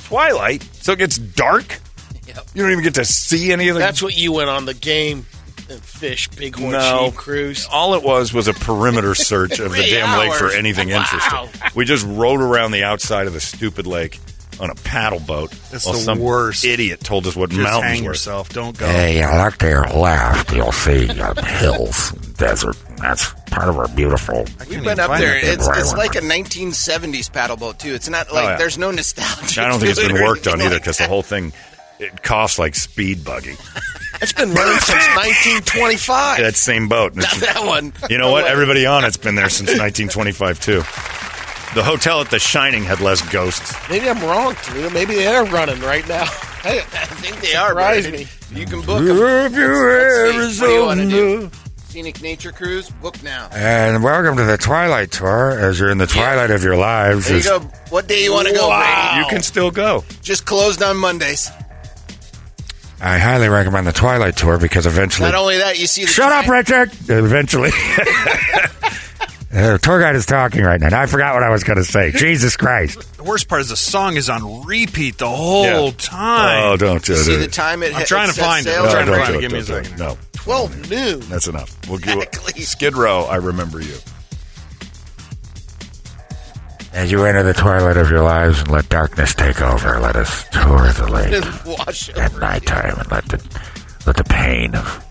S2: Twilight? So it gets dark?
S7: Yep.
S2: You don't even get to see anything?
S4: That's what you went on the game and fish bighorn
S2: No.
S4: sheep cruise.
S2: All it was was a perimeter search of the
S7: Three
S2: damn lake for
S7: hours.
S2: anything interesting. We just rode around the outside of the stupid lake on a paddle boat.
S3: That's
S2: while
S3: the
S2: some
S3: worst.
S2: Idiot told us what
S3: Just
S2: mountains
S3: hang
S2: were.
S3: yourself. Don't go.
S10: Hey, uh, look to your left, you'll see um, hills, desert. That's part of our beautiful.
S7: We've been up
S3: find
S7: there.
S3: it.
S7: It's
S10: Where I
S7: it's
S10: went.
S7: like a 1970s paddle boat too. It's not like
S2: Oh, yeah.
S7: there's no nostalgia.
S2: I don't think it's
S7: to it
S2: been
S7: or
S2: worked on
S7: anything
S2: either
S7: like
S2: because the
S7: that.
S2: whole thing it coughs like speed buggy.
S4: It's been running since 1925.
S2: That same boat.
S7: Not that one.
S2: You know
S7: No
S2: what?
S7: way.
S2: Everybody on it's been there since 1925 too. The hotel at The Shining had less ghosts.
S4: Maybe I'm wrong, Toledo. Maybe they are running right now. Hey,
S7: I think they are. but
S4: Surprised me.
S7: You can book them. Let's see. What do you wanna do? Scenic nature cruise, book now.
S10: And welcome to the Twilight Tour as you're in the twilight of your lives.
S7: There you
S10: It's-
S7: go. What day you want to go, Brady?
S2: You can still go.
S7: Just closed on Mondays.
S10: I highly recommend the Twilight Tour because eventually.
S7: Not only that, you see the
S10: Shut up,
S7: tri-
S10: Richard! Eventually. Uh, tour guide is talking right now. Now I forgot what I was going to say. Jesus Christ.
S3: The worst part is the song is on repeat the whole
S10: Yeah.
S3: time.
S10: Oh, don't do You see it. the
S7: time it
S3: I'm
S7: hit-
S3: trying to
S7: it set
S3: find it.
S7: sail?
S3: I'm
S7: No,
S3: trying to
S7: don't
S3: find
S7: do
S3: it.
S7: it,
S3: Give me a
S7: don't do
S3: second.
S2: No.
S4: 12 noon.
S2: That's enough. We'll give Skid Row, I remember you.
S10: As you enter the twilight of your lives and let darkness take over, let us tour the lake
S7: Wash
S10: at nighttime and let the let the pain of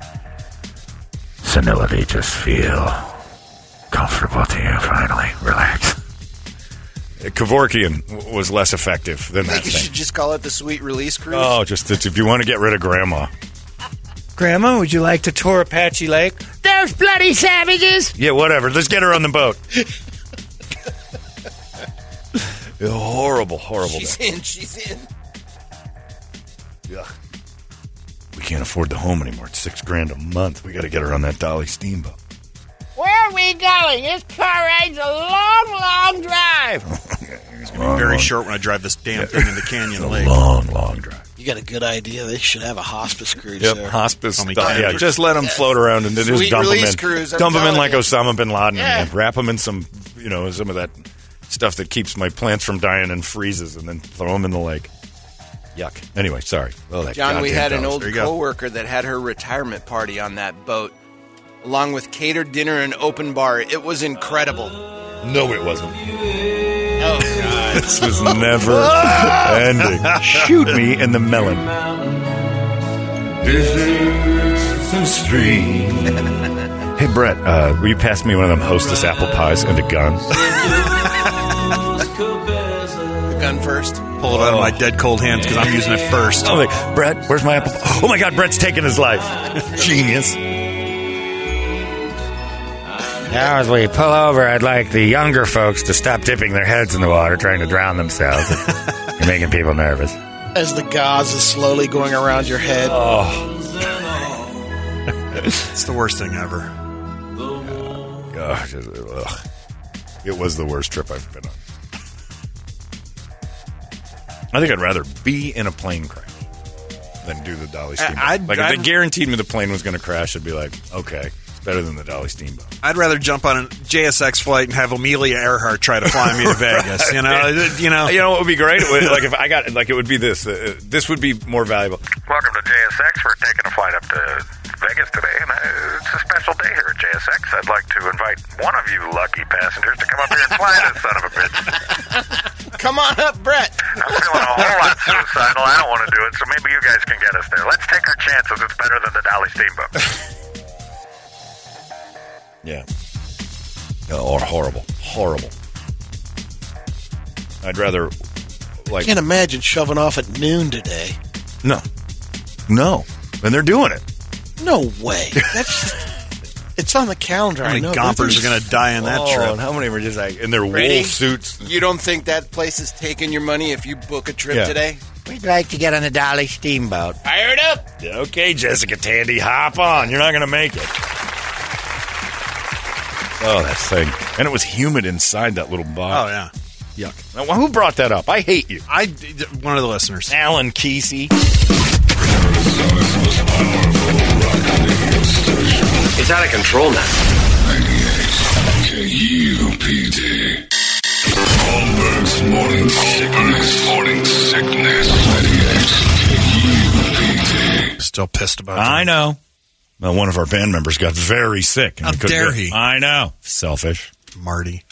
S10: senility just feel comfortable to you. Finally, relax.
S2: Kevorkian w- was less effective than that
S7: I think you
S2: thing.
S7: should just call it the sweet release cruise.
S2: Oh, just that if you want to get rid of Grandma.
S5: Grandma, would you like to tour Apache Lake?
S11: Those bloody savages!
S2: Yeah, whatever. Let's get her on the boat. horrible, horrible.
S7: She's in. She's in.
S2: Ugh. We can't afford the home anymore. It's six grand a month. We got to get her on that Dolly steamboat.
S11: Where are we going? This car ride's a long, long drive.
S3: It's going to be very
S2: long.
S3: short when I drive this damn thing into Canyon Lake.
S2: Long, long drive.
S4: You got a good idea. They should have a hospice Oh, cruise
S2: Yep,
S4: there.
S2: hospice.
S3: Only
S2: stuff.
S3: time
S2: Yeah,
S3: for-
S2: just let them float around and then just
S4: Sweet
S2: dump them
S4: release
S2: in.
S4: cruise, I'm
S2: dump them in
S4: telling
S2: like
S4: you.
S2: Osama bin Laden
S4: Yeah.
S2: and wrap them in some, you know, some of that stuff that keeps my plants from dying and freezes, and then throw them in the lake. Yuck. Anyway, sorry. Oh, that
S7: John, we
S2: goddamn
S7: had an
S2: dollars.
S7: old
S2: There you go.
S7: coworker that had her retirement party on that boat, along with catered dinner and open bar. It was incredible.
S2: No, it wasn't.
S7: Oh God!
S2: This was never ending. Shoot me in the melon. Deserts and streams. Hey Brett, uh, will you pass me one of them hostess apple pies and a gun?
S7: the gun first.
S3: Pull it out of my dead cold hands because I'm using it first.
S10: Oh,
S2: I'm like, Brett, where's my apple? Oh my God, Brett's taking his life. Genius.
S10: Now, as we pull over, I'd like the younger folks to stop dipping their heads in the water, trying to drown themselves. You're making people nervous.
S4: As the gauze is slowly going around your head.
S2: Oh.
S3: It's the worst thing ever.
S2: Gosh, it, ugh. it was the worst trip I've been on. I think I'd rather be in a plane crash than do the Dolly
S3: I-
S2: Steamboat.
S3: I'd-
S2: like if
S3: I'd-
S2: they guaranteed me the plane was going to crash, I'd be like, okay, it's better than the Dolly Steamboat.
S3: I'd rather jump on a JSX flight and have Amelia Earhart try to fly me to Vegas. You know, It- you know,
S2: you know what would be great? It would- like if I got like it would be this. Uh, uh, this would be more valuable.
S12: Welcome to JSX. We're taking a flight up to Vegas today, and uh, it's a special day here at JSX. I'd like to invite one of you lucky passengers to come up here and fly this son of a bitch.
S4: Come on up, Brett.
S12: I'm feeling a whole lot suicidal. I don't want to do it, so maybe you guys can get us there. Let's take our chances. It's better than the Dolly Steamboat.
S2: Yeah. Oh, or horrible, horrible. I'd rather
S4: I
S2: like
S4: can't imagine shoving off at noon today.
S2: no, no, and they're doing it.
S4: No way. That's it's on the calendar.
S2: How
S4: I
S2: many
S4: know.
S2: gompers are gonna die in that Oh, trip? and
S4: How
S2: many were just like in their
S7: Brady,
S2: wolf suits?
S7: You don't think that place is taking your money if you book a trip
S2: Yeah.
S7: today?
S11: We'd like to get on the Dolly Steamboat.
S7: Fired up.
S2: Okay, Jessica Tandy, hop on. You're not going to make it. Oh, that thing. And it was humid inside that little
S3: oh
S2: box.
S3: yeah,
S2: Yuck.
S11: Oh.
S2: Now, who brought that up? I hate you.
S3: I one of the listeners,
S2: Alan Kesey.
S8: It's out of control now.
S1: KUPD. Holmberg's morning sickness. Morning sickness. 98 KUPD.
S3: Still pissed about.
S2: I know. Well, one of our band members got very sick. and
S3: How
S2: we couldn't
S3: dare
S2: do it.
S3: he?
S2: I know. Selfish.
S3: Marty.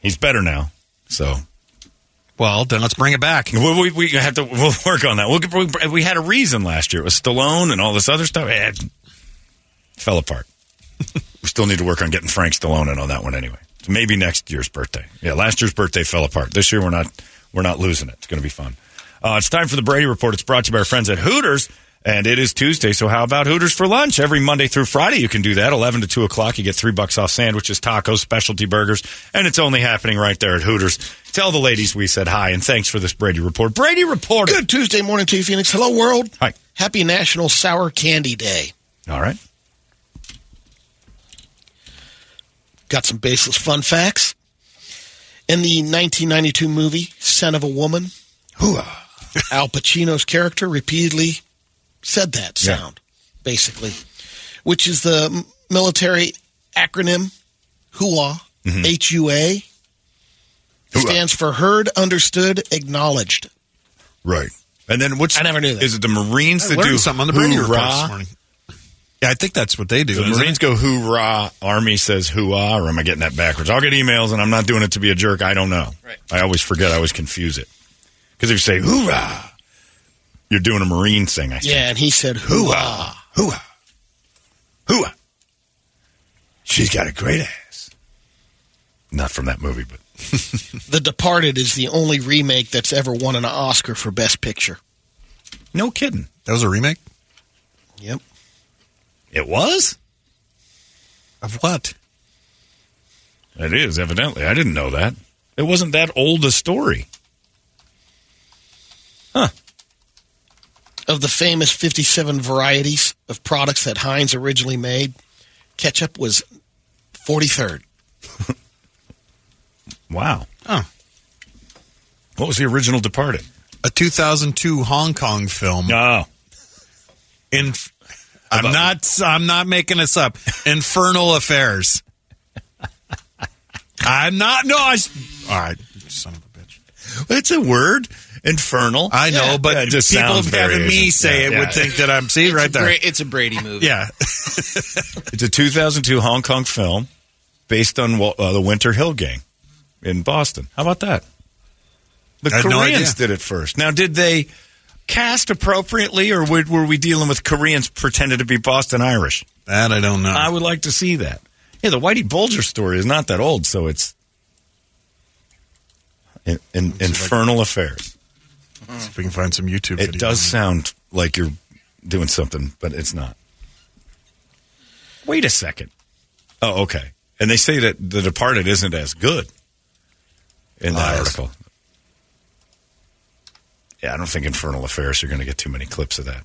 S2: He's better now. So
S3: Well, then let's bring it back.
S2: we, we, we have to we'll work on that. We'll, we, we had a reason last year. It was Stallone and all this other stuff. It fell apart. we still need to work on getting Frank Stallone in on that one anyway. So maybe next year's birthday. Yeah, last year's birthday fell apart. This year we're not we're not losing it. It's going to be fun. Uh, it's time for the Brady Report. It's brought to you by our friends at Hooters. And it is Tuesday, so how about Hooters for lunch? Every Monday through Friday, you can do that. 11 to 2 o'clock, you get three bucks off sandwiches, tacos, specialty burgers, and it's only happening right there at Hooters. Tell the ladies we said hi, and thanks for this Brady Report. Brady Report.
S4: Good Tuesday morning to you, Phoenix. Hello, world.
S2: Hi.
S4: Happy National Sour Candy Day.
S2: All right.
S4: Got some baseless fun facts. In the 1992 movie Son of a Woman, Al Pacino's character repeatedly said that
S2: Yeah.
S4: sound, basically, which is the m- military acronym HUA HUA, stands for Heard, Understood, Acknowledged.
S2: Right. And then what's I never knew that. Is it the Marines
S4: I
S2: that
S4: learned
S2: do
S4: something on the Brady Report this
S2: hoorah?
S4: morning.
S3: Yeah, I think that's what they do.
S2: The
S3: isn't
S2: Marines
S3: it?
S2: go hoorah, Army says hoorah, or am I getting that backwards? I'll get emails, and I'm not doing it to be a jerk. I don't know. Right. I always forget. I always confuse it because if you say hoorah, you're doing a Marine thing. I think.
S4: Yeah, and he said, hooah.
S2: Hooah. Hooah. She's got a great ass. Not from that movie, but
S4: The Departed is the only remake that's ever won an Oscar for Best Picture.
S2: No kidding.
S3: That was a remake?
S4: Yep.
S2: It was?
S3: Of what?
S2: It is, evidently. I didn't know that. It wasn't that old a story.
S4: Of the famous 57 varieties of products that Heinz originally made, ketchup was 43rd.
S2: Wow.
S3: Oh.
S2: What was the original Departed?
S3: A 2002 Hong Kong film.
S2: No.
S3: In, I'm not. I'm not making this up. Infernal Affairs. I'm not. No. I. s- All right. Son of a bitch.
S2: It's a word. Infernal.
S3: I know,
S7: Yeah.
S3: but
S7: Yeah, it just
S3: people
S7: sounds very
S3: having me
S7: agent-
S3: say
S7: yeah,
S3: it
S7: yeah.
S3: would think that I'm. See
S7: it's
S3: right
S7: a
S3: there.
S7: Bra- it's a Brady movie.
S3: Yeah.
S2: It's a 2002 Hong Kong film based on Wa- uh, the Winter Hill Gang in Boston. How about that? The
S3: I had no
S2: Koreans
S3: idea.
S2: did it first. Now, did they cast appropriately, or were, were we dealing with Koreans pretended to be Boston Irish?
S3: That I don't know.
S2: I would like to see that. Yeah, the Whitey Bulger story is not that old, so it's in, in- Infernal Affairs.
S3: See if we can find some YouTube.
S2: It does sound like you're doing something, but it's not. Wait a second. Oh, okay. And they say that The Departed isn't as good in that article. Yeah, I don't think Infernal Affairs are going to get too many clips of that.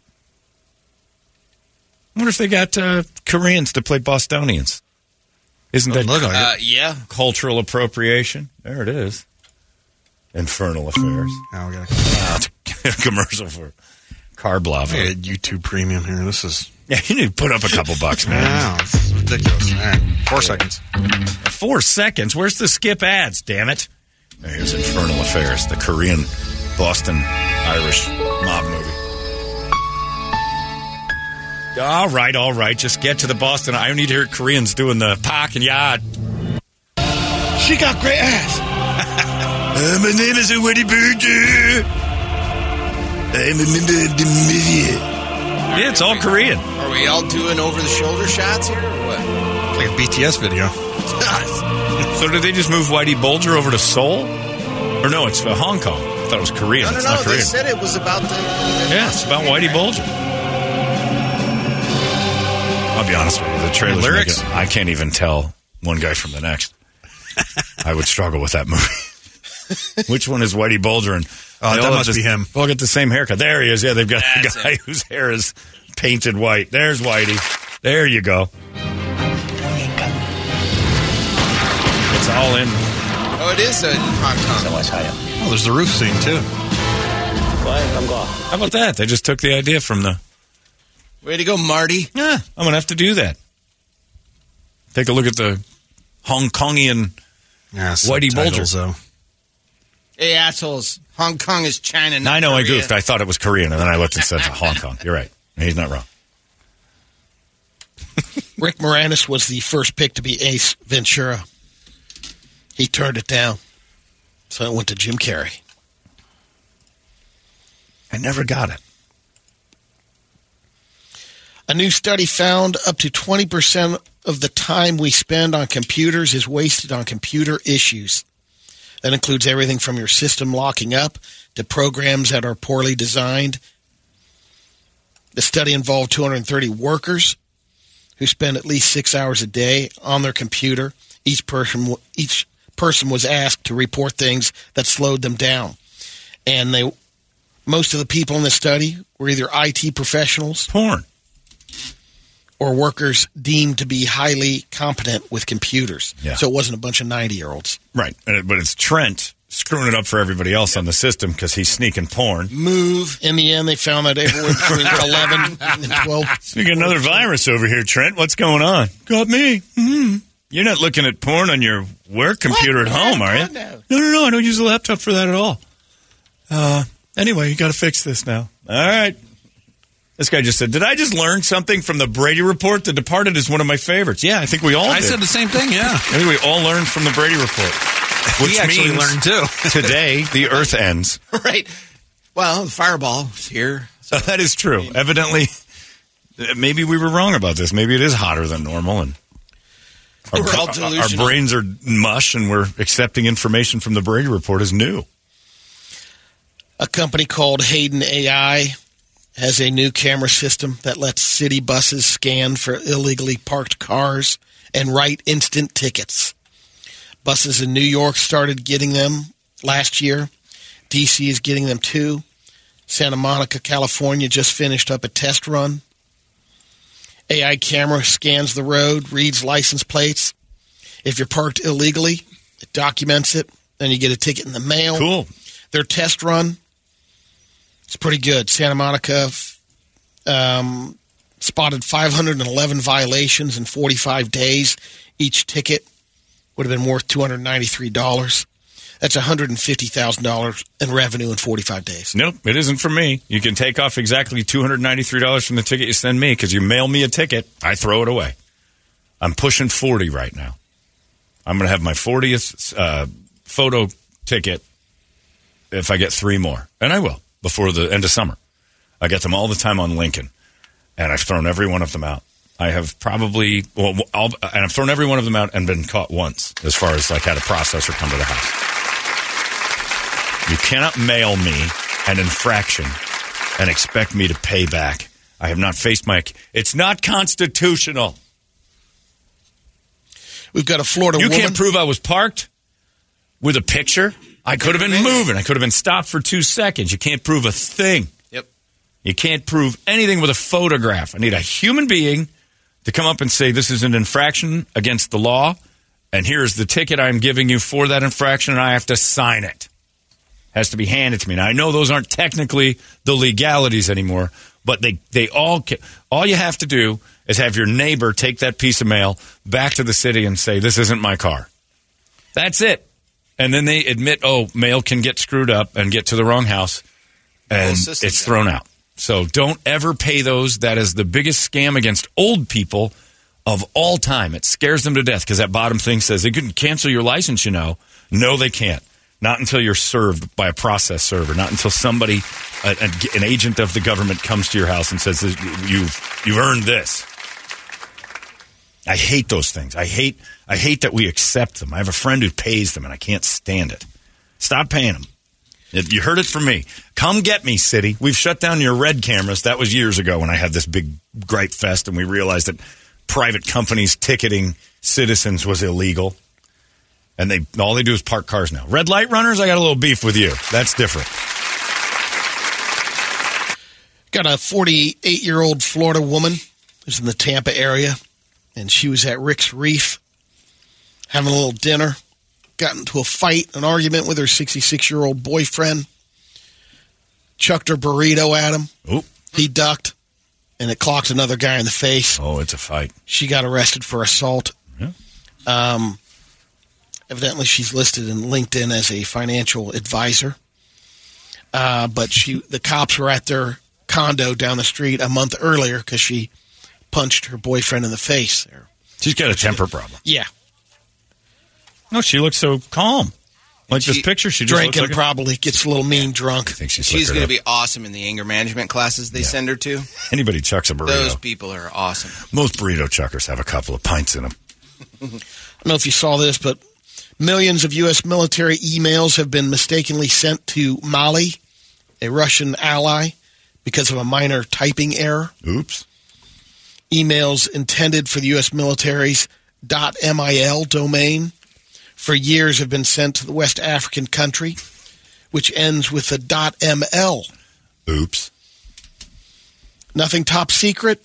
S2: I wonder if they got uh, Koreans to play Bostonians. Isn't that
S3: Oh, look like
S7: Uh, yeah.
S2: cultural appropriation? There it is. Infernal Affairs.
S3: Now we got
S2: Ah, it's a commercial for Carblava.
S3: I got YouTube Premium here. This is
S2: Yeah, you need to put up a couple bucks, man.
S3: Wow, this is ridiculous. All right, four seconds.
S2: Four seconds. Where's the skip ads? Damn it! Here's Infernal Affairs, the Korean, Boston, Irish mob movie. All right, all right. Just get to the Boston. I need to hear Koreans doing the park and yard.
S4: She got great ass.
S2: Uh, my name is Woody Burger. I'm a member of the media. Yeah, it's all Korean.
S7: Are we all doing over the shoulder shots here or what?
S3: It's like a BTS video.
S2: So did they just move Whitey Bulger over to Seoul? Or no, it's uh, Hong Kong. I thought it was Korean.
S7: no, no,
S2: it's
S7: no.
S2: not
S7: They
S2: Korean.
S7: said it was about the.
S2: Yeah, it's about Whitey Bulger. I'll be honest with you. The trailers
S3: The
S2: make
S3: lyrics?
S2: it- I can't even tell one guy from the next. I would struggle with that movie. Which one is Whitey Bulger? And
S3: Oh,
S2: they
S3: that
S2: all
S3: must
S2: have
S3: be him.
S2: They all get the same haircut. There he is. Yeah, they've got
S3: That's
S2: the guy whose hair is painted white. There's Whitey. There you go. It's all in.
S7: Oh, it is a Hong Kong.
S3: Oh, there's the roof scene too.
S2: How about that? They just took the idea from the
S7: Way to go, Marty.
S2: Yeah, I'm gonna have to do that. Take a look at the Hong Kongian
S3: Yeah,
S2: Whitey Bulger.
S3: subtitles, though.
S7: Hey, assholes. Hong Kong is China. Not
S2: I know I
S7: Korea.
S2: goofed. I thought it was Korean, and then I looked and said "Oh, Hong Kong. You're right. He's not wrong.
S4: Rick Moranis was the first pick to be Ace Ventura. He turned it down, so it went to Jim Carrey.
S2: I never got it.
S4: A new study found up to 20% of the time we spend on computers is wasted on computer issues. That includes everything from your system locking up to programs that are poorly designed. The study involved 230 workers who spend at least six hours a day on their computer. Each person, each person was asked to report things that slowed them down. And they, most of the people in the study were either IT professionals
S2: Porn.
S4: or workers deemed to be highly competent with computers.
S2: Yeah.
S4: So it wasn't a bunch of 90 year olds.
S2: Right, And it- but it's Trent screwing it up for everybody else on the system because he's sneaking porn.
S4: Move. In the end, they found that everywhere between 11 and 12.
S13: Mm-hmm.
S2: You got another virus over here, Trent. What's going on? Got me. Mm. You're not looking at porn on your work computer at home, are you?
S13: No, no, no. I don't use the laptop for that at all. Uh, anyway, you got to fix this now.
S2: All right. This guy just said, "Did I just learn something from the Brady Report? The Departed is one of my favorites." Yeah, I think we all.
S3: I
S2: did.
S3: said the same thing, yeah.
S2: I think we all learned from the Brady Report,
S3: We
S2: which
S3: actually
S2: means
S3: learned, too.
S2: today the Earth ends.
S7: right. Well, the fireball's here.
S2: So that is true. Evidently, uh, maybe we were wrong about this. Maybe it is hotter than normal, and our,
S7: We're all
S2: bra- our
S7: delusional.
S2: brains are mush, and we're accepting information from the Brady Report as new.
S4: A company called Hayden AI has a new camera system that lets city buses scan for illegally parked cars and write instant tickets. Buses in New York started getting them last year. DC is getting them too. Santa Monica, California just finished up a test run. AI camera scans the road, reads license plates. If you're parked illegally, it documents it, and you get a ticket in the mail.
S2: Cool.
S4: Their test run, it's pretty good. Santa Monica f- um, spotted 511 violations in 45 days. Each ticket would have been worth $293. That's $150,000 in revenue in 45 days.
S2: Nope, it isn't for me. You can take off exactly two hundred ninety-three dollars from the ticket you send me because you mail me a ticket, I throw it away. I'm pushing forty right now. I'm going to have my fortieth uh, photo ticket if I get three more, and I will before the end of summer. I get them all the time on Lincoln, and I've thrown every one of them out. I have probably well, I'll, and I've thrown every one of them out and been caught once as far as like had a processor come to the house. You cannot mail me an infraction and expect me to pay back. I have not faced my. It's not constitutional.
S4: We've got a Florida
S2: You
S4: woman.
S2: can't prove I was parked with a picture. I could have been moving. I could have been stopped for two seconds. You can't prove a thing.
S7: Yep.
S2: You can't prove anything with a photograph. I need a human being to come up and say this is an infraction against the law, and here is the ticket I'm giving you for that infraction, and I have to sign it. Has to be handed to me. Now I know those aren't technically the legalities anymore, but they they all ca- all you have to do is have your neighbor take that piece of mail back to the city and say this isn't my car. That's it. And then they admit, oh, mail can get screwed up and get to the wrong house, and it's
S14: system's out.
S2: thrown out. So don't ever pay those. That is the biggest scam against old people of all time. It scares them to death because that bottom thing says they can cancel your license, you know. No, they can't. Not until you're served by a process server. Not until somebody, a- a- an agent of the government, comes to your house and says, you've, you've earned this. I hate those things. I hate I hate that we accept them. I have a friend who pays them and I can't stand it. Stop paying them. If you heard it from me. Come get me, city. We've shut down your red cameras. That was years ago when I had this big gripe fest and we realized that private companies ticketing citizens was illegal. And they all they do is park cars now. Red light runners, I got a little beef with you. That's different.
S4: Got a 48 year old Florida woman who's in the Tampa area, and she was at Rick's Reef having a little dinner. Got into a fight, an argument with her 66 year old boyfriend. Chucked her burrito at him. He ducked, and it clocked another guy in the face.
S2: Oh, it's a fight.
S4: She got arrested for assault. Um, evidently, she's listed in LinkedIn as a financial advisor. Uh, but she, the cops were at their condo down the street a month earlier because she punched her boyfriend in the face. There,
S2: She's got a temper problem.
S4: yeah,
S2: No, she looks so calm. Like
S4: She-
S2: this picture, she just looks
S4: drinking
S2: like a-
S4: probably gets a little mean drunk. I
S2: think
S7: She's going
S2: liquored
S7: to
S2: up.
S7: be awesome in the anger management classes they send her to.
S2: anybody chucks a burrito.
S7: Those people are awesome.
S2: Most burrito chuckers have a couple of pints in them.
S4: I don't know if you saw this, but millions of U.S. military emails have been mistakenly sent to Mali, a Russian ally, because of a minor typing error.
S2: Oops.
S4: Emails intended for the U.S. military's .mil domain for years have been sent to the West African country, which ends with a .ml.
S2: Oops.
S4: Nothing top secret,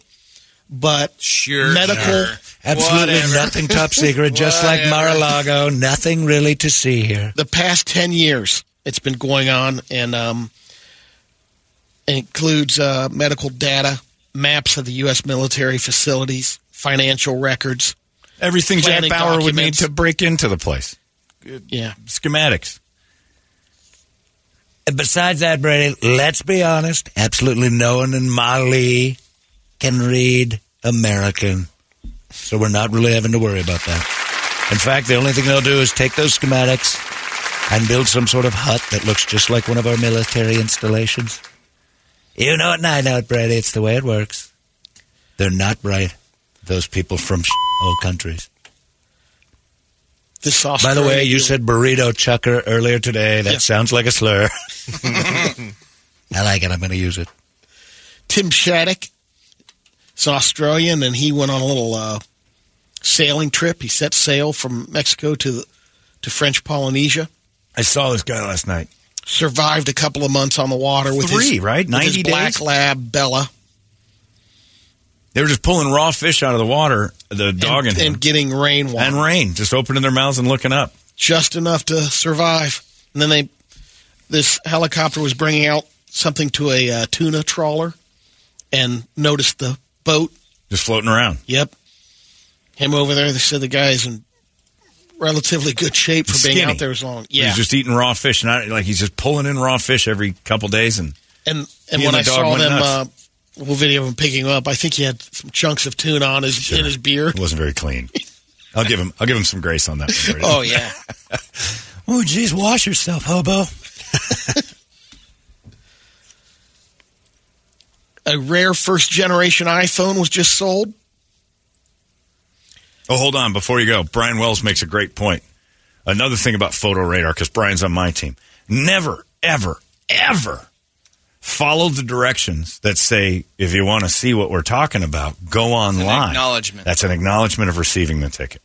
S4: but
S7: sure,
S4: medical.
S13: Absolutely nothing top secret, just like
S4: Whatever.
S13: Mar-a-Lago. Nothing really to see here.
S4: the past 10 years it's been going on and um, it includes uh, medical data maps of the u.s military facilities financial records
S2: Everything Jack
S4: planning
S2: Bauer would need
S4: documents.
S2: to break into the place.
S4: Yeah.
S2: Schematics.
S14: And besides that, Brady, let's be honest. Absolutely no one in Mali can read American. So we're not really having to worry about that. In fact, the only thing they'll do is take those schematics and build some sort of hut that looks just like one of our military installations. You know it and I know it, Brady. It's the way it works. They're not right. Those people from old countries.
S4: This
S14: By the way, you said burrito chucker earlier today. That
S4: Yeah.
S14: sounds like a slur. I like it. I'm going to use it.
S4: Tim Shattuck is Australian, and he went on a little uh, sailing trip. He set sail from Mexico to to French Polynesia.
S10: I saw this guy last night.
S4: Survived a couple of months on the water with
S10: Three,
S4: his,
S10: right?
S4: with his
S10: 90
S4: black
S10: days?
S4: lab Bella
S2: They were just pulling raw fish out of the water, the dog and,
S4: and,
S2: him.
S4: and getting rainwater
S2: and rain, just opening their mouths and looking up.
S4: just enough to survive. And then they this helicopter was bringing out something to a uh, tuna trawler, and noticed the boat
S2: Just floating around.
S4: Yep. Him over there, they said the guy's in relatively good shape for being
S2: Skinny.
S4: out there as long. Yeah.
S2: He's just eating raw fish, not like he's just pulling in raw fish every couple days. And
S4: and
S2: he and
S4: and when
S2: the
S4: I
S2: dog
S4: saw
S2: went
S4: them, uh,
S2: nuts.
S4: well, video of him picking up, I think he had some chunks of tuna on his in his beard.
S2: it wasn't very clean. I'll give him. I'll give him some grace on that. One, Brady.
S4: Oh yeah.
S14: Oh, jeez, wash yourself, hobo.
S4: A rare first generation iPhone was just sold.
S2: Oh, hold on. Before you go, Brian Wells makes a great point. Another thing about photo radar, because Brian's on my team. Never, ever, ever follow the directions that say, if you want to see what we're talking about, go online.
S7: acknowledgement.
S2: That's an acknowledgement of receiving the ticket.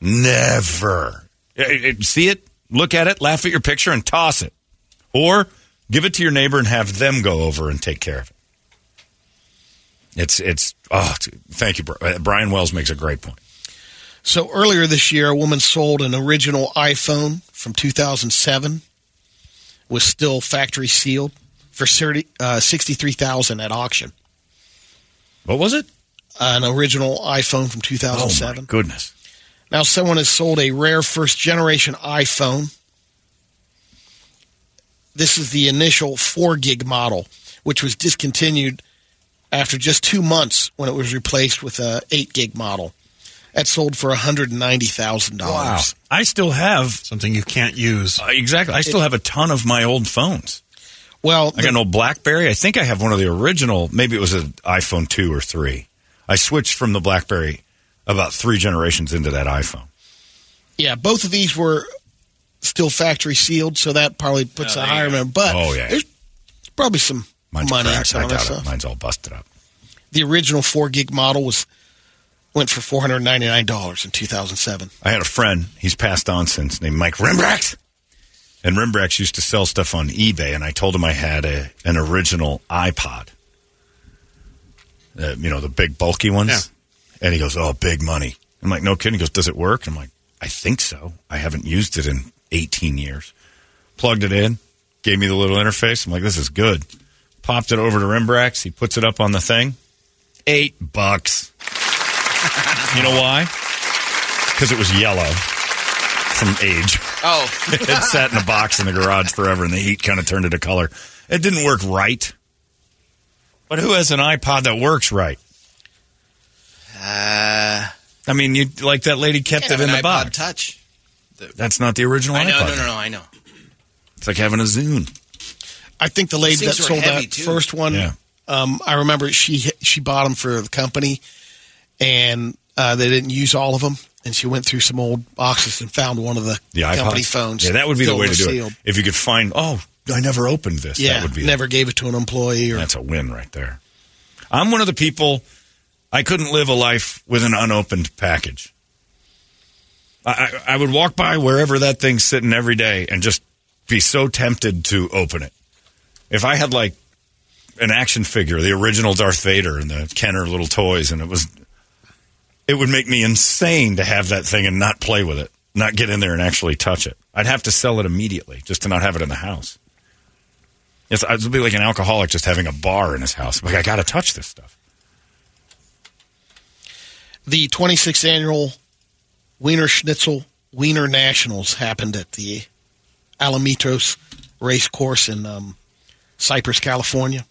S2: Never. It- it- see it, look at it, laugh at your picture, and toss it. Or give it to your neighbor and have them go over and take care of it. It's, it's, oh, t- thank you. Bri- uh, Brian Wells makes a great point.
S4: So earlier this year, a woman sold an original iPhone from 2007, was still factory sealed for 30, uh, 63000 at auction.
S2: What was it?
S4: An original iPhone from
S2: Oh,
S4: 2007.
S2: my goodness.
S4: Now, someone has sold a rare first generation iPhone. This is the initial 4 gig model, which was discontinued after just two months when it was replaced with a 8 gig model. That sold for $190,000.
S2: I still have uh,
S3: something you can't use.
S2: exactly. I still have a ton of my old phones.
S4: Well,
S2: I got an old BlackBerry. I think I have one of the original. Maybe it was an iPhone two or three. I switched from the BlackBerry about three generations into that iPhone.
S4: Yeah, both of these were still factory sealed, so that probably puts a higher number. But
S2: Oh, yeah.
S4: there's probably some
S2: Mine's
S4: money in
S2: cracked.
S4: some
S2: I
S4: of that
S2: doubt it.
S4: stuff.
S2: Mine's all busted up.
S4: The original four gig model was went for four hundred ninety nine dollars in two thousand seven.
S2: I had a friend. He's passed on since named Mike Rembrecht. And Rembrecht used to sell stuff on eBay, and I told him I had a, an original iPod. Uh, you know, the big bulky ones. And he goes, Oh, big money. I'm like, No kidding. He goes, Does it work? I'm like, I think so. I haven't used it in 18 years. Plugged it in, gave me the little interface. I'm like, This is good. Popped it over to Rembrecht's. He puts it up on the thing. Eight bucks. you know why? Because it was yellow from age.
S7: Oh,
S2: it sat in a box in the garage forever, and the heat kind of turned it a color. It didn't work right. But who has an iPod that works right? Uh, I mean, you like that lady kept
S7: can't
S2: it in the
S7: have an iPod
S2: box.
S7: Touch.
S2: That's not the original
S7: I know,
S2: iPod.
S7: no, no, no, I know.
S2: It's like having a Zune.
S4: I think the lady that
S7: Those things were
S4: sold
S7: heavy,
S4: that
S7: too.
S4: first one,
S2: Yeah.
S4: um, I remember she she bought them for the company, and uh, they didn't use all of them. And she went through some old boxes and found one of the,
S2: The iPod
S4: company phones.
S2: Yeah, that would be the
S4: still
S2: way to do
S4: sealed.
S2: it. If you could find, oh, I never opened this.
S4: Yeah,
S2: that would be
S4: never gave it to an employee. Or
S2: That's a win right there. I'm one of the people. I couldn't live a life with an unopened package. I, I, I would walk by wherever that thing's sitting every day and just be so tempted to open it. If I had like an action figure, the original Darth Vader and the Kenner little toys, and it was, it would make me insane to have that thing and not play with it, not get in there and actually touch it. I'd have to sell it immediately just to not have it in the house. It's, it'd be like an alcoholic just having a bar in his house. Like I got to touch this stuff.
S4: the 26th annual Wiener Schnitzel Wiener Nationals happened at the Alamitos race course in um, Cypress, California.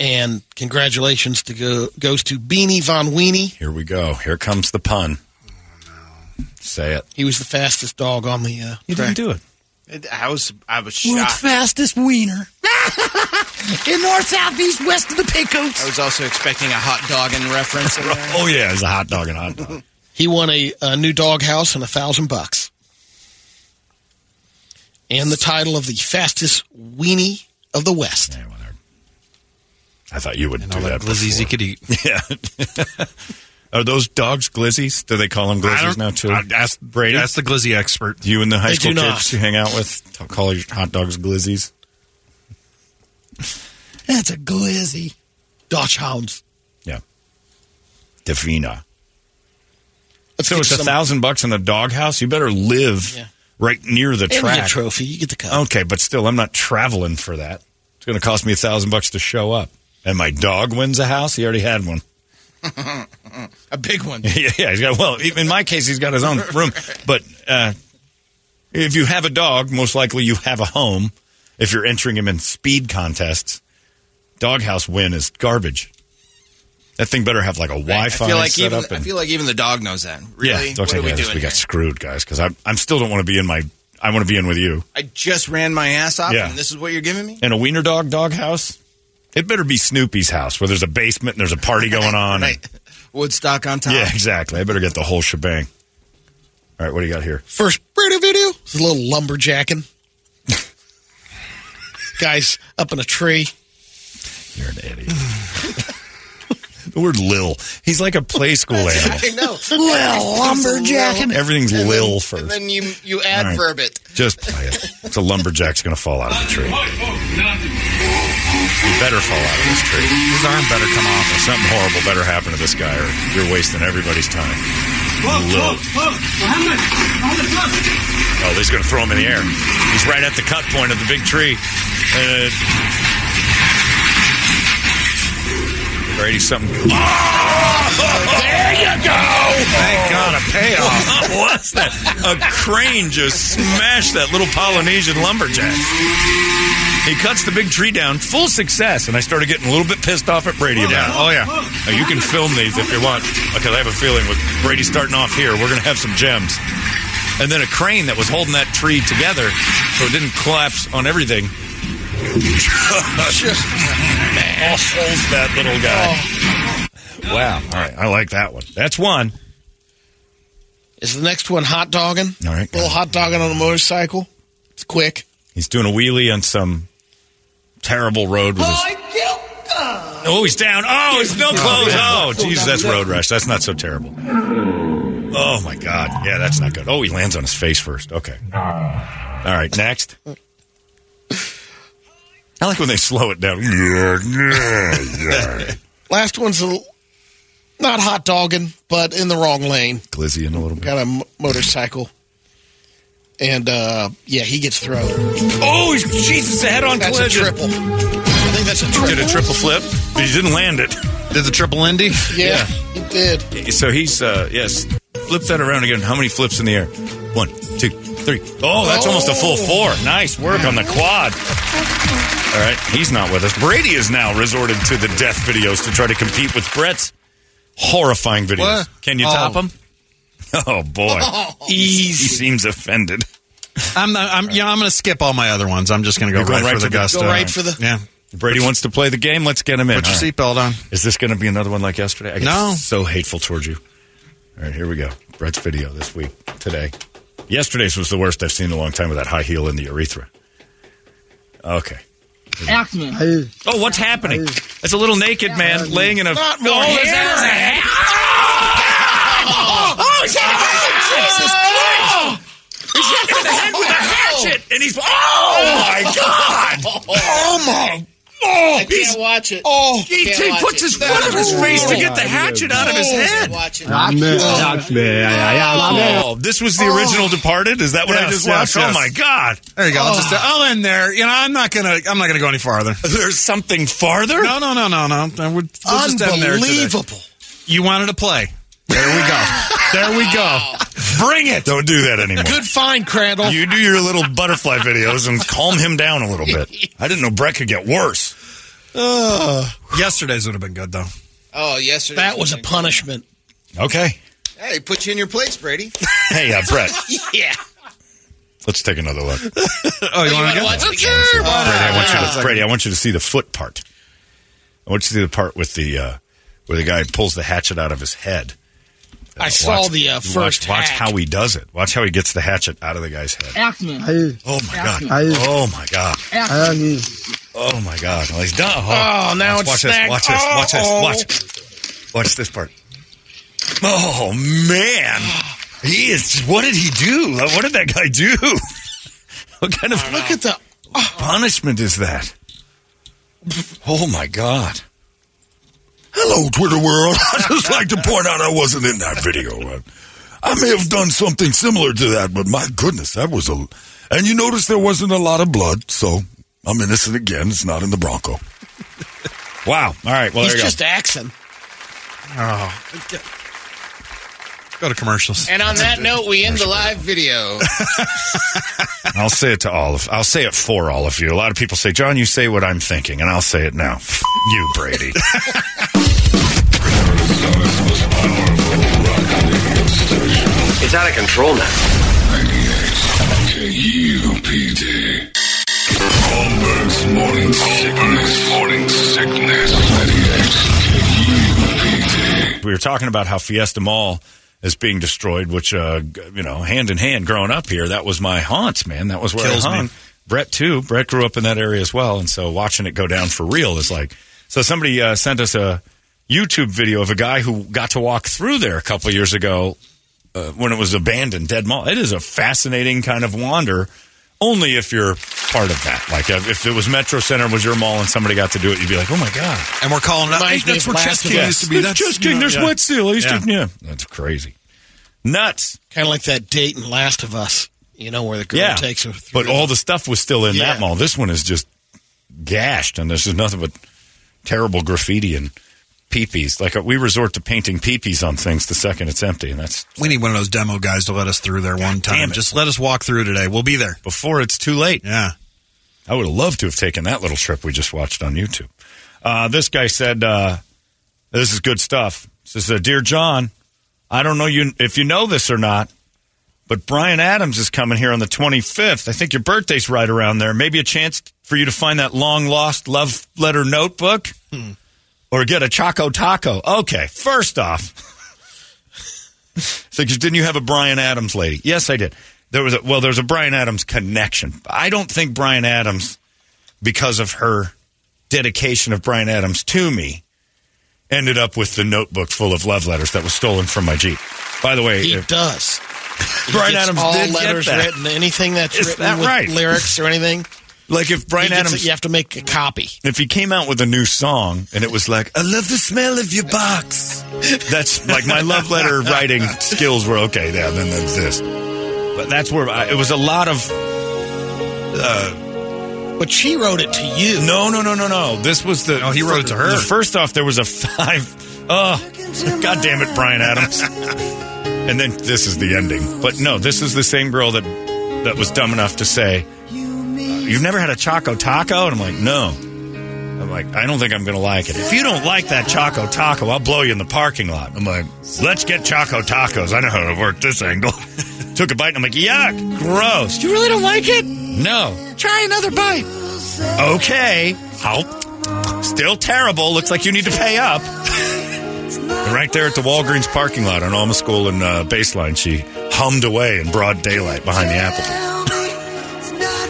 S4: And congratulations to go, goes to Beanie Von Weenie.
S2: Here we go. Here comes the pun. Say it.
S4: He was the fastest dog on the. Uh,
S13: You didn't do it.
S7: It- I was I was
S5: World's
S7: shocked.
S5: fastest wiener. In north, south, east, west of the Pecos.
S7: I was also expecting a hot dog in reference. In there.
S2: Oh yeah, it's a hot dog and hot dog.
S4: He won a, a new dog house and a thousand bucks, and the title of the fastest weenie of the West.
S2: I thought you would do
S4: all
S2: that.
S4: that glizzies
S2: before.
S4: he could eat.
S2: Yeah. Are those dogs glizzies? Do they call them glizzies now too? ask Brady. That's the glizzy expert. You and the high
S13: They
S2: school
S13: do not.
S2: kids you hang out with t- call your hot dogs glizzies.
S5: That's a glizzy.
S4: Dutch hounds.
S2: Davina.
S4: Let's
S2: so
S4: get
S2: it's
S4: to
S2: a
S4: some-
S2: thousand bucks in the doghouse. You better live right near the
S4: And you get a
S2: track.
S4: trophy. You get the
S5: Oh,
S4: cup.
S2: Okay, but still, I'm not traveling for that. It's going to cost me a thousand bucks to show up. And my dog wins a house. He already had one.
S7: a big one.
S2: yeah, yeah, he's got. Well, in my case, he's got his own room. But uh, if you have a dog, most likely you have a home. If you're entering him in speed contests, doghouse win is garbage. That thing better have like a
S7: I
S2: Wi-Fi
S7: feel like even
S2: setup.
S7: I
S2: and,
S7: feel like even the dog knows that. Really?
S2: Yeah,
S7: what
S2: dog's
S7: are
S2: like,
S7: we
S2: yeah,
S7: doing?
S2: this- we
S7: here?
S2: got screwed, guys. Because I I'm still don't want to be in my. I want to be in with you.
S7: I just ran my ass off,
S2: Yeah.
S7: and this is what you're giving me.
S2: And a wiener dog dog house. It better be Snoopy's house where there's a basement and there's a party going on. and-
S7: Woodstock on top.
S2: yeah, exactly. I better get the whole shebang. All right, what do you got here?
S4: First radio video is a little lumberjacking. Guys up in a tree.
S2: You're an idiot. the word lil. He's like a play school animal.
S7: I know.
S5: Lil lumberjacking.
S2: Everything's
S7: And then-
S2: lil first.
S7: And then you you
S2: All right.
S7: adverb it.
S2: Just play it. It's a lumberjack's going to fall out of the tree. He better fall out of this tree. His arm better come off. Or something horrible better happen to this guy, or you're wasting everybody's time. Lil. Oh, he's going to throw him in the air. He's right at the cut point of the big tree. And uh, Brady, something. there you go. Oh! Thank God, a payoff. What's that? A crane just smashed that little Polynesian lumberjack. He cuts the big tree down, full success, and I started getting a little bit pissed off at Brady about it. Oh yeah, Now, you can film these if you want, because I have a feeling with Brady starting off here, we're going to have some gems. And then a crane that was holding that tree together, so it didn't collapse on everything. Just Awfuls that little guy. Wow. All right, I like that one. That's one.
S4: Is the next one hot dogging?
S2: All right.
S4: little hot dogging on a motorcycle. It's quick.
S2: He's doing a wheelie on some terrible road with his. Oh, he's down. Oh, it's no clothes. Oh, jeez, that's road rush. That's not so terrible. Oh my God. Yeah, that's not good. Oh, he lands on his face first. Okay. All right, next. I like when they slow it down.
S4: Last one's a, l- not hot dogging, but in the wrong lane.
S2: Glizzy in a little bit.
S4: Got a m- motorcycle. And uh, yeah, he gets thrown.
S2: Oh, Jesus, a head-on
S4: That's
S2: collision.
S4: a triple. I think that's a triple.
S2: Did a triple flip. But he didn't land it. Did the triple endy?
S4: Yeah, he did.
S2: So he's uh yes. Flip that around again. How many flips in the air? One, two, three. Oh, that's almost a full four. Nice work on the quad. All right, he's not with us. Brady has now resorted to the death videos to try to compete with Brett's horrifying videos.
S13: What?
S2: Can you
S13: Oh.
S2: top him? Oh boy, he seems offended.
S15: I'm not, I'm yeah, I'm going to skip all my other ones. I'm just going to go
S2: You're going
S15: right,
S2: right
S15: for the
S2: to the-
S15: gusto.
S2: go right for the-
S15: yeah.
S2: Brady wants to play the game. Let's get him in.
S15: Put your
S2: All right.
S15: seatbelt on.
S2: Is this going to be another one like yesterday? I get
S15: No.
S2: So hateful towards you. All right, here we go. Brett's video this week, today. Yesterday's was the worst I've seen in a long time with that high heel in the urethra. Okay.
S16: Accident.
S2: Oh, what's happening? It's a little naked man laying in a.
S16: Not
S2: oh,
S16: more
S2: is that his hand?
S16: Oh, he's hit in the head!
S2: oh,
S16: Jesus Christ! He's hit in the head with a hatchet,
S2: and he's oh
S16: my god! Oh my! Oh,
S4: I can't watch it.
S16: Oh,
S4: he,
S16: he puts his foot up his face to get the hatchet out of his head.
S2: Oh, this was the original Departed. Is that what I
S15: Yes,
S2: just
S15: yes,
S2: watched?
S15: yes.
S2: Oh my god!
S15: There you go. I'll just I'll end there. You know, I'm not going to I'm not going to go any farther.
S2: Oh. There's something farther?
S15: No, no, no, no, no. We're, we'll just end there today.
S4: Unbelievable.
S15: You wanted to play. There we go.
S2: There we go. Bring it. Don't do that anymore.
S4: Good find, Crandall.
S2: You do your little butterfly videos and calm him down a little bit. I didn't know Brett could get worse.
S15: Yesterday's would have been good though.
S7: Oh, yesterday.
S4: That was a punishment.
S2: Okay.
S7: Hey, put you in your place, Brady.
S2: Hey, uh, Brett,
S7: yeah.
S2: let's take another look.
S15: Oh, you want to go?
S2: Brady, I want you to, Brady, I want you to see the foot part. I want you to see the part with the uh, where the guy pulls the hatchet out of his head.
S4: I saw the, uh,
S2: watch-
S4: first
S2: Watch,
S4: hack.
S2: how he does it. Watch how he gets the hatchet out of the guy's head.
S17: Axman.
S2: Oh my god.
S17: Axman.
S2: Oh my god. Oh my god. Well, he's done. Oh,
S17: Oh, now
S2: watch,
S17: it's
S2: watch this.
S17: snagged.
S2: Watch this. Watch this.
S4: Oh.
S17: Uh-oh.
S2: Watch. Watch this part. Oh man, he is. What did he do? What did that guy do? What kind of look at
S4: the
S2: punishment is that? Oh my god.
S18: Hello, Twitter world. I just like to point out I wasn't in that video. Uh, I may have done something similar to that, but my goodness, that was a. And you notice there wasn't a lot of blood, so I'm innocent again. It's not in the Bronco.
S2: Wow. All right.
S18: Well,
S4: He's
S18: there you
S4: just axing.
S15: Oh. Go to commercials.
S17: And on that note, we end the live video.
S2: I'll say it to all of. I'll say it for all of you. A lot of people say, "John, you say what I'm thinking," and I'll say it now. F- you, Brady.
S8: It's out of control now.
S1: KUPD. Holmberg's morning sickness. Morning sickness. 98 KUPD.
S2: we were talking about how Fiesta Mall is being destroyed, which uh, g- you know, hand in hand, growing up here, that was my haunts, man. That was where
S15: Kills
S2: I
S15: me.
S2: hung. Brett too. Brett grew up in that area as well, and so watching it go down for real is like. So somebody uh, sent us a YouTube video of a guy who got to walk through there a couple years ago uh, when it was abandoned, dead mall. It is a fascinating kind of wander. Only if you're part of that. Like uh, if it was Metro Center was your mall and somebody got to do it, you'd be like, oh my god.
S15: And we're calling it. out. Hey,
S2: Reminds me
S15: that's
S2: of
S15: where Chess
S2: Last of
S15: King
S2: Us.
S15: used to be.
S2: It's
S15: That's
S2: Chess King. There's Wet Seal. I used to- yeah. That's crazy. Nuts.
S4: Kind of like that date in Last of Us, you know, where the girl
S2: yeah.
S4: takes her.
S2: But all the stuff was still in
S4: Yeah.
S2: that mall. This one is just gashed, and this is nothing but terrible graffiti and peepees. Like uh, we resort to painting peepees on things the second it's empty, and that's
S15: We need one of those demo guys to let us through there one time. Just let us walk through today. We'll be there
S2: before it's too late.
S15: Yeah.
S2: I would have loved to have taken that little trip we just watched on YouTube. Uh, this guy said, uh, "This is good stuff." Says, uh, "Dear John, I don't know you if you know this or not, but Brian Adams is coming here on the 25th. I think your birthday's right around there. Maybe a chance for you to find that long lost love letter notebook, or get a Choco Taco. Okay, first off." So, 'cause didn't you have a Brian Adams lady? Yes, I did. There was a, well, there was a Brian Adams connection. I don't think Brian Adams, because of her dedication of Brian Adams to me, ended up with the notebook full of love letters that was stolen from my Jeep. By the way,
S4: He
S2: if-
S4: does. He
S2: Brian
S4: gets
S2: Adams
S4: all
S2: did get
S4: letters
S2: that.
S4: written, anything that's
S2: Is
S4: written
S2: that
S4: with
S2: right?
S4: lyrics or anything.
S2: like if
S4: he
S2: Brian
S4: gets
S2: Adams,
S4: it, you have to make a copy.
S2: if he came out with a new song and it was like, I love the smell of your box. That's like my love letter writing skills were okay. Yeah, then that's this. But that's where I, it was a lot of. Uh,
S4: but she wrote it to you.
S2: No, no, no, no, no. This was the.
S15: No, he wrote it to her.
S2: First off, there was a five. Oh, God damn it, Brian Adams. and then this is the ending. But no, this is the same girl that that was dumb enough to say, uh, "You've never had a choco taco," and I'm like, "No." I'm like, I don't think I'm going to like it. If you don't like that Choco Taco, I'll blow you in the parking lot. I'm like, let's get Choco Tacos. I know how to work this angle. Took a bite and I'm like, yuck, gross. You really don't like it? No. Try another bite. Okay. I'll. Still terrible. Looks like you need to pay up. And right there at the Walgreens parking lot on Alma School and uh, Baseline, she hummed away in broad daylight behind the apple.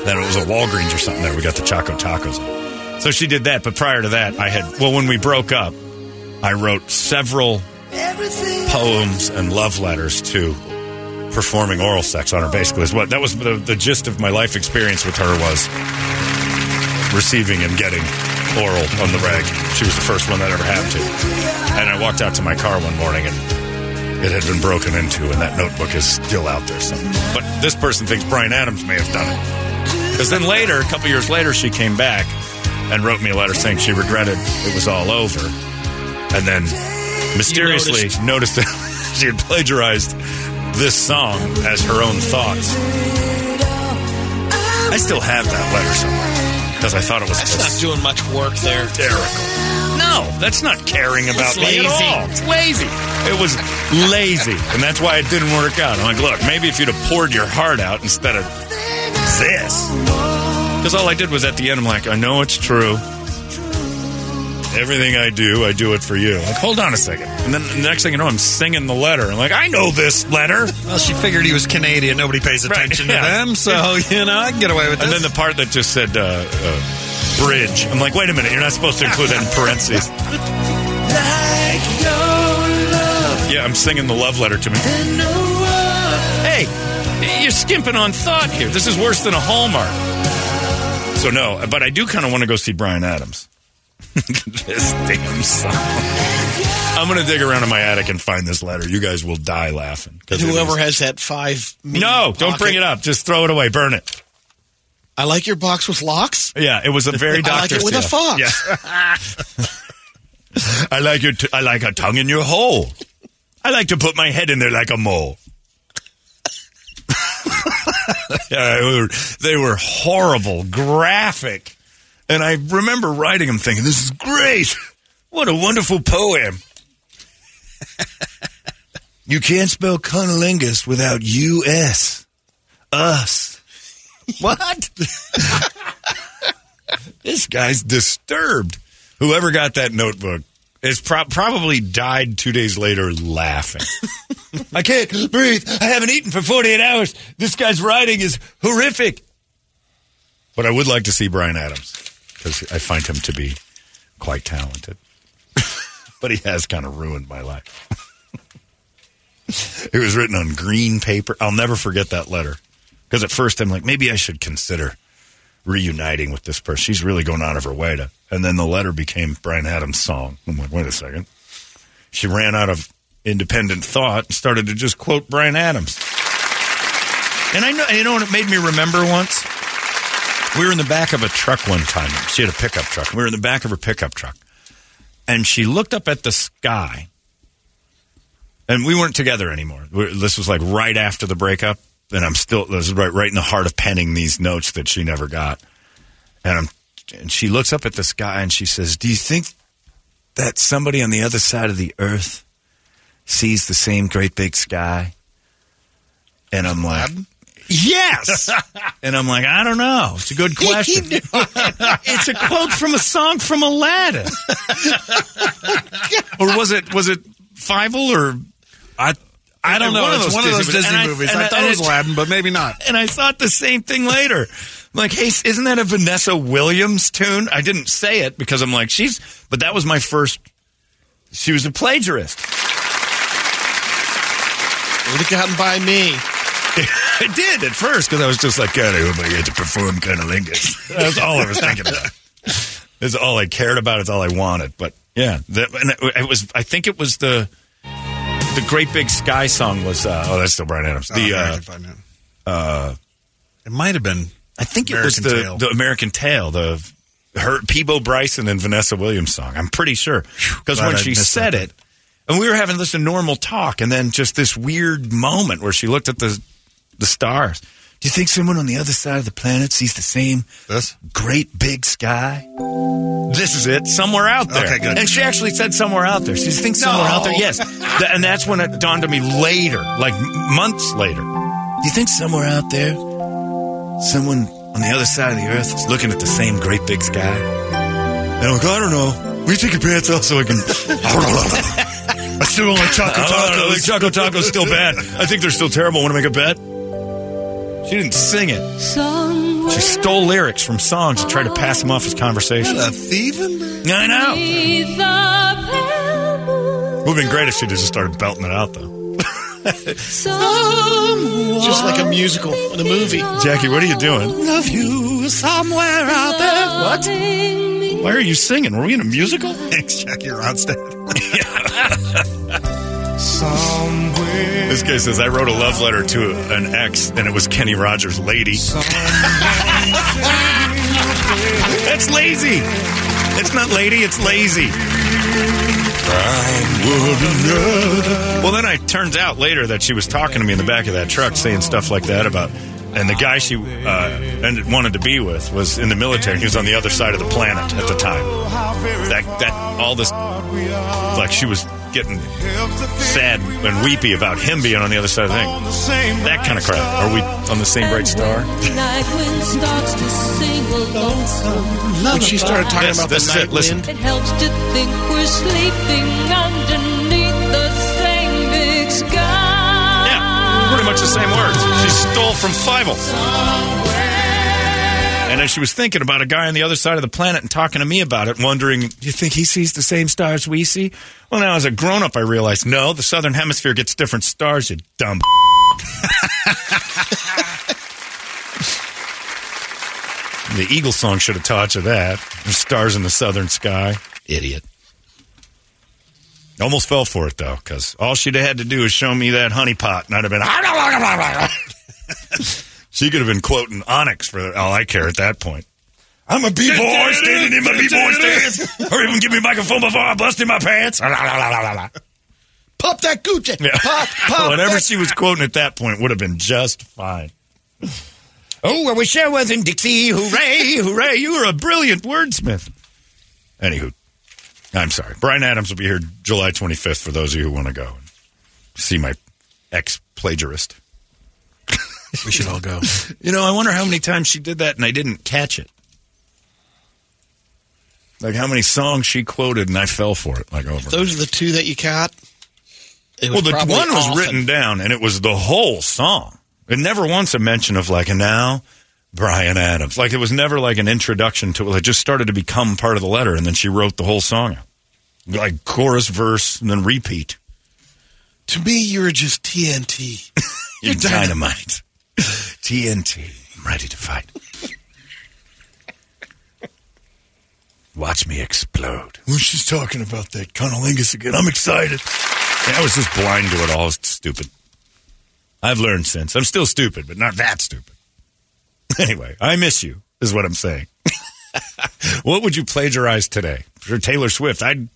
S2: then it was a Walgreens or something there. We got the Choco Tacos. So she did that. But prior to that, I had, well, when we broke up, I wrote several poems and love letters to performing oral sex on her basically is what that was the, the gist of my life experience with her was receiving and getting oral on the rag she was the first one that ever had to and i walked out to my car one morning and it had been broken into and that notebook is still out there somewhere but this person thinks brian adams may have done it because then later a couple years later she came back and wrote me a letter saying she regretted it was all over and then mysteriously noticed that she had plagiarized this song as her own thoughts. I still have that letter somewhere because I thought it was
S4: That's not doing much work there.
S2: hysterical. No, that's not caring about
S4: It's
S2: me
S4: lazy.
S2: at all. It's lazy. It was lazy, and that's why it didn't work out. I'm like, look, maybe if you'd have poured your heart out instead of this, because all I did was at the end, I'm like, I know it's true. Everything I do, I do it for you. I'm like, hold on a second. And then the next thing you know, I'm singing the letter. I'm like, I know this letter.
S3: Well, she figured he was Canadian. Nobody pays attention to them, so you know I can get away with
S2: and
S3: this.
S2: then the part that just said uh, uh, bridge. I'm like, wait a minute, you're not supposed to include that in parentheses. Yeah, I'm singing the love letter to me. Hey, you're skimping on thought here. This is worse than a Hallmark. So no, but I do kind of want to go see Brian Adams. this damn song. I'm gonna dig around in my attic and find this letter. You guys will die laughing. 'Cause it
S4: Whoever
S2: is-
S4: has that five.
S2: no, don't bring it up. Just throw it away. Burn it.
S4: I like your box with locks.
S2: Yeah, it was a very
S4: I like
S2: doctor.
S4: it with a fox.
S2: I like your. T- I like a tongue in your hole. I like to put my head in there like a mole. Yeah, they were- they were horrible, graphic, and I remember writing them, thinking, "This is great. What a wonderful poem."
S14: You can't spell cunnilingus without U.S. Us.
S2: What? this guy's disturbed. Whoever got that notebook is pro- probably died two days later laughing. I can't breathe. I haven't eaten for 48 hours. This guy's writing is horrific. But I would like to see Brian Adams because I find him to be quite talented. but he has kind of ruined my life. it was written on green paper. I'll never forget that letter because at first I'm like, maybe I should consider reuniting with this person. She's really going out of her way to. And then the letter became Brian Adams' song. I'm like, wait a second. She ran out of independent thought and started to just quote Brian Adams. And I know, you know what it made me remember once? We were in the back of a truck one time. She had a pickup truck. We were in the back of her pickup truck. And she looked up at the sky. And we weren't together anymore. we this was like right after the breakup. And I'm still, this is right, right in the heart of penning these notes that she never got. And, I'm, and she looks up at the sky and she says, Do you think that somebody on the other side of the earth sees the same great big sky? And I'm like, Yes. and I'm like, I don't know. It's a good question. it's a quote from a song from Aladdin. or was it was it Fievel or I I don't know.
S3: One of those Disney-
S2: and
S3: Disney movies. I thought it was
S2: and
S3: Aladdin, but maybe not.
S2: And I thought the same thing later. I'm like, hey, isn't that a Vanessa Williams tune? I didn't say it because I'm like, she's. But that was my first. She was a plagiarist.
S4: Look out and buy me.
S2: I did at first because I was just like, God, I hope I get to perform Cunnilingus. That's all I was thinking about. It's all I cared about. It's all I wanted. But yeah, that, and it, it was. I think it was the the Great Big Sky song was. Uh, oh, that's still Brian Adams.
S3: Oh,
S2: The
S3: yeah, I
S2: uh,
S3: can find it.
S2: uh,
S3: it might have been.
S2: I think it was
S3: American
S2: the
S3: Tail.
S2: the American Tale. The her Peebo Bryson and Vanessa Williams song. I'm pretty sure because
S3: Glad
S2: when
S3: I
S2: she
S3: missed
S2: said it, and we were having just a normal talk, and then just this weird moment where she looked at the the stars. Do you think someone on the other side of the planet sees the same great big sky? This is it. Somewhere out there.
S3: Okay, good.
S2: And she actually said somewhere out there. She thinks somewhere out there. Yes. Th- and that's when it dawned on me later, like m- months later. Do you think somewhere out there, someone on the other side of the earth is looking at the same great big sky? And I'm like, I don't know. We take your pants off so I can. I still don't like
S16: choco
S2: I
S16: tacos.
S2: like Choco tacos still bad. I think they're still terrible. Want to make a bet? She didn't sing it. She stole lyrics from songs to try to pass them off as conversation.
S16: What a
S2: thieving! I know. It would have been great if she'd have just started belting it out, though.
S4: Just like a musical in a movie.
S2: Jackie, what are you doing?
S16: Love you somewhere out there. What?
S2: Why are you singing? Were we in a musical?
S3: Thanks, Jackie Rodstad.
S2: This guy says, I wrote a love letter to an ex, and it was Kenny Rogers' lady. That's lazy. It's not lady, it's lazy. Well, then it turns out later that she was talking to me in the back of that truck, saying stuff like that about. And the guy she uh, ended, wanted to be with was in the military. He was on the other side of the planet at the time. That that all this like she was getting sad and weepy about him being on the other side of the thing. That kind of crap. Are we on the same bright star?
S16: Night wind starts to sing a lonesome
S4: When she started talking
S16: lullaby.
S4: about the
S2: this is it.
S4: night
S2: Listen.
S4: wind,
S16: It helps to think we're sleeping underneath the same big sky.
S2: Yeah, pretty much the same words. She stole from Fievel. And then she was thinking about a guy on the other side of the planet and talking to me about it, wondering, do you think he sees the same stars we see? Well, now as a grown up, I realized, no, the southern hemisphere gets different stars, you dumb. the Eagle song should have taught you that. There's stars in the southern sky. Idiot. Almost fell for it, though, because all she'd have had to do is show me that honey pot, and I'd have been. she could have been quoting Onyx for all I care at that point. I'm a B boy standing in my B boy stance. Hurry up and give me a microphone before I bust in my pants.
S4: Pop that Gucci.
S2: Yeah.
S4: Pop, pop.
S2: Whatever
S4: that-
S2: she was quoting at that point would have been just fine. Oh, I wish I was in Dixie. Hooray, hooray. You are a brilliant wordsmith. Anywho, I'm sorry. Brian Adams will be here July 25th for those of you who want to go and see my ex plagiarist. we should all go. You know, I wonder how many times she did that and I didn't catch it. Like how many songs she quoted and I fell for it, like over.
S4: Those are the two that you caught. It
S2: Well,
S4: was
S2: the
S4: probably
S2: one was
S4: often.
S2: written down, and it was the whole song. It never once a mention of like, and now Brian Adams. Like it was never like an introduction to it. It just started to become part of the letter, and then she wrote the whole song, out. like chorus, verse, and then repeat.
S4: To me, you're just TNT.
S2: You're dynamite. TNT. I'm ready to fight. Watch me explode.
S18: When she's talking about that conolingus again, I'm excited.
S2: Yeah, I was just blind to it all. It's stupid. I've learned since. I'm still stupid, but not that stupid. Anyway, I miss you, is what I'm saying. what would you plagiarize today? For Taylor Swift, I'd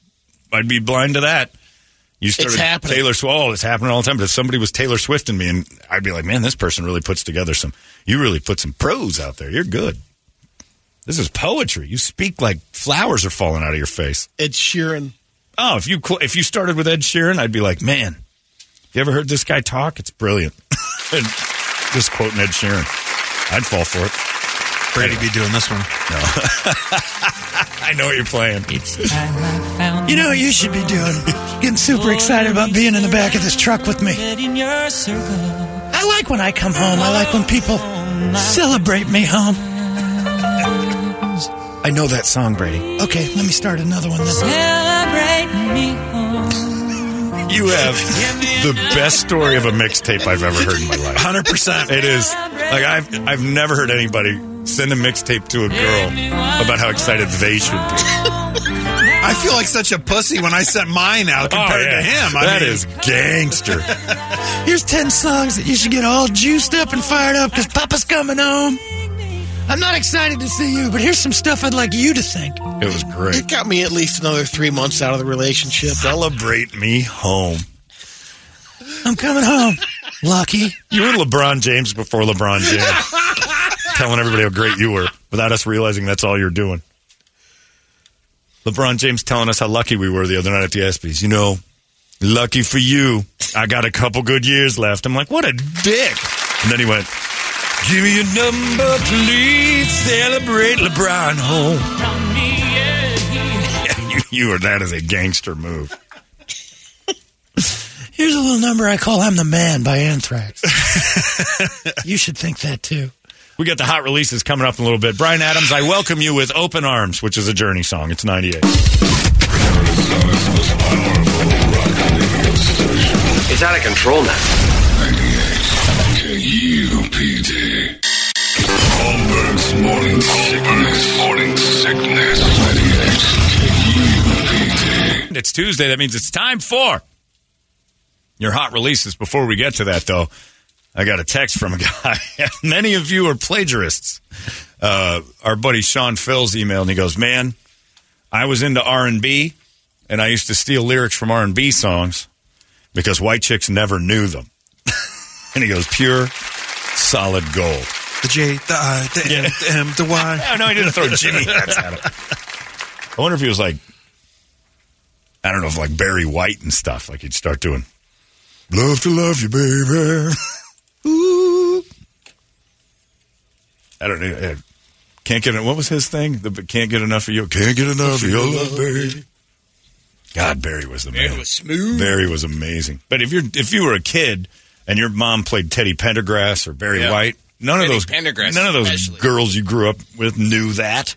S2: I'd be blind to that. You started
S4: happening.
S2: Taylor Swift. Oh, it's happening all the time. But if somebody was Taylor Swift and me, and I'd be like, man, this person really puts together some. You really put some prose out there. You're good. This is poetry. You speak like flowers are falling out of your face.
S4: Ed Sheeran.
S2: Oh, if you cl- if you started with Ed Sheeran, I'd be like, man, you ever heard this guy talk? It's brilliant. and just quoting Ed Sheeran, I'd fall for it. Brady'd be doing this one. No, I know what you're playing.
S5: You know what you should be doing? Getting super excited about being in the back of this truck with me. I like when I come home. I like when people celebrate me home.
S2: I know that song, Brady.
S5: Okay, let me start another one then.
S16: Celebrate me
S2: You have the best story of a mixtape I've ever heard in my life. Hundred percent. It is like I've I've never heard anybody send a mixtape to a girl about how excited they should be.
S3: I feel like such a pussy when I sent mine out compared to him. I
S2: Oh, That
S3: mean,
S2: is gangster.
S5: Here's 10 songs that you should get all juiced up and fired up because Papa's coming home. I'm not excited to see you, but here's some stuff I'd like you to think.
S2: It was great.
S4: It got me at least another three months out of the relationship.
S2: Celebrate me home.
S5: I'm coming home. Lucky.
S2: You were LeBron James before LeBron James. Telling everybody how great you were without us realizing that's all you're doing. LeBron James telling us how lucky we were the other night at the ESPYs. You know, lucky for you, I got a couple good years left. I'm like, what a dick. And then he went, give me your number, please. Celebrate LeBron home. Yeah, you, you are, that is a gangster move.
S5: Here's a little number I call I'm the Man by Anthrax. you should think that too.
S2: We got the hot releases coming up in a little bit. Brian Adams, I welcome you with Open Arms, which is a Journey song. It's 98.
S8: It's out of control now.
S1: KUPD. Holmberg's morning sickness. Morning sickness. 98.
S2: It's Tuesday. That means it's time for your hot releases. Before we get to that, though, I got a text from a guy. Many of you are plagiarists. Uh, our buddy Sean Phil's email, and he goes, "Man, I was into R and B, and I used to steal lyrics from R and B songs because white chicks never knew them. and he goes, pure, solid gold.
S15: The J, the I, the M, the M, the Y.
S2: No, no, he didn't throw Jimmy hats at him. I wonder if he was like, I don't know, if like Barry White and stuff. Like he'd start doing,
S18: Love to love you, baby.
S2: I don't know, uh, can't get it. What was his thing? The can't get enough of you.
S18: Can't get enough of your love, baby.
S2: God, Barry was the
S17: Barry
S2: man.
S17: was smooth.
S2: Barry was amazing. But if you're if you were a kid and your mom played Teddy Pendergrass or Barry
S17: Yeah.
S2: White, none
S17: Teddy
S2: of those
S17: Pendergrass
S2: none of those
S17: especially.
S2: girls you grew up with knew that.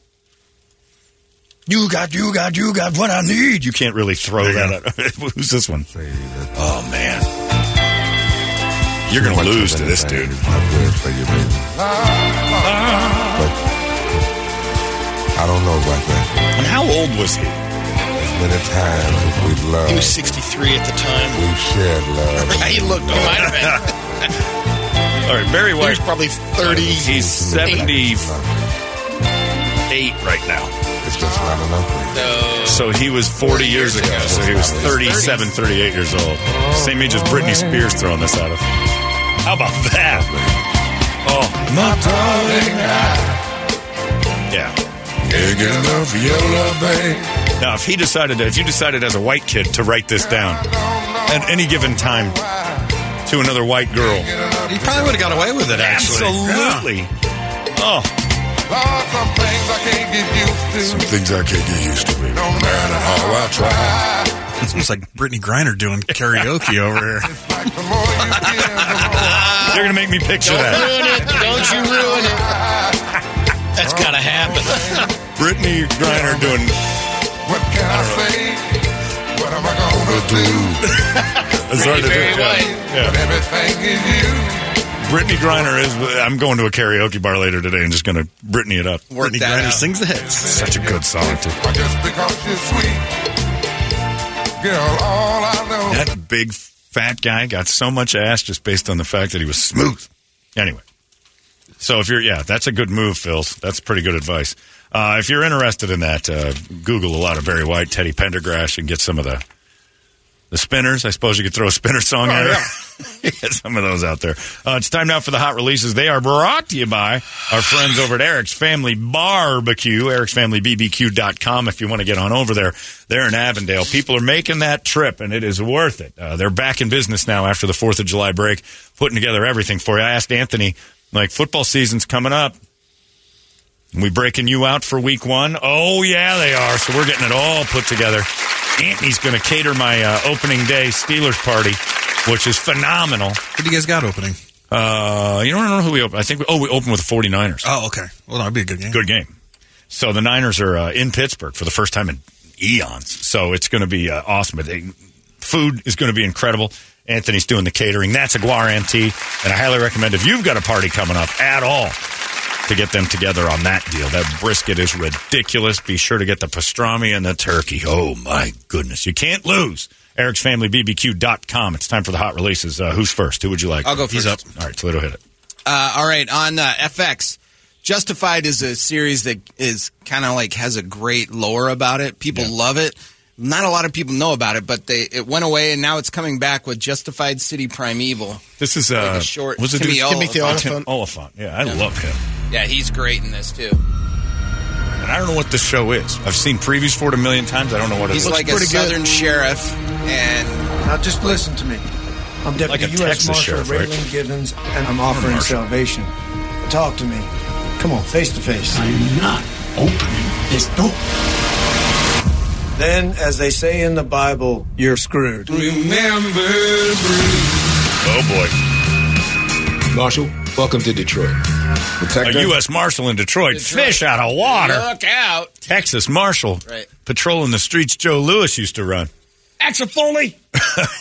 S2: You got, you got, you got what I need. You can't really throw that. Out. Who's this one? Oh man, you're gonna lose to this dude. Ah.
S19: I don't know about that.
S2: And how old was he?
S19: As many times as we've loved,
S4: He was 63 at the time.
S19: we've shared love.
S4: he looked, he might have been.
S2: All right, Barry White.
S4: He's probably 30.
S2: He's 78 right now.
S19: It's just not enough.
S2: So he was 40 years ago. So he was 37, 38 years old. Same age as Britney Spears throwing this at us. How about that? Oh,
S18: my darling.
S2: yeah.
S18: Can't get enough of your love, baby.
S2: Now, if he decided, if you decided as a white kid to write this down at any given time to another white girl,
S3: He probably would have got away with it, actually.
S2: absolutely. Oh,
S19: Lord, some things I can't get used to.
S18: Some things I can't get used to, baby. No matter how I try.
S3: This was like Brittany Griner doing karaoke over here.
S2: you're gonna make me picture
S11: Don't
S2: that.
S11: ruin it. Don't you ruin it.
S4: That's got to happen.
S2: Brittany Griner doing.
S19: What can I say? What am I gonna do?
S2: It's hard to do.
S11: Barry
S2: Yeah.
S11: White.
S19: But
S2: Yeah.
S19: everything is you.
S2: Brittany Griner is. I'm going to a karaoke bar later today and just gonna Brittany it up.
S3: Brittany Griner sings the hits.
S2: Such a good song too.
S19: Or just because you're sweet, girl. All I know.
S2: That big fat guy got so much ass just based on the fact that he was smooth. Anyway, so if you're, yeah, that's a good move, Phil. That's pretty good advice. Uh, if you're interested in that, uh, Google a lot of Barry White, Teddy Pendergrass, and get some of the the spinners. I suppose you could throw a spinner song at her. get some of those out there. Uh, it's time now for the hot releases. They are brought to you by our friends over at Eric's Family Barbecue, ericsfamilybbq.com if you want to get on over there. They're in Avondale. People are making that trip, and it is worth it. Uh, they're back in business now after the 4th of July break, putting together everything for you. I asked Anthony, like, football season's coming up. We breaking you out for week one? Oh, yeah, they are. So we're getting it all put together. Anthony's going to cater my uh, opening day Steelers party, which is phenomenal.
S3: What do you guys got opening?
S2: Uh, you don't know who we open. I think we, oh, we opened with the 49ers.
S3: Oh, okay. Well, that'd be a good game.
S2: Good game. So the Niners are uh, in Pittsburgh for the first time in eons. So it's going to be uh, awesome. They, food is going to be incredible. Anthony's doing the catering. That's a guarantee. And I highly recommend if you've got a party coming up at all to get them together on that deal. That brisket is ridiculous. Be sure to get the pastrami and the turkey. Oh, my goodness. You can't lose. Eric'sFamilyBBQ.com. It's time for the hot releases. Uh, who's first? Who would you like?
S7: I'll go
S2: He's
S7: first.
S2: up. All right, Toledo hit it.
S7: Uh, all right, on uh, FX, Justified is a series that is kind of like has a great lore about it. People love it. Not a lot of people know about it, but they it went away and now it's coming back with Justified City Primeval.
S2: This is uh,
S7: Like a short
S2: What's the
S7: Timmy
S2: dude's-
S7: Oliphant. Timothy Oliphant.
S2: Tim Oliphant. Yeah, I love him.
S7: Yeah, he's great in this too.
S2: And I don't know what this show is. I've seen previews for it a million times. I don't know what it is.
S7: He's like a southern sheriff, and
S20: Now just listen to me. I'm Deputy
S2: Like a
S20: U.S.
S2: Texas
S20: Marshal
S2: sheriff, right?
S20: Raylan Givens, and I'm offering
S2: Marshal.
S20: salvation. Talk to me. Come on, face to face. I'm not opening this door. Then, as they say in the Bible, you're screwed.
S2: oh
S21: Marshal, welcome to Detroit.
S2: boy, a U.S. marshal in Detroit, fish out of water.
S21: Look out.
S2: Texas marshal
S21: Right.
S2: patrolling the streets. Joe Lewis used to run.
S21: Axel Foley.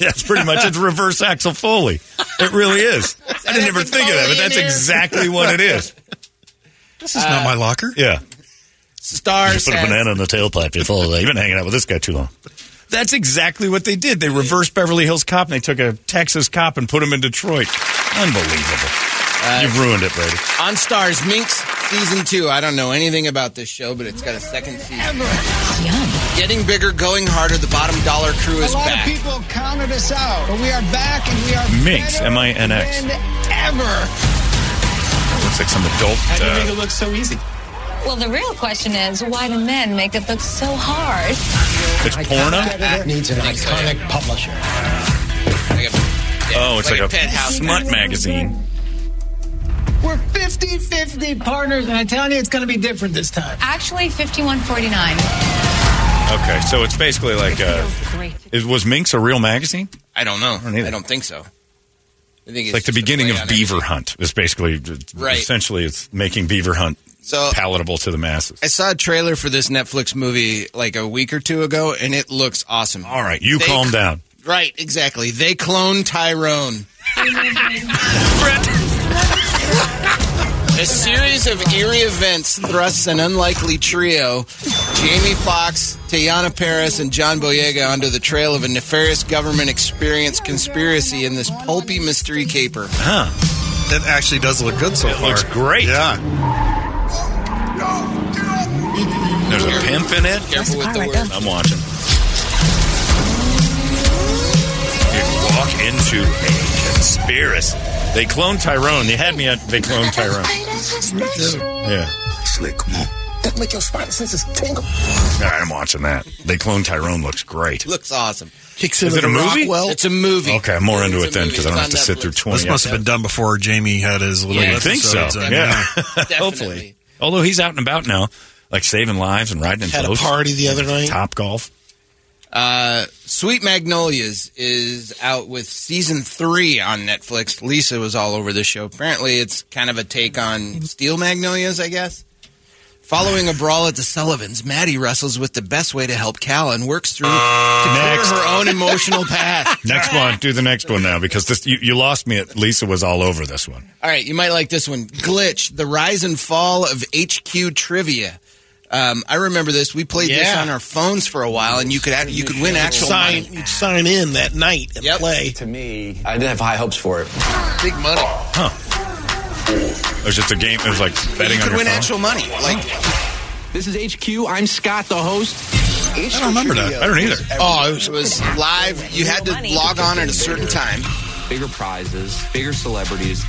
S2: that's pretty much it's reverse Axel Foley. It really is. I didn't ever think of that, but that's exactly what it is.
S3: This is not my locker.
S2: Yeah,
S7: stars.
S2: just put a
S7: has-
S2: banana in the tailpipe. You follow that. You've been hanging out with this guy too long. That's exactly what they did. They reversed Beverly Hills Cop and they took a Texas cop
S7: Uh,
S2: and put him in Detroit. Unbelievable. You've ruined it, Brady.
S7: On Stars, Minx Season two. I don't know anything about this show, but it's got a second season. Getting bigger, going harder. The bottom dollar crew is
S1: a lot of
S7: back.
S1: people counted us out, but we are back and we are
S2: Minx,
S1: better
S2: M I N X.
S1: than ever.
S2: That looks like some adult.
S22: How do you make
S2: it look so easy?
S22: Well, the real question is why do men make it look so hard?
S2: uh, It's porno.
S22: needs an iconic publisher.
S2: Oh, it's
S7: like
S2: like,
S7: a
S2: a,
S7: penthouse.
S2: smut magazine.
S22: We're 50 50 partners, and I'm telling you, it's going to be different this time. Actually, 51 49.
S2: Okay, so it's basically like uh, is, was Minx a real magazine?
S7: I don't know. I
S2: don't
S7: don't,
S2: either.
S7: think so. I think
S2: It's
S7: it's
S2: like the
S7: just a
S2: beginning
S7: play
S2: of
S7: on
S2: Beaver Hunt. It's basically
S7: Right. Oh.
S2: essentially it's making Beaver Hunt
S7: So-
S2: palatable to the masses.
S7: I saw a trailer for this Netflix movie like a week or two ago, and it looks awesome. All
S2: right, you calm down.
S7: Right, exactly. They clone Tyrone. A series of eerie events thrusts an unlikely trio, Jamie Foxx, Tayana Paris, and John Boyega, onto the trail of a nefarious government experience conspiracy in this pulpy mystery caper.
S2: Huh.
S3: That actually does look good so far.
S7: looks
S2: great.
S3: Yeah.
S2: There's a pimp in it.
S7: Careful with the word.
S2: I'm watching. You walk into a conspiracy. They cloned Tyrone. They had me at they cloned Tyrone. Yeah. Slick. All
S1: That make your spider senses tingle.
S2: right, I'm watching that. They cloned Tyrone. Looks great.
S7: Looks awesome.
S4: Kicks
S2: Is
S4: into
S2: it a
S4: the
S2: movie?
S4: Rockwell.
S7: It's a movie.
S2: Okay, I'm more into
S7: It's
S2: it
S7: a
S2: then
S7: movie.
S2: because I don't have
S7: It's
S2: to
S7: on
S2: sit through 20.
S3: This must have been done before Jamie had his little.
S2: I think so.
S3: episodes on,
S2: Yeah.
S7: Hopefully.
S2: Although he's out and about now, like saving lives and riding in
S7: Had a
S2: boats.
S7: party the other night.
S2: Top golf.
S7: Uh, Sweet Magnolias is out with season three on Netflix. Lisa was all over the show. Apparently, it's kind of a take on Steel Magnolias, I guess. Following a brawl at the Sullivans, Maddie wrestles with the best way to help Cal and works through to clear
S2: Next.
S7: her own emotional path.
S2: Next one. Do the next one now because this you, you lost me at Lisa was all over this one.
S7: All right, you might like this one. Glitch: The Rise and Fall of HQ Trivia. Um, I remember this. We played this
S4: Yeah.
S7: on our phones for a while, and you could act- you could win actual
S4: sign,
S7: money.
S4: You'd sign in that night and play.
S8: To me, I didn't have high hopes for it.
S7: big money.
S2: Huh. It was just a game. It was like betting
S8: You
S2: on
S8: could
S2: your
S8: win
S2: phone.
S8: actual
S7: money. Like
S8: This is HQ. I'm Scott, the host.
S2: I don't remember that. I don't either.
S7: Oh, it was, live. You had to log on at a certain time.
S8: Bigger prizes, bigger celebrities.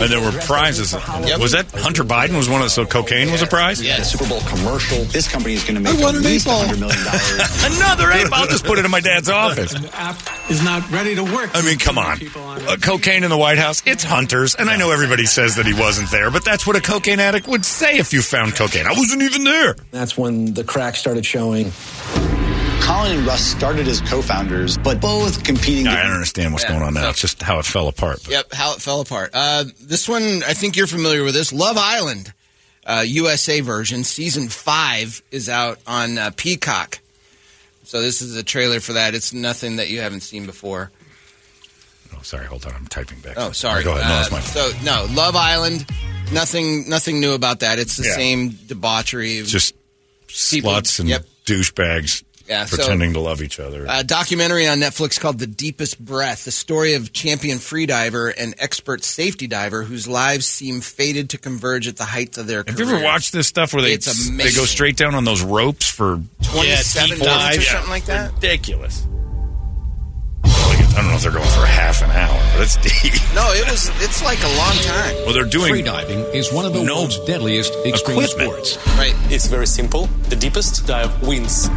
S2: And there were prizes. Was that Hunter Biden was one of the, so cocaine was a prize?
S8: Yeah, the Super Bowl commercial. This company is going to
S2: I
S8: make
S2: want
S8: at
S2: an
S8: least
S2: eight ball.
S8: $100 million.
S2: Another ape. I'll just put it in my dad's office.
S8: app is not ready to work.
S2: I mean, come on. Uh, cocaine in the White House, it's hunters. And I know everybody says that he wasn't there, but that's what a cocaine addict would say if you found cocaine. I wasn't even there.
S6: That's when the crack started showing. Colin and Russ started as co-founders, but both competing.
S2: I don't understand what's going on now. It's just how it fell apart.
S7: Yep, how it fell apart. Uh, this one, I think you're familiar with this. Love Island, uh, USA version, season five is out on uh, Peacock. So this is a trailer for that. It's nothing that you haven't seen before.
S2: Oh, sorry, hold on. I'm typing back.
S7: Oh, sorry.
S2: Go ahead. No,
S7: Uh,
S2: it's my fault.
S7: so no, Love Island. Nothing, nothing new about that. It's the
S2: Yeah.
S7: same debauchery.
S2: Just sluts and
S7: yep.
S2: douchebags
S7: Yeah, so-
S2: pretending to love each other.
S7: A documentary on Netflix called The Deepest Breath, the story of champion freediver and expert safety diver whose lives seem fated to converge at the heights of their
S2: Have you
S7: careers.
S2: ever watched this stuff where they,
S7: It's amazing.
S2: they go straight down on those ropes for
S7: 27
S2: Yeah,
S7: dives or
S2: yeah.
S7: something like that?
S2: Ridiculous. Like, I don't know if they're going for half an hour, but it's deep.
S7: No, it was. It's like a long time.
S2: Well, they're doing
S23: Freediving is one of the world's deadliest extreme sports.
S7: Right.
S23: It's very simple. The deepest dive wins.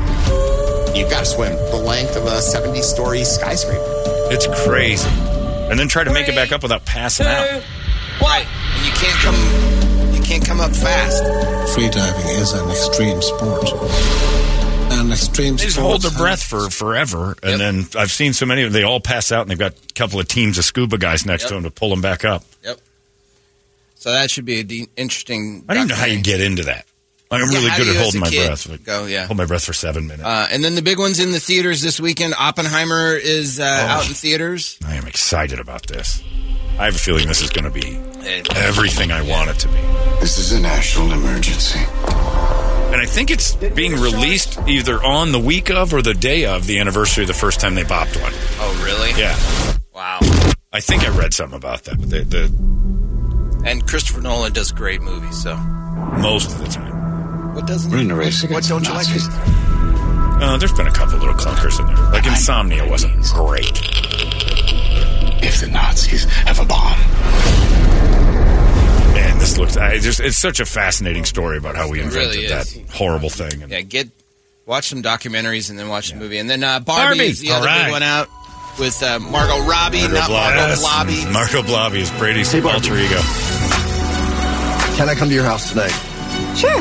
S24: You've got to swim the length of a 70 story skyscraper.
S2: It's crazy. And then try to make it back up without passing out.
S7: Why? You can't come. You can't come up fast.
S25: Freediving is an extreme sport. An extreme
S2: They just
S25: sport.
S2: hold their breath for forever. And then I've seen so many of them, they all pass out and they've got a couple of teams of scuba guys next
S7: Yep.
S2: to them to pull them back up.
S7: So that should be a de- interesting.
S2: I don't even know how you get into that. Like, I'm
S7: Yeah,
S2: really
S7: how
S2: good
S7: do
S2: at
S7: you as
S2: holding
S7: a
S2: my
S7: kid
S2: breath. but
S7: go, yeah.
S2: Hold my breath for seven minutes.
S7: Uh, and then the big ones in the theaters this weekend. Oppenheimer is uh,
S2: Oh.
S7: out in theaters.
S2: I am excited about this. I have a feeling this is going to be everything I want it to be.
S24: This is a national emergency.
S2: And I think it's being released either on the week of or the day of the anniversary of the first time they bopped one.
S7: Oh, really?
S2: Yeah.
S7: Wow.
S2: I think I read something about that. But the, the
S7: And Christopher Nolan does great movies, so
S2: Most of the time.
S7: What doesn't?
S2: We're in a race
S7: What don't you like?
S2: Uh, there's been a couple little clunkers in there. Like Insomnia wasn't great.
S9: If the Nazis have a bomb.
S2: Man, this looks. I just. It's such a fascinating story about how we
S7: It
S2: invented
S7: really
S2: that
S7: is.
S2: horrible thing.
S7: Yeah, get watch some documentaries and then watch the movie. And then uh, Barbie,
S2: Barbie.
S7: is the
S2: All
S7: other
S2: right.
S7: big one out with uh, Margot Robbie, not Margot
S2: Yes.
S7: Blobby.
S2: Marco Blobby is Brady's alter ego.
S10: Can I come to your house tonight?
S12: Sure.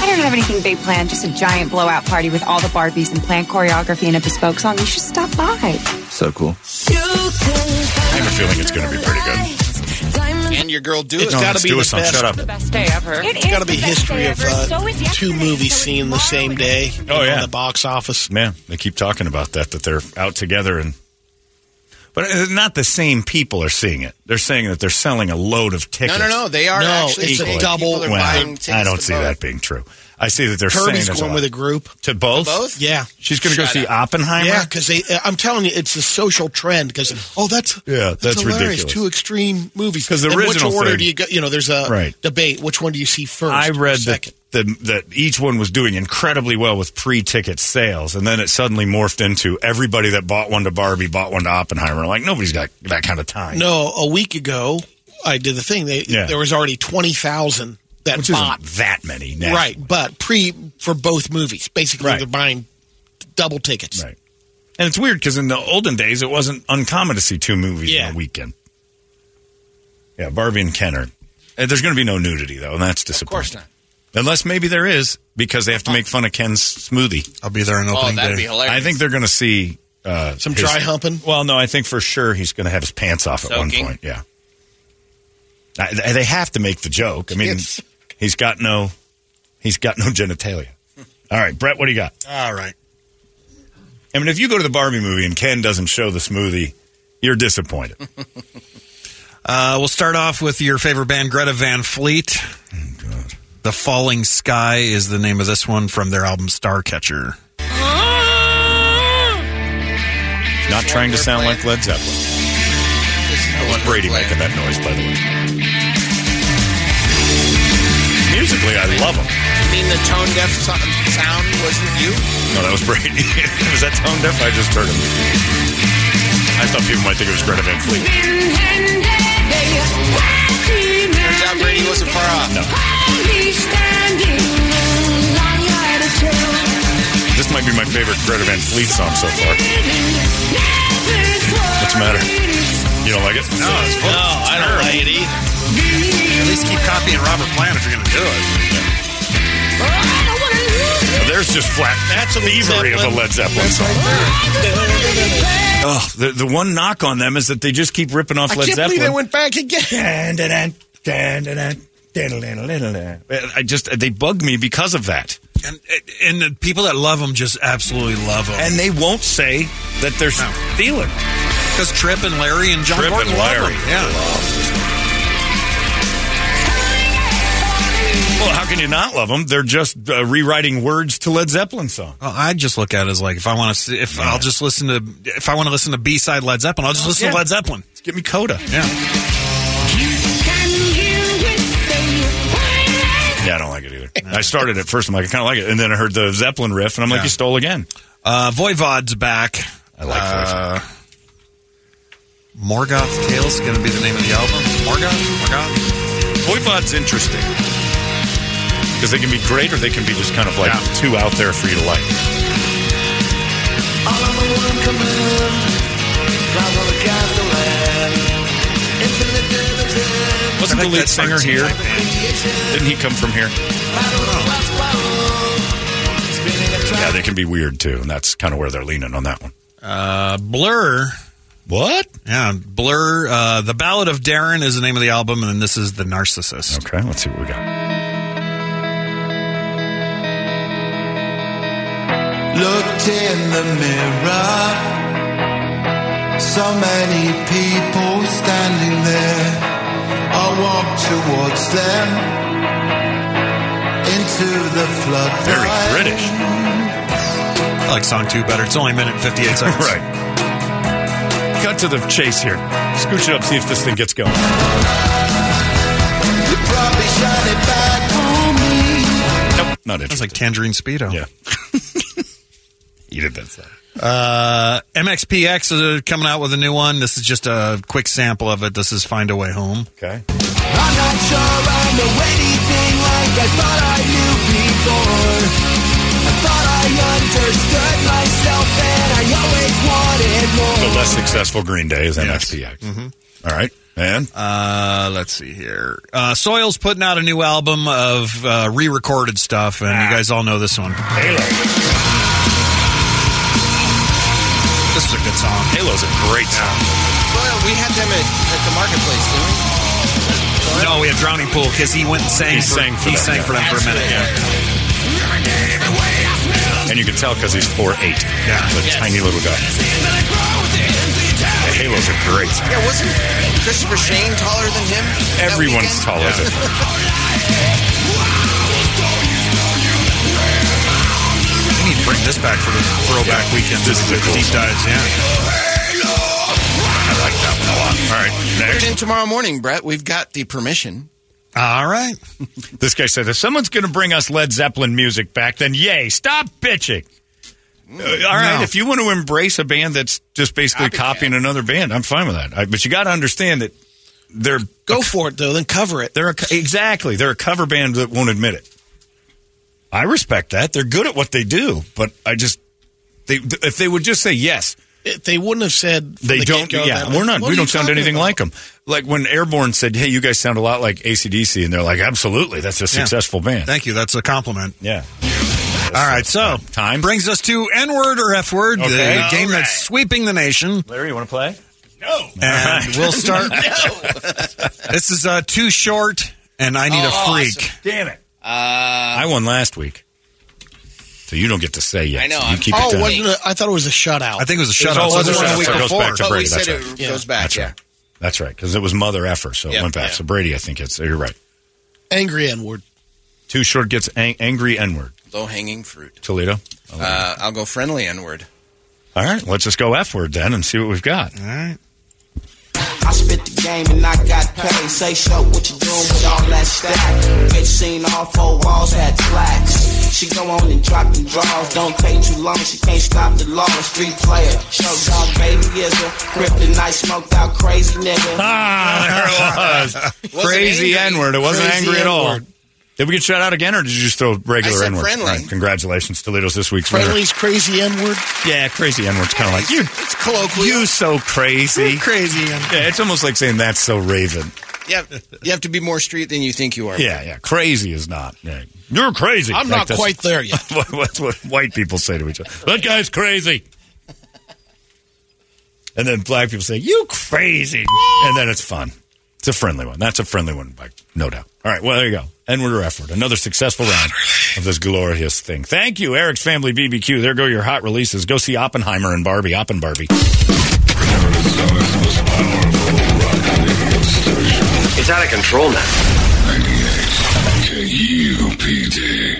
S12: I don't have anything big planned, just a giant blowout party with all the Barbies and planned choreography and a bespoke song. You should stop by.
S10: So cool.
S2: I have a feeling it's going to be pretty good.
S7: And your girl do
S4: It's
S2: No,
S4: gotta
S2: let's
S4: be
S2: do
S4: the
S2: us some.
S4: best.
S2: Shut up.
S12: Best day ever.
S4: It's got to be history of uh, two movies seen the same day.
S2: Oh yeah, the
S4: box office.
S2: Man, they keep talking about that that they're out together and. But uh, not the same people are seeing it. They're saying that they're selling a load of tickets.
S7: no, no, they are No, actually it's a saying double- people are
S2: Well,
S7: buying tickets
S2: I don't
S7: to
S2: see
S7: both.
S2: that being true. I see that they're saying
S4: Kirby's
S2: there's
S4: going
S2: a
S4: with a
S2: lot.
S4: group
S2: to both.
S4: Yeah,
S2: she's going to go
S4: Shut
S2: see
S4: up.
S2: Oppenheimer.
S4: Yeah, because they. uh, I'm telling you, it's a social trend. Because oh, that's
S2: Yeah, that's
S4: hilarious.
S2: ridiculous.
S4: Two extreme movies.
S2: 'Cause the
S4: And
S2: original
S4: which order
S2: thing-
S4: do you go? You know, there's a
S2: Right.
S4: debate. Which one do you see first?
S2: I
S4: or
S2: read
S4: second?
S2: that, that that each one was doing incredibly well with pre-ticket sales, and then it suddenly morphed into everybody that bought one to Barbie bought one to Oppenheimer. Like nobody's got that kind of time.
S4: No, a week ago I did the thing. They,
S2: Yeah.
S4: There was already twenty thousand that
S2: Which isn't
S4: bought
S2: that many, now.
S4: right? But pre for both movies, basically
S2: Right.
S4: they're buying double tickets. Right.
S2: And it's weird because in the olden days, it wasn't uncommon to see two movies in a weekend. Yeah, Barbie and Ken are. uh, There's going to be no nudity though, and that's disappointing.
S7: course not.
S2: Unless maybe there is because they have to make fun of Ken's smoothie. I'll be there on
S7: Oh, opening that'd day. be hilarious.
S2: I think they're going to see uh,
S4: Some dry humping?
S2: Well, no, I think for sure he's going to have his pants off at
S7: Soaking.
S2: one point. Yeah, I, th- they have to make the joke. I mean, he's got no, he's got no genitalia. All right, Brett, what do you got?
S15: All right.
S2: I mean, if you go to the Barbie movie and Ken doesn't show the smoothie, you're disappointed.
S3: Uh, we'll start off with your favorite band, Greta Van Fleet. The Falling Sky is the name of this one from their album Starcatcher.
S2: Not trying to sound like Led Zeppelin. That was Brady making that noise, by the way. Musically, I love them.
S7: I mean, the tone deaf so- sound wasn't you.
S2: No, that was Brady. was that tone deaf? I just heard him. I thought people might think it was Greta Van Fleet.
S7: Turns out Brady wasn't far off.
S2: No. This might be my favorite Greta Van Fleet song so far. What's the matter? You don't like it? No, it's
S4: no I don't like it either.
S3: At least keep copying Robert Plant if you're going to do it.
S2: There's just flat. That's a thievery of a Led Zeppelin song. Oh, the, the one knock on them is that they just keep ripping off
S5: I
S2: Led
S5: can't
S2: Zeppelin.
S5: believe they went
S4: back again.
S5: Dun-dun-dun, dun-dun-dun, dun-dun-dun-dun-dun.
S2: I just they bug me because of that.
S3: And and the people that love them just absolutely love them.
S2: And they won't say that they're stealing
S3: because Trip and Larry and John
S2: Tripp
S3: Gordon
S2: and
S3: love
S2: Larry.
S3: 'em. Yeah.
S2: Well, how can you not love them? They're just uh, rewriting words to Led Zeppelin songs.
S3: Well, I just look at it as like if I want to, see, if I'll just listen to, if I want to listen to B side Led Zeppelin, I'll just listen to
S2: Yeah.
S3: Led Zeppelin.
S2: Give me Coda.
S3: Yeah.
S2: Yeah, I don't like it either. I started at first. I'm like, I kind of like it, and then I heard the Zeppelin riff, and I'm like, you stole again.
S3: Uh, Voivod's back.
S2: I like
S3: uh, Morgoth Tales is going to be the name of the album. Morgoth? Morgoth?
S2: Voivod's interesting because they can be great, or they can be just kind of like too out there for you to like. Wasn't the lead singer here? Didn't he come from here? Yeah, they can be weird too, and that's kind of where they're leaning on that one.
S3: Uh, Blur.
S2: What?
S3: Yeah, Blur. Uh, the Ballad of Darren is the name of the album, and then this is The Narcissist.
S2: Okay, let's see what we got.
S13: Looked in the mirror. So many people standing there. I walked towards them into the flood.
S3: Very British. I like song two better. It's only a minute and 58 seconds.
S2: right. Cut to the chase here. Scooch it up, see if this thing gets going.
S13: You probably shot it back.
S2: Not
S3: That's like Tangerine Speedo.
S2: Yeah. You did that. Side.
S3: Uh, MXPX is uh, coming out with a new one. This is just a quick sample of it. This is Find a Way Home.
S2: Okay.
S13: I'm not sure I know anything like I thought I knew before. I thought I understood myself and I always wanted more.
S2: The less successful Green Day is MXPX. All right. And?
S3: Uh, let's see here. Uh, Soil's putting out a new album of uh, re recorded stuff, and you guys all know this one.
S2: Halo.
S3: This is a good song.
S2: Halo's a great song.
S7: Well, we had them at, at the marketplace, didn't we?
S3: No, we have Drowning Pool because he went and sang.
S2: He
S3: for,
S2: sang for
S3: he
S2: them,
S3: sang
S2: yeah.
S3: for them for a minute. Yeah.
S2: And you can tell because he's 4'8". Yeah. He's a tiny little guy. The Halos are great.
S7: Yeah, wasn't Christopher Shane taller than him? that
S2: Everyone's
S7: weekend?
S2: taller than him.
S3: We need to bring this back for the throwback weekend. This is cool deep dives. Yeah.
S2: I like that one a lot. All right,
S7: Put
S2: next.
S7: it in tomorrow morning, Brett. We've got the permission.
S3: All right.
S2: This guy said, if someone's going to bring us Led Zeppelin music back, then yay, stop bitching. Uh, all right,
S3: No.
S2: if you want to embrace a band that's just basically copying another band, I'm fine with that. I, but you got to understand that they're
S4: Go for it, though. Then cover it.
S2: they're a, co- exactly they're a cover band that won't admit it. I respect that. They're good at what they do, but I just they th- if they would just say yes,
S4: It- They wouldn't have said from
S2: they
S4: the
S2: don't.
S4: get-go
S2: Yeah,
S4: that,
S2: we're not.
S4: "What
S2: We
S4: are
S2: don't
S4: you
S2: sound
S4: talking
S2: anything
S4: about?"
S2: like them. Like when Airborne said, "Hey, you guys sound a lot like ACDC," and they're like, "Absolutely, that's a successful band."
S3: Thank you. That's a compliment.
S2: yeah.
S3: All right. So time brings us to N word or F word,
S2: Okay.
S3: the
S2: All
S3: game
S2: right.
S3: that's sweeping the nation.
S2: Larry, you want to play?
S3: And we'll start. This is uh, too short, and I need
S7: Oh,
S3: a freak.
S7: awesome.
S2: Damn it.
S7: Uh,
S2: I won last week, so you don't get to say yes.
S7: I know,
S2: You
S7: I'm-
S2: keep
S4: Oh,
S2: it
S4: it
S2: down.
S4: wasn't a, I thought it was a shutout.
S3: I think it was a
S4: It was
S3: shutout.
S4: also
S3: Wasn't
S4: a
S3: it
S4: shutout.
S3: the week
S2: So it goes
S3: before.
S2: back to
S7: But we
S2: Brady.
S7: Oh, said
S2: That's
S7: it
S2: right.
S7: goes back.
S2: That's
S7: yeah.
S2: right. That's right. Because it was mother effer, so
S7: Yeah,
S2: it went back.
S7: yeah.
S2: So Brady, I think it's. You're right.
S4: Angry N word.
S2: Too short gets ang- angry N word.
S7: Low hanging fruit.
S2: Toledo.
S7: Uh, I'll go friendly N word.
S2: All right, let's just go F word then and see what we've got.
S3: All right.
S11: I spit the game and I got paid. Say, show what you doing with all that stack. Bitch seen all four walls had slacks. She go on and drop the draws. Don't take too long. She can't stop the law. A Street player. Show dog baby is a kryptonite. Smoked out crazy nigga.
S2: Ah, there it was.
S11: Wasn't
S2: Crazy
S11: angry.
S2: N word. It wasn't
S11: Crazy
S2: angry at all.
S11: N-word.
S2: Did we get shut out again, or did you just throw regular
S7: said
S2: N word?
S7: friendly.
S2: Congratulations, Toledo's this week's winner.
S4: Friendly's crazy N word.
S2: Yeah, crazy N word's kind of like you.
S7: It's colloquial.
S2: You so crazy.
S3: crazy.
S2: Yeah, it's almost like saying that's so Raven.
S7: Yeah, you have to be more street than you think you are.
S2: Yeah, yeah. Crazy is not. Yeah. You're crazy.
S4: I'm
S2: Like,
S4: not
S2: that's-
S4: quite there yet.
S2: what, what's what white people say to each other. That guy's crazy. And then black people say, "You crazy," and then it's fun. It's a friendly one. That's a friendly one, like, no doubt. All right, well there you go. N-word or F-word. Another successful round of this glorious thing. Thank you, Eric's Family BBQ. There go your hot releases. Go see Oppenheimer and Barbie. Oppen Barbie.
S14: It's out of control now.
S9: K-U-P-D.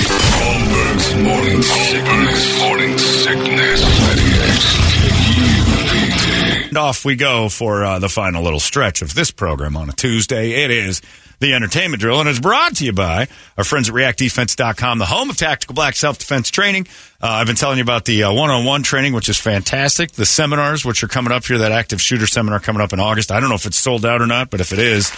S9: Holmberg's morning sickness. Morning sickness. 98 K-U-P-D.
S2: And off we go for uh, the final little stretch of this program on a Tuesday. It is the entertainment drill, and it's brought to you by our friends at reactdefense.com, the home of tactical black self defense training. Uh, I've been telling you about the one on one training, which is fantastic. The seminars, which are coming up here, that active shooter seminar coming up in August. I don't know if it's sold out or not, but if it is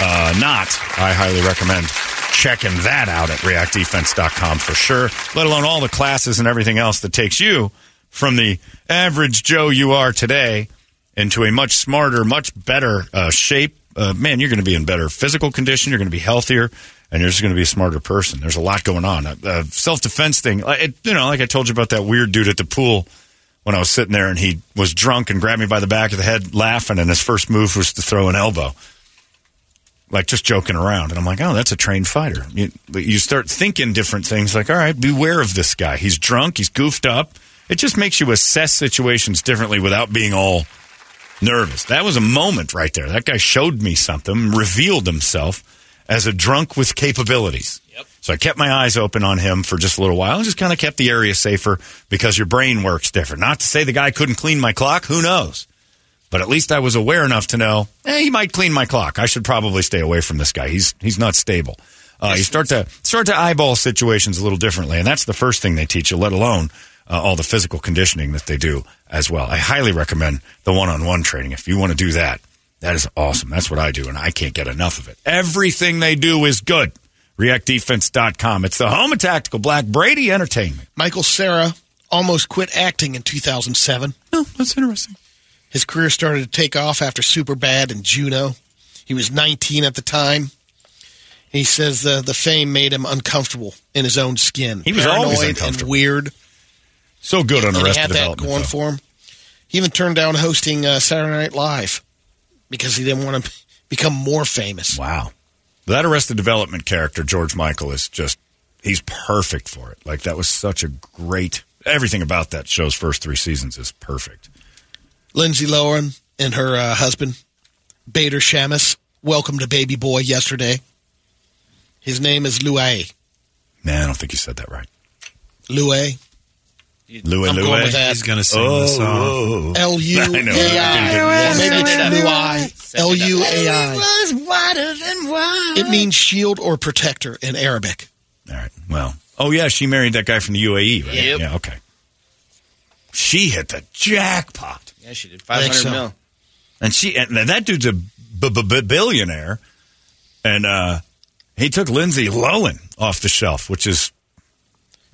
S2: uh, not, I highly recommend checking that out at reactdefense.com for sure, let alone all the classes and everything else that takes you from the average Joe you are today into a much smarter, much better uh, shape. Uh, man, you're going to be in better physical condition. You're going to be healthier, and you're just going to be a smarter person. There's a lot going on. Uh, uh, Self defense thing. uh, It, you know, like I told you about that weird dude at the pool when I was sitting there, and he was drunk and grabbed me by the back of the head, laughing, and his first move was to throw an elbow like just joking around. And I'm like, oh, that's a trained fighter. You, you start thinking different things like, all right, beware of this guy. He's drunk, he's goofed up. It just makes you assess situations differently without being all nervous. That was a moment right there. That guy showed me something, revealed himself as a drunk with capabilities. Yep. So I kept my eyes open on him for just a little while and just kind of kept the area safer because your brain works different. Not to say the guy couldn't clean my clock, who knows? But at least I was aware enough to know, eh, he might clean my clock. I should probably stay away from this guy. He's he's not stable. Uh, you start to start to eyeball situations a little differently, and that's the first thing they teach you. Let alone uh, all the physical conditioning that they do as well. I highly recommend the one-on-one training if you want to do that. That is awesome. That's what I do, and I can't get enough of it. Everything they do is good. ReactDefense.com. It's the home of tactical black Brady entertainment.
S4: Michael Sarah almost quit acting in 2007.
S2: Oh, that's interesting.
S4: His career started to take off after Superbad and Juno. He was 19 at the time. He says the the fame made him uncomfortable in his own skin.
S2: He was
S4: Paranoid
S2: always
S4: and
S2: uncomfortable.
S4: weird.
S2: So good on
S4: And he
S2: Arrested
S4: had that
S2: Development.
S4: going
S2: though.
S4: for him. He even turned down hosting uh, Saturday Night Live because he didn't want to become more famous.
S2: Wow. That Arrested Development character, George Michael, is just, he's perfect for it. Like, that was such a great, everything about that show's first three seasons is perfect.
S4: Lindsay Lohan and her uh, husband, Bader Shamus, welcomed a baby boy yesterday. His name is Lue.
S2: Man, I don't think you said that right.
S4: Lue.
S2: Louie
S4: I'm
S2: Louie.
S4: going with that. He's gonna sing
S3: Oh,
S4: the
S2: Oh.
S4: song. L U
S2: I know.
S4: A I. Or Maybe it's Lue I. L U A I.
S13: was wider than wide.
S4: It means shield or protector in Arabic.
S2: Well, oh, yeah, she married that guy from the UAE, right?
S4: Yep.
S2: Yeah, okay. She hit the jackpot.
S7: Yeah, she did
S2: I
S7: five
S2: think
S7: hundred
S2: so.
S7: mil.
S2: And she and that dude's a b- b- b- billionaire, and uh, he took Lindsay Lohan off the shelf, which is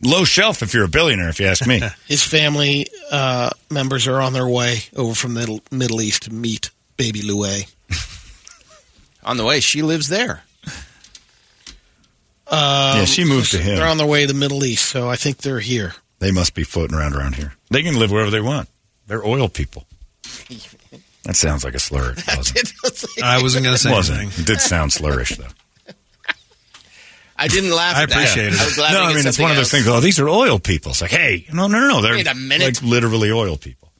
S2: low shelf if you're a billionaire, if you ask me.
S4: His family uh, members are on their way over from the Middle, Middle East to meet baby Lue.
S7: On the way, she lives there.
S4: Um,
S2: Yeah, she moved to him.
S4: They're on their way to the Middle East, so I think they're here.
S2: they must be floating around around here. They can live wherever they want. They're oil people. That sounds like a slur. It wasn't.
S3: I wasn't gonna say
S2: It wasn't.
S3: anything.
S2: It did sound slurish though.
S7: I didn't laugh.
S3: I
S7: at that.
S3: appreciate it.
S7: I was laughing
S2: no, I
S7: at
S2: mean it's
S7: something
S2: one of those
S7: else.
S2: things. Oh, these are oil people. It's like, hey, no, no, no, no. They're
S7: Wait a
S2: like
S7: minute.
S2: literally oil people.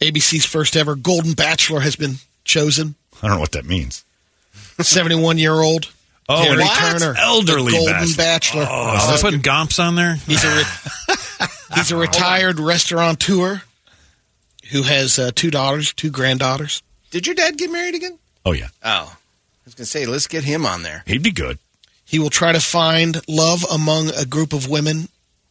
S4: ABC's first ever Golden Bachelor has been chosen.
S2: I don't know what that means.
S4: 71 year old.
S2: Oh,
S4: Terry
S2: what?
S4: Turner.
S2: Elderly
S4: the Golden
S2: bachelor.
S4: Bachelor.
S2: Oh, is that
S3: putting gomps on there?
S4: He's a, re- he's a retired restaurateur who has uh, two daughters, two granddaughters.
S7: Did your dad get married again?
S2: Oh, yeah.
S7: Oh, I was gonna say let's get him on there.
S2: He'd be good.
S4: He will try to find love among a group of women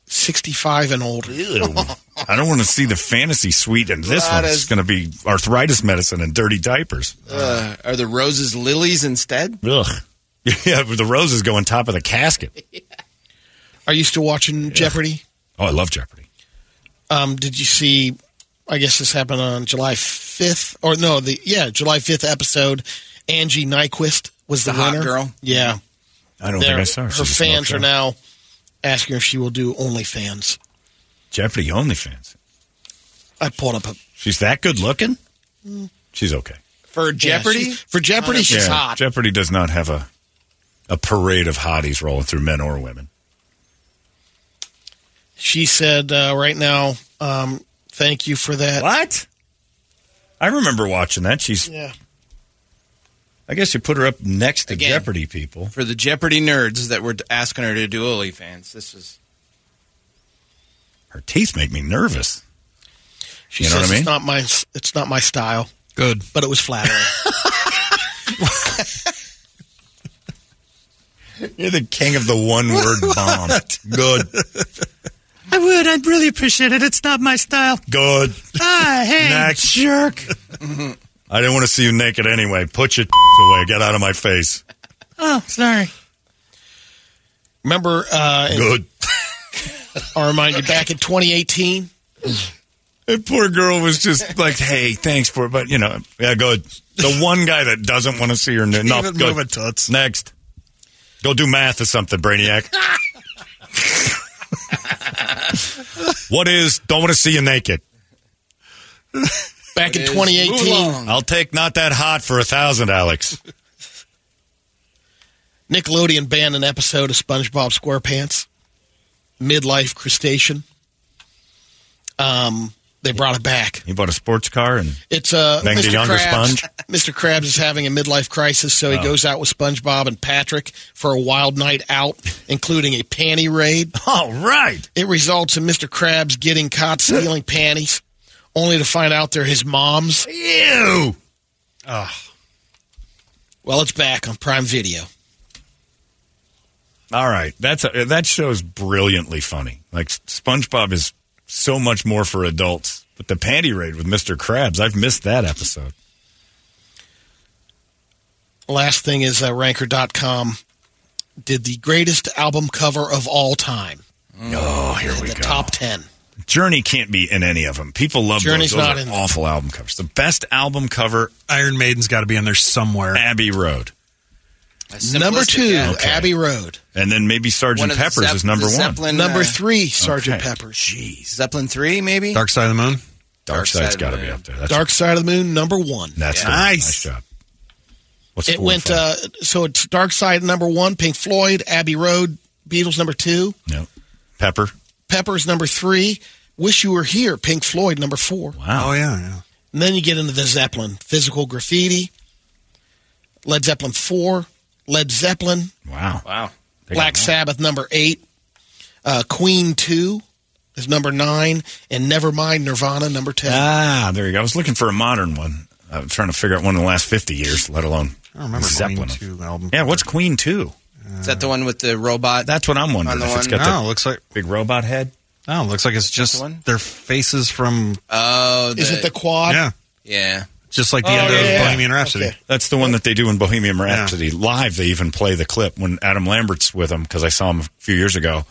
S4: 65 and older.
S2: I don't want to see the fantasy suite in this
S7: Lot
S2: one. It's
S7: of-
S2: going to be arthritis medicine and dirty diapers.
S7: Uh, are the roses lilies instead?
S2: Ugh. Yeah, but the roses go on top of the casket.
S4: Are you still watching Jeopardy?
S2: Oh, I love Jeopardy.
S4: Um, did you see? I guess this happened on July 5th, or no, the yeah, July 5th episode. Angie Nyquist was the,
S7: The hot
S4: winner.
S7: girl?
S4: Yeah.
S2: I don't
S4: They're-
S2: think I saw her.
S4: Her fans are now asking if she will do OnlyFans.
S2: Jeopardy OnlyFans.
S4: I pulled up a
S2: She's that good looking? She's okay.
S7: For Jeopardy?
S4: she- for Jeopardy, she's
S2: Yeah,
S4: hot.
S2: Jeopardy does not have a a parade of hotties rolling through men or women.
S4: She said uh, right now, um, thank you for that.
S2: What? I remember watching that. She's.
S4: Yeah.
S2: I guess you put her up next to
S7: Again.
S2: Jeopardy people.
S7: For the Jeopardy nerds that were asking her to do OnlyFans, this is
S2: Her teeth make me nervous.
S4: She
S2: You know
S4: says
S2: what I mean?
S4: it's not my it's not my style,
S3: Good.
S4: but it was flattering.
S2: You're the king of the one word bomb. Good.
S5: I would. I'd really appreciate it. It's not my style.
S2: Good.
S5: Ah, hey,
S2: Next.
S5: jerk.
S2: I didn't want to see you naked anyway. Put your away. Get out of my face.
S5: Oh, sorry.
S4: Remember, uh,
S2: Good.
S4: I'll remind you back in 2018.
S2: That poor girl was just like, hey, thanks for it. But, you know, yeah, good. The one guy that doesn't want to see her. No,
S3: Even
S2: good.
S3: moving toots.
S2: Next. Go do math or something, Brainiac. what is don't want to see you naked?
S4: Back in
S7: It is
S4: 2018,
S7: Mulan.
S2: I'll take not that hot for a thousand, Alex.
S4: Nickelodeon banned an episode of SpongeBob SquarePants, midlife crustacean. Um, they brought it back.
S2: He bought a sports car and
S4: It's uh,
S2: Thank you,
S4: Mr.
S2: younger
S4: Krabs.
S2: sponge.
S4: Mr. Krabs is having a midlife crisis, so he
S2: Oh.
S4: goes out with SpongeBob and Patrick for a wild night out, including a panty raid.
S2: all right.
S4: It results in Mr. Krabs getting caught stealing panties, only to find out they're his mom's.
S2: Ew.
S4: Well, it's back on Prime Video.
S2: All right, that's a, that show's brilliantly funny. Like SpongeBob is so much more for adults, but the panty raid with Mr. Krabs, I've missed that episode.
S4: Last thing is uh, Ranker.com did the greatest album cover of all time.
S2: Oh, here we
S4: the
S2: go.
S4: Top 10.
S2: Journey can't be in any of them. People love
S4: Journey's
S2: those. Those
S4: not
S2: are
S4: in there.
S2: awful album covers. The best album cover, Iron Maiden's got to be in there somewhere. Abbey Road,
S4: Number two,
S2: Okay.
S4: Abbey Road.
S2: and then maybe Sergeant Pepper's is number one.
S4: Number three, Sergeant
S2: uh, Okay.
S4: Pepper's. Jeez.
S7: Zeppelin three, maybe.
S3: Dark Side of the Moon.
S2: Dark, Side's got to be up there. That's
S4: Dark Side of the Moon, number one.
S2: That's the one. nice. job. What's
S4: it
S2: four and
S4: went
S2: five?
S4: uh, so it's Dark Side number one, Pink Floyd, Abbey Road, Beatles number two,
S2: no Pepper.
S4: Peppers number three, Wish You Were Here, Pink Floyd number four.
S2: Wow.
S3: Oh yeah, yeah.
S4: And then you get into the Zeppelin, Physical Graffiti, Led Zeppelin four, Led Zeppelin,
S2: Wow. Wow.
S4: Black Sabbath number eight, uh, Queen two is number nine, and Nevermind Nirvana number ten.
S2: Ah, there you go. I was looking for a modern one. I was trying to figure out one in the last fifty years, let alone
S3: I don't remember
S2: Zeppelin.
S3: Queen two album.
S2: Yeah, what's Queen two?
S7: Is that the one with the robot?
S2: That's what I'm wondering.
S7: On the
S2: if it's
S7: one-
S2: got the
S7: No,
S3: looks like
S2: big robot head.
S3: Oh, looks like it's just their faces from.
S7: Oh,
S4: Is it the quad?
S3: Yeah,
S7: Yeah.
S3: just like the
S4: Uh, Oh,
S3: end
S4: yeah,
S3: of
S4: yeah.
S3: Bohemian Rhapsody.
S4: Okay.
S2: That's the one that they do in Bohemian Rhapsody. Live, they even play the clip when Adam Lambert's with them because I saw him a few years ago.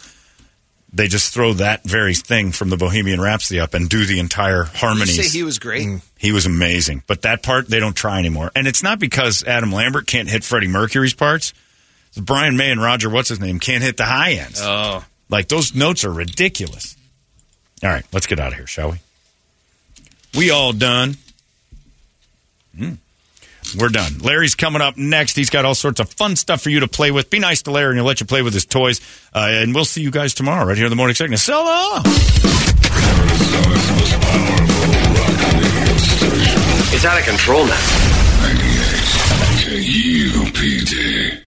S2: They just throw that very thing from the Bohemian Rhapsody up and do the entire harmonies.
S7: You say he was great.
S2: He was amazing. But that part, they don't try anymore. And it's not because Adam Lambert can't hit Freddie Mercury's parts. It's Brian May and Roger, what's his name, can't hit the high ends.
S7: Oh.
S2: Like, those notes are ridiculous. All right, let's get out of here, shall we? We all done. Hmm. We're done. Larry's coming up next. He's got all sorts of fun stuff for you to play with. Be nice to Larry, and he'll let you play with his toys. Uh, and we'll see you guys tomorrow, right here in the morning segment. So long.
S14: It's out of control now.
S9: KUPD.